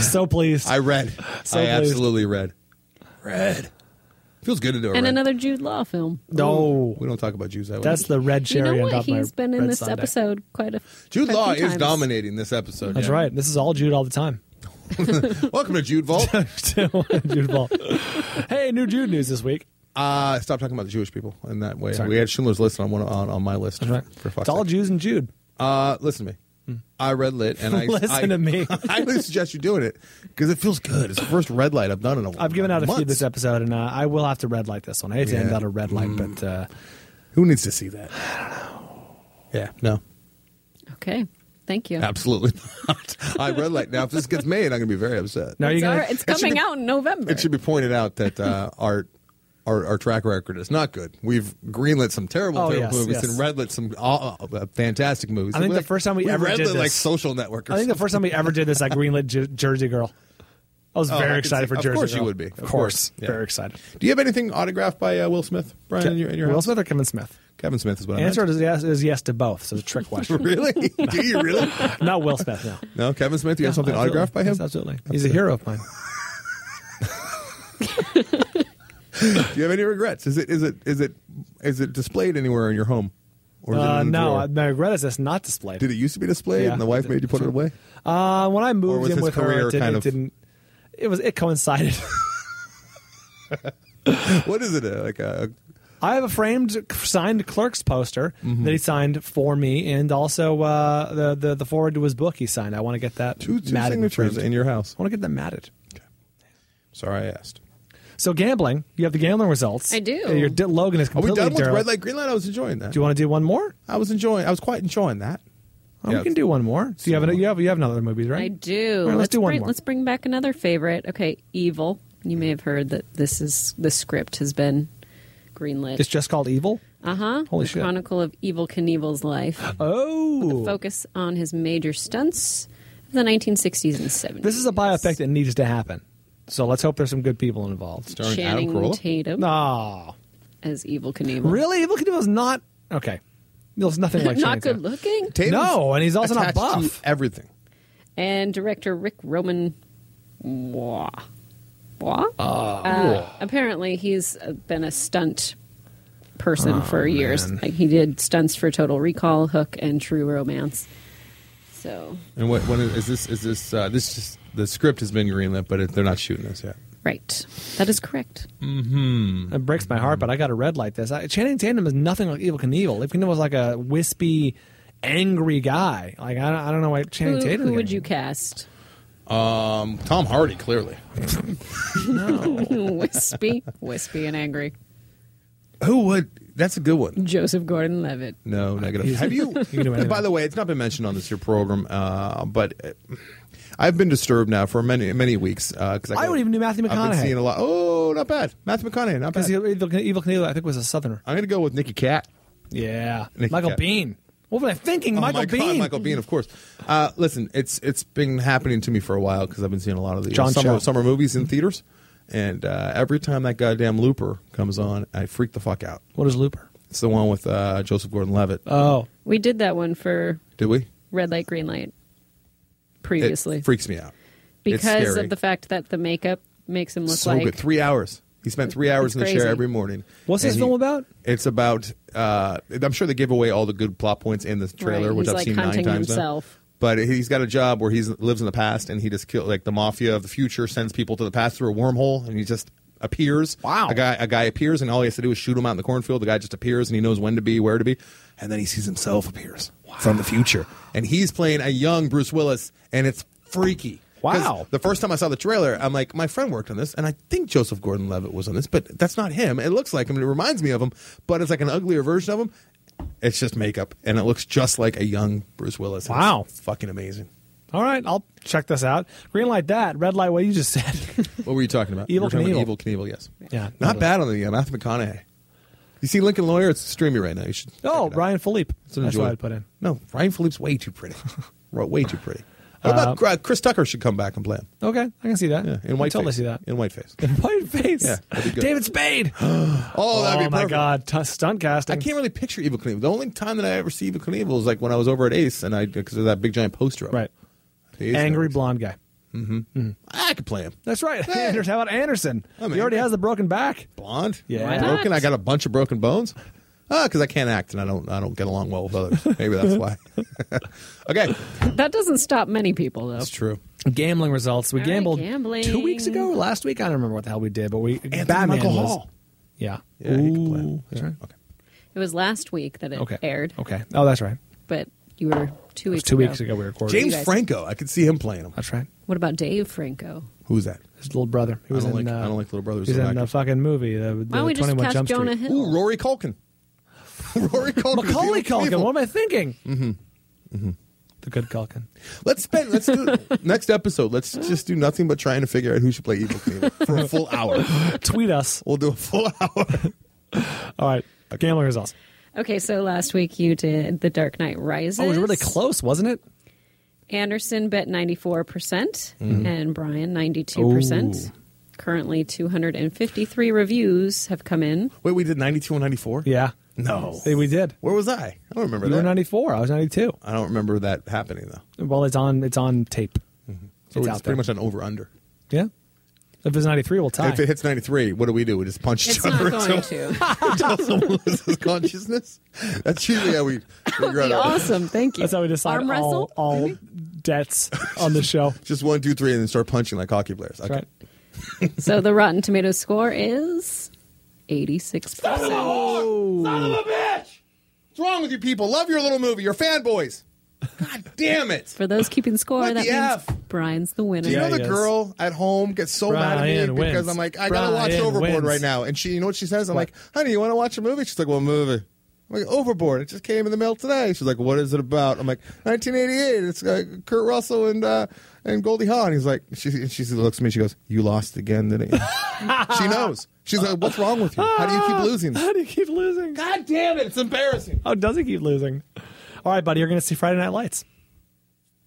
H: so pleased.
G: I read.
H: So
G: I
H: pleased.
G: absolutely read. Read. Feels good to do it.
R: and
G: read.
R: another Jude Law film.
H: No.
G: We don't talk about Jews that way.
H: That's the red
R: You
H: cherry
R: know
H: on
R: what?
H: top of my
R: He's been in
H: red
R: this
H: sundae.
R: episode quite a
G: Jude
R: quite a
G: Law
R: few
G: is
R: times.
G: dominating this episode.
H: That's
G: yeah.
H: right. This is all Jude all the time.
G: Welcome to Jude
H: [laughs]
G: Vault.
H: Jude Ball. hey, new Jude news this week.
G: Uh, stop talking about the Jewish people in that way.
H: Sorry.
G: We had Schindler's List on one on, on my list. That's right. For fuck's
H: It's all Jews and Jude. Hmm.
G: Uh, listen to me. I read lit, and I
H: [laughs] Listen
G: I,
H: to me.
G: [laughs] I really suggest you doing it because it feels good. It's the first red light I've done in a while.
H: I've given out a few
G: Months.
H: this episode, and uh, I will have to red light this one. I hate to end
G: Yeah.
H: out a red light, but uh,
G: who needs to see that? Yeah, no,
R: Okay. Thank you.
G: absolutely [laughs] not. I read light now. If this gets made, I'm going to be very upset.
R: it's, all right. It's
G: It should
R: coming
G: be-
R: out in
H: Oh,
R: November.
G: It should be pointed out that
H: [laughs]
G: uh, our, our our track record is not good. We've greenlit some terrible,
H: Oh,
G: terrible
H: yes,
G: movies
H: yes.
G: and redlit some uh, uh, fantastic movies.
H: I think
G: Like,
H: the first time we, ever
G: redlit
H: did this,
G: like Social Network. Or
H: I think the first time we ever did this, I greenlit Jer- Jersey Girl. I was
G: Oh, I
H: very
G: could
H: excited
G: see-
H: for
G: of
H: Jersey.
G: course you
H: Girl.
G: would be.
H: Of,
G: Of course.
H: course,
G: Yeah.
H: very excited.
G: Do you have anything autographed by uh, Will Smith, Brian? in your, in your
H: Will
G: house?
H: Smith or Kevin Smith?
G: Kevin Smith is what I
H: Answer is yes, is yes to both. So it's a trick question.
G: [laughs]
H: [laughs]
G: Really? Do you really?
H: Not Will Smith. No.
G: No, Kevin Smith. You have
H: No,
G: something
H: absolutely.
G: autographed by him?
H: Yes, absolutely. He's a hero of mine.
G: [laughs] Do you have any regrets? Is it is it is it is it displayed anywhere in your home? Or is it
H: Uh,
G: in the
H: no,
G: drawer?
H: I- my regret is it's not displayed.
G: Did it used to be displayed
H: Yeah.
G: and the wife made you put it away?
H: Uh, when I moved
G: was
H: in
G: his
H: with her,
G: career
H: it, did,
G: kind
H: it
G: of-
H: didn't. It was it coincided.
G: [laughs] what is it uh, like a
H: I have a framed signed clerk's poster
G: Mhm.
H: that he signed for me, and also uh, the, the the forward to his book he signed. I want to get that
G: two, two
H: matted and
G: signatures
H: framed.
G: in your house?
H: I want to get them matted.
G: Sorry, I asked.
H: So gambling, you have the gambling results.
G: I do.
H: And Your di- Logan is
G: Are we
H: completely
G: done with
H: derelict.
G: red light, green light? I was enjoying that.
H: Do you want to do one more?
G: I was enjoying. I was quite enjoying that.
H: Oh,
G: Yeah,
H: we can do one more. So you have an, you have you have another movie, right?
R: I do.
H: All right, let's, do one
R: bring,
H: more.
R: Let's bring back another favorite. Okay, Evil. You
G: Mm-hmm.
R: may have heard that this is the script has been greenlit.
H: It's just called Evil.
R: Uh huh.
H: Holy
R: the
H: shit.
R: Chronicle of Evil Knievel's life.
H: Oh.
R: With a focus on his major stunts of the 1960s and 70s.
H: This is a biopic that needs to happen. So let's hope there's some good people involved.
R: Channing Tatum.
H: No.
R: As Evil Knievel.
H: Really, Evil Knievel's not okay. There's nothing like
R: [laughs] Not
H: Channing Tatum.
R: good looking?
H: no, and he's also not
R: attached to
H: buff.
G: everything.
R: And director Rick Roman. Wah. Wah?
H: wah.
R: Uh, apparently, he's uh, been a stunt person
H: Oh,
R: for years.
H: man.
R: Like he did stunts for Total Recall, Hook, and True Romance. So
G: And what when is is this? Is this uh, this? Just, the script has been greenlit, but it, they're not shooting this yet.
R: right, that is correct.
H: Mm-hmm. It breaks my heart, but I got to red light this. I, Channing Tatum is nothing like Evil Knievel. Evil Knievel was like a wispy, angry guy. Like I don't, I don't know why Channing
R: Who,
H: Tatum.
R: who would you cast?
G: Um, Tom Hardy clearly.
R: [laughs] wispy, wispy, and angry.
G: Who would? That's a good one.
R: Joseph Gordon-Levitt.
G: No, negative.
R: He's-
G: Have you?
R: You can do anything.
G: by the way, it's not been mentioned on this year program, uh, but uh, I've been disturbed now for many many weeks uh, because
H: I would even do Matthew
G: I've been
H: McConaughey.
G: seeing a lot. Oh, not bad. Matthew McConaughey, not bad.
H: Because Evil, Evil Knievel, I think, was a Southerner.
G: I'm going to go with Nicky Cat.
H: Yeah,
G: Nicky
H: Michael
G: Cat.
H: Bean. What was I thinking?
G: Oh,
H: Michael
G: my God,
H: Bean.
G: Michael Bean, of course. Uh, listen, it's it's been happening to me for a while because I've been seeing a lot of the uh,
H: John
G: summer
H: Cho.
G: summer movies in theaters, and uh, every time that goddamn Looper comes on, I freak the fuck out.
H: What is Looper?
G: It's the one with uh, Joseph Gordon-Levitt.
H: Oh,
R: We did that one for
G: did we?
R: Red Light, Green Light previously
G: it freaks me out It's
R: because
G: scary.
R: of the fact that the makeup makes him look
G: so
R: like
G: good. Three hours. He spent three hours
R: It's
G: in the chair
R: crazy.
G: every morning.
H: What's this
G: And he-
H: film about?
G: It's about. Uh, I'm sure they give away all the good plot points in this trailer,
R: Right,
G: which
R: he's,
G: I've
R: like,
G: seen nine
R: hunting
G: times
R: himself.
G: now. But he's got a job where he lives in the past, and he just kill like the mafia of the future sends people to the past through a wormhole, and he just appears. Wow. A guy, a guy appears, and all he has to do is shoot him out in the cornfield. The guy just appears, and he knows when to be, where to be, and then he sees himself appears from the future, and he's playing a young Bruce Willis, and it's freaky. 'Cause
H: Wow.
G: The first time I saw the trailer, I'm like, my friend worked on this, and I think Joseph Gordon-Levitt was on this, but that's not him. It looks like him, and it reminds me of him, but it's like an uglier version of him. It's just makeup, and it looks just like a young Bruce Willis. and it's
H: Wow.
G: fucking amazing.
H: All right, I'll check this out. Green light that. Red light what you just said.
G: [laughs] What were you talking about?
H: Evil
G: You were talking about
H: Knievel.
G: Evil Knievel, yes.
H: Yeah,
G: Not bad on the uh, Matthew McConaughey. You see Lincoln Lawyer? It's streaming right now. You should.
H: Oh, Ryan Philippe.
G: an
H: That's what
G: enjoy.
H: I put in.
G: No, Ryan Philippe's way too pretty. Ro- way too pretty. What
H: Um,
G: about uh, Chris Tucker should come back and play him
H: [laughs] Okay, I can see that. Yeah,
G: in white
H: Oh, totally
G: face.
H: see that.
G: in whiteface.
H: In white face.
G: Yeah, that'd be good.
H: David [gasps] Spade. oh,
G: Oh, that'd be
H: my
G: perfect.
H: god, t- stunt casting.
G: I can't really picture Evil Knievel. The only time that I ever see Evil Knievel is like when I was over at Ace and I because of that big giant poster. Up. Right.
H: Angry blonde guy. Mm.
G: Mm-hmm. I could play him.
H: That's right. Anders- How about Anderson?
G: Oh,
H: he already has the broken back.
G: Blonde.
H: Yeah. Why not?
G: Broken. I got a bunch of broken bones. Ah, because I can't act and I don't. I don't get along well with others. Maybe that's why. [laughs] okay.
R: [laughs] that doesn't stop many people though.
G: That's true.
H: Gambling results. We
R: All right,
H: gambled
R: gambling.
H: two weeks ago, or last week. I don't remember what the hell we did, but we Batman
G: Michael
H: was-
G: Hall.
H: Yeah.
G: Yeah, he could play.
H: Ooh, that's right.
R: It was last week that it
H: Okay.
R: aired,
H: Okay. Oh, that's right.
R: but you were
H: It
R: two
H: was
R: weeks.
H: two
R: ago.
H: weeks ago we recorded.
R: You
G: James
R: guys-
G: Franco. I could see him playing him.
H: That's right.
R: What about Dave Franco?
G: Who's that?
H: His little brother.
G: I
H: He was
G: don't
H: in,
G: like-
H: uh,
G: I don't like little brothers
H: He's
G: so
H: in
G: much.
H: the fucking movie. The, the
R: Why don't we just
H: 21
R: cast
H: Jump
R: Jonah
H: Street.
G: [laughs]
R: Hill?
G: Ooh, Rory Culkin. Rory Culkin. is
H: Macaulay
G: Evil
H: Culkin.
G: Knievel.
H: What am I thinking?
G: Mm-hmm. Mm-hmm.
H: The good Culkin.
G: Let's spend. Let's do [laughs] next episode. Let's just do nothing but trying to figure out who should play Evil Knievel for a full hour.
H: [laughs] Tweet us.
G: We'll do a full hour. [laughs]
H: All right. Gambling results.
R: Okay, so last week you did The Dark Knight Rises.
H: Oh, it was really close, wasn't it?
R: Anderson bet 94% percent
H: Mhm.
R: and Brian 92%.
G: Ooh.
R: Currently 253 reviews have come in.
G: Wait, we did ninety two and ninety four.
H: Yeah.
G: No.
H: Hey, we did.
G: Where was I? I don't remember
H: You were
G: that.
H: 94. I was 92.
G: I don't remember that happening though. Mm-hmm.
H: Well, it's on. It's on tape.
G: So it's,
H: out
G: pretty
H: there.
G: much an over under.
H: Yeah. If it's 93, we'll tie.
G: If it hits 93, what do we do? We just punch each
H: It's
G: other
H: not
G: until,
H: going
G: until someone loses consciousness? [laughs] That's usually how we figure out. our-
R: Thank you.
H: That's how we decide all,
R: Arm wrestle?
H: all debts on the show.
G: [laughs] Just one, two, three, and then start punching like hockey players. Okay.
R: so the Rotten Tomatoes score is 86%.
G: Son of a bitch! What's wrong with you people? Love your little movie. You're fanboys. God damn it.
R: For those keeping score,
G: What
R: that
G: the
R: means Brian's the winner.
G: Do you know the girl at home gets so mad at me
R: Brian
G: because
R: wins.
G: I'm like, I gotta watch
R: Brian
G: Overboard
R: wins.
G: right now, and she, you know what she says? I'm like, honey, you want to watch a movie? She's like, what movie? I'm like, Overboard. It just came in the mail today. She's like, what is it about? I'm like, 1988. It's uh, Kurt Russell and uh, and Goldie Hawn. He's like, she she looks at me. She goes, you lost again, didn't [laughs] you? she knows. She's like, what's wrong with you? How do you keep losing?
H: How do you keep losing?
G: God damn it! It's embarrassing.
H: How does he keep losing? All right, buddy, you're going to see Friday Night Lights.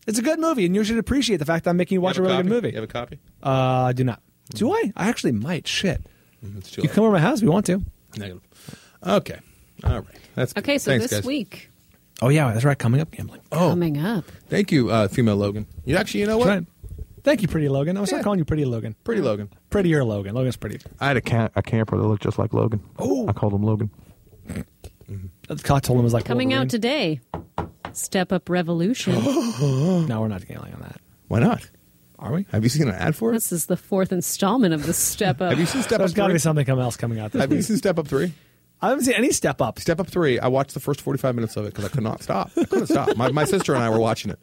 H: It's a good movie, and you should appreciate the fact that I'm making you watch a really good movie.
G: have a copy?
H: Uh, I do not. Do I? I actually might. Shit.
G: It's too
H: You can come over to my house if you want to.
G: Negative. Okay. All right. That's
R: Okay, so
G: Thanks,
R: this
G: guys.
R: week,
H: Oh yeah, that's right. Coming up, gambling.
G: Oh,
R: coming up,
G: thank you, uh, female Logan. You actually, you know
H: That's
G: what?
H: right. Thank you, pretty Logan. I was not calling you pretty Logan.
G: Pretty Logan.
H: Prettier Logan. Logan's
G: [gasps]
H: pretty.
S: I had a cat, a camper that looked just like Logan. Oh, I called him Logan.
H: The cock told him it Mm-hmm. was like
R: coming
H: Wolverine.
R: out today, Step Up
G: [gasps]
R: Revolution.
H: no, we're not gambling on that.
G: Why not?
H: Are we?
G: Have you seen an ad for it?
R: This is the fourth installment of the Step Up.
G: Have you seen Step
H: There's
G: Up
H: got to
G: Three?
H: be something else coming out. This
G: Have you
H: week.
G: seen Step Up Three?
H: I haven't seen any Step Up.
G: Step Up Three. I watched the first forty-five minutes of it because I could not stop. I couldn't stop. My, my sister and I were watching it,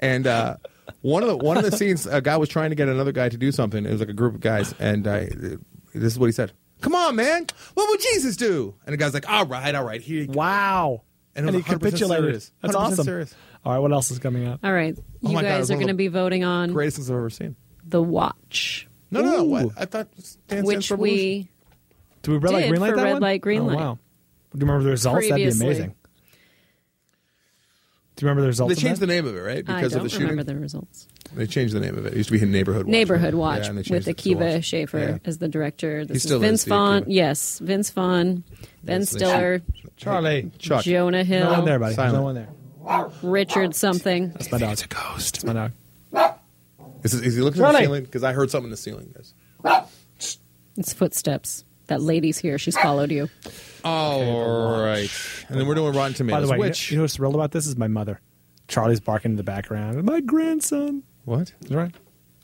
G: and uh, one of the one of the scenes, a guy was trying to get another guy to do something. It was like a group of guys, and I, this is what he said: "Come on, man, what would Jesus do?" And the guy's like, "All right, all right, here." You go.
H: Wow.
G: And, it
H: And
G: was
H: he
G: 100%
H: capitulated.
G: serious.
H: That's
G: 100%
H: awesome.
G: serious.
H: All right, what else is coming up?
R: All right,
G: Oh
R: you
G: my God,
R: guys
G: it's
R: are
G: one of
R: going to
G: the
R: be voting on
G: Greatest things I've ever seen.
R: the Watch,
G: No, no,
R: Oh,
G: no.
H: Ooh.
G: What? I thought Dance
R: which we
H: Do we red light
R: Did
H: green light
R: for
H: that
R: red
H: one?
R: light, green
H: oh,
R: light.
H: Wow. Do you remember the results? That'd be
R: Previously.
H: amazing. Do you remember the results?
G: They changed the name of it, right?
R: I
G: Because
R: don't
G: of the
R: remember
G: shooting.
R: the results.
G: They changed the name of it. It used to be Neighborhood Watch. right?
R: Neighborhood Watch
G: Yeah, and they
R: with
G: changed it to
R: Akiva
G: Watch.
R: Schaefer
G: Yeah.
R: as the director. This
G: He still
R: is Vince
G: is the
R: Vaughn.
G: Akiva.
R: Yes, Vince Vaughn, Ben
G: Vince
R: Stiller,
H: Charlie,
G: Chuck.
R: Jonah Hill.
H: No one there, buddy.
G: Silent.
H: No one there.
R: Richard something.
H: That's my dog. It's a ghost. It's my dog.
G: Is, is he looking at the
R: Charlie.
G: ceiling? Because I heard something in the ceiling. Guys.
R: It's footsteps. That lady's here. She's followed you.
G: All right. And then we're doing Rotten
H: By the
G: Tomatoes,
H: way,
G: which
H: you know, you know what's thrilled about this is my mother. Charlie's barking in the background. My grandson.
G: What?
H: Is that right?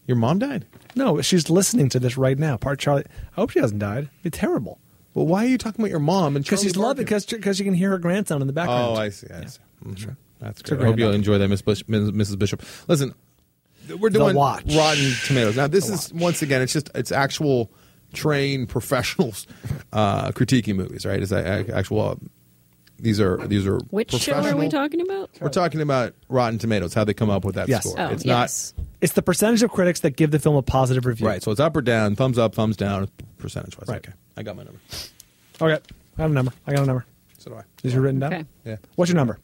G: Your mom died.
H: No, she's listening to this right now. Part Charlie. I hope she hasn't died. It'd be terrible.
G: Well, why are you talking about your mom? And
H: because she's loving because because she can hear her grandson in the background.
G: Oh, I see. I see. Mhm. That's
H: It's a
G: great. I hope
H: grand
G: you'll
H: idea.
G: enjoy that, Miss Bush, Ms. Mrs. Bishop. Listen, th- we're
H: The
G: doing
H: Watch.
G: Rotten Tomatoes. Now, this is once again, it's just it's actual trained
H: [laughs]
G: professionals uh, critiquing movies, right? It's a- a- actual. uh, these are these are
R: Which show are we
G: professional-
R: talking about?
G: We're talking about Rotten Tomatoes, how they come up with that
H: Yes.
G: score.
R: Oh,
G: it's
R: yes.
H: It's the percentage of critics that give the film a positive review.
G: not right. So it's up or down, thumbs up, thumbs down, percentage wise.
H: Right.
G: Okay, I got my number.
H: Okay. I got a number. I got a number.
G: So do I.
H: Is it written down?
G: Okay. Yeah.
H: What's your number?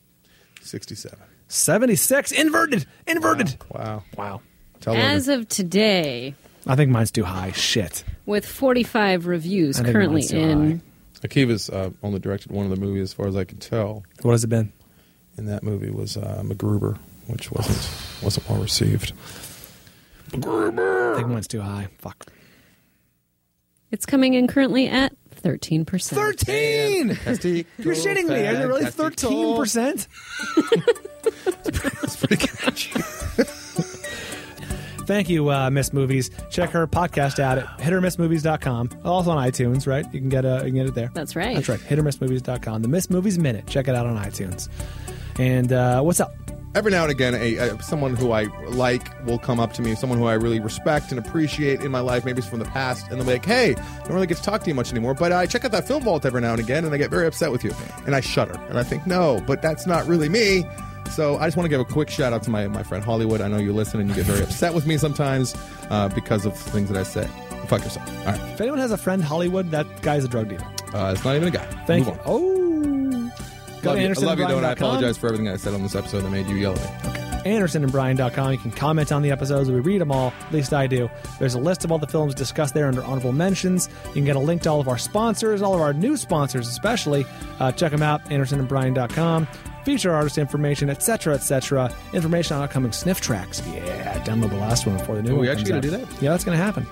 G: Sixty-seven.
H: 76. Inverted. Inverted.
G: Wow.
H: Wow.
R: As of today,
H: I think mine's too high. Shit.
R: with 45 reviews
H: I think
R: currently
H: mine's too
R: in,
G: Akiva's uh, only directed one of the movies, as far as I can tell.
H: What has it been?
G: And that movie was uh, MacGruber, which wasn't wasn't well received.
H: I think mine's too high. Fuck.
R: it's coming in currently at 13%.
H: 13! [laughs] You're shitting me. Are you really 13%? [laughs] Thank you, uh, Miss Movies. Check her podcast out at hitormissmovies.com. Also on iTunes, right? You can get uh, you can get it there.
R: That's right.
H: That's right. Hitormissmovies.com. The Miss Movies Minute. Check it out on iTunes. And uh, what's up?
G: Every now and again, a, a someone who I like will come up to me, someone who I really respect and appreciate in my life, maybe it's from the past, and they'll be like, "Hey, I don't really get to talk to you much anymore, but I check out that film vault every now and again, and I get very upset with you, and I shudder, and I think, no, but that's not really me." So I just want to give a quick shout out to my my friend Hollywood. I know you listen and you get very upset with me sometimes uh, because of things that I say. Fuck yourself. All right,
H: If anyone has a friend Hollywood, that guy's a drug dealer.
G: uh, it's not even a guy.
H: Thank
G: Move
H: you.
G: on.
H: Oh. Go
G: Love
H: to
G: you, I love you, though, and I
H: andersonandbrian.com.
G: apologize for everything I said on this episode that made you yell at me.
H: andersonandbrian.com. You can comment on the episodes. We read them all. At least I do. There's a list of all the films discussed there under honorable mentions. You can get a link to all of our sponsors, all of our new sponsors especially. Uh, check them out, andersonandbrian.com. Feature artist information, etc., etc. Information on upcoming sniff tracks. Yeah, download the last one before the new
G: Oh,
H: one
G: we actually
H: comes
G: gonna
H: out. Yeah, that's going to happen.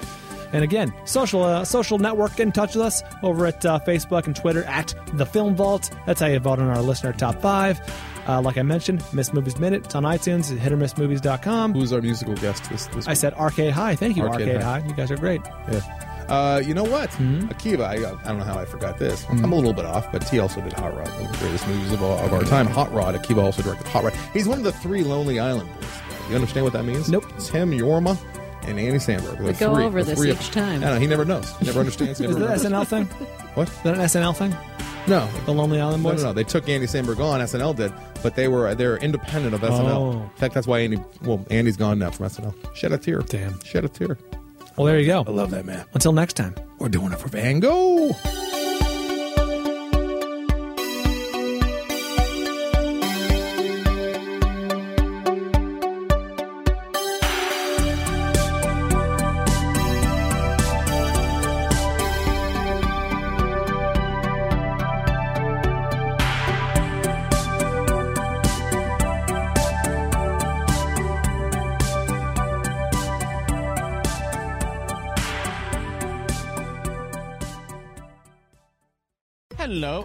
H: And again, social uh, social network get in touch with us over at uh, Facebook and Twitter at the Film Vault. That's how you vote on our listener top five. Uh, like I mentioned, Miss Movies Minute. It's on iTunes. Hit or miss movies.com.
G: Who's our musical guest this, this
H: I said Arcade High. Thank you, Arcade,
G: Arcade
H: High.
G: High.
H: You guys are great.
G: Yeah. Uh, you know what?
H: Hmm?
G: Akiva, I, uh, I don't know how I forgot this. I'm a little bit off, but he also did Hot Rod, one of the greatest movies of, all, of our time. Hot Rod, Akiva also directed Hot Rod. He's one of the three Lonely Island boys. You understand what that means? Nope. It's him, Yorma, and Andy Samberg. The
T: We go
G: three-
T: over
G: the
T: this
G: three of-
T: each time.
G: I know, he never knows. He never understands.
H: [laughs] Is
G: never
H: that
G: remembers.
H: SNL thing?
G: What?
H: Is that an SNL thing?
G: No.
H: The Lonely Island
G: No,
H: Boys?
G: no, no. They took Andy Samberg on. SNL did, but they were they're independent of SNL.
H: Oh.
G: In fact, that's why Andy. Well, Andy's gone now from SNL. Shed a tear. Damn. Shed a tear.
H: Well, there you go. I
G: love that man.
H: Until next time,
G: we're doing it for Van Gogh.
U: Hello,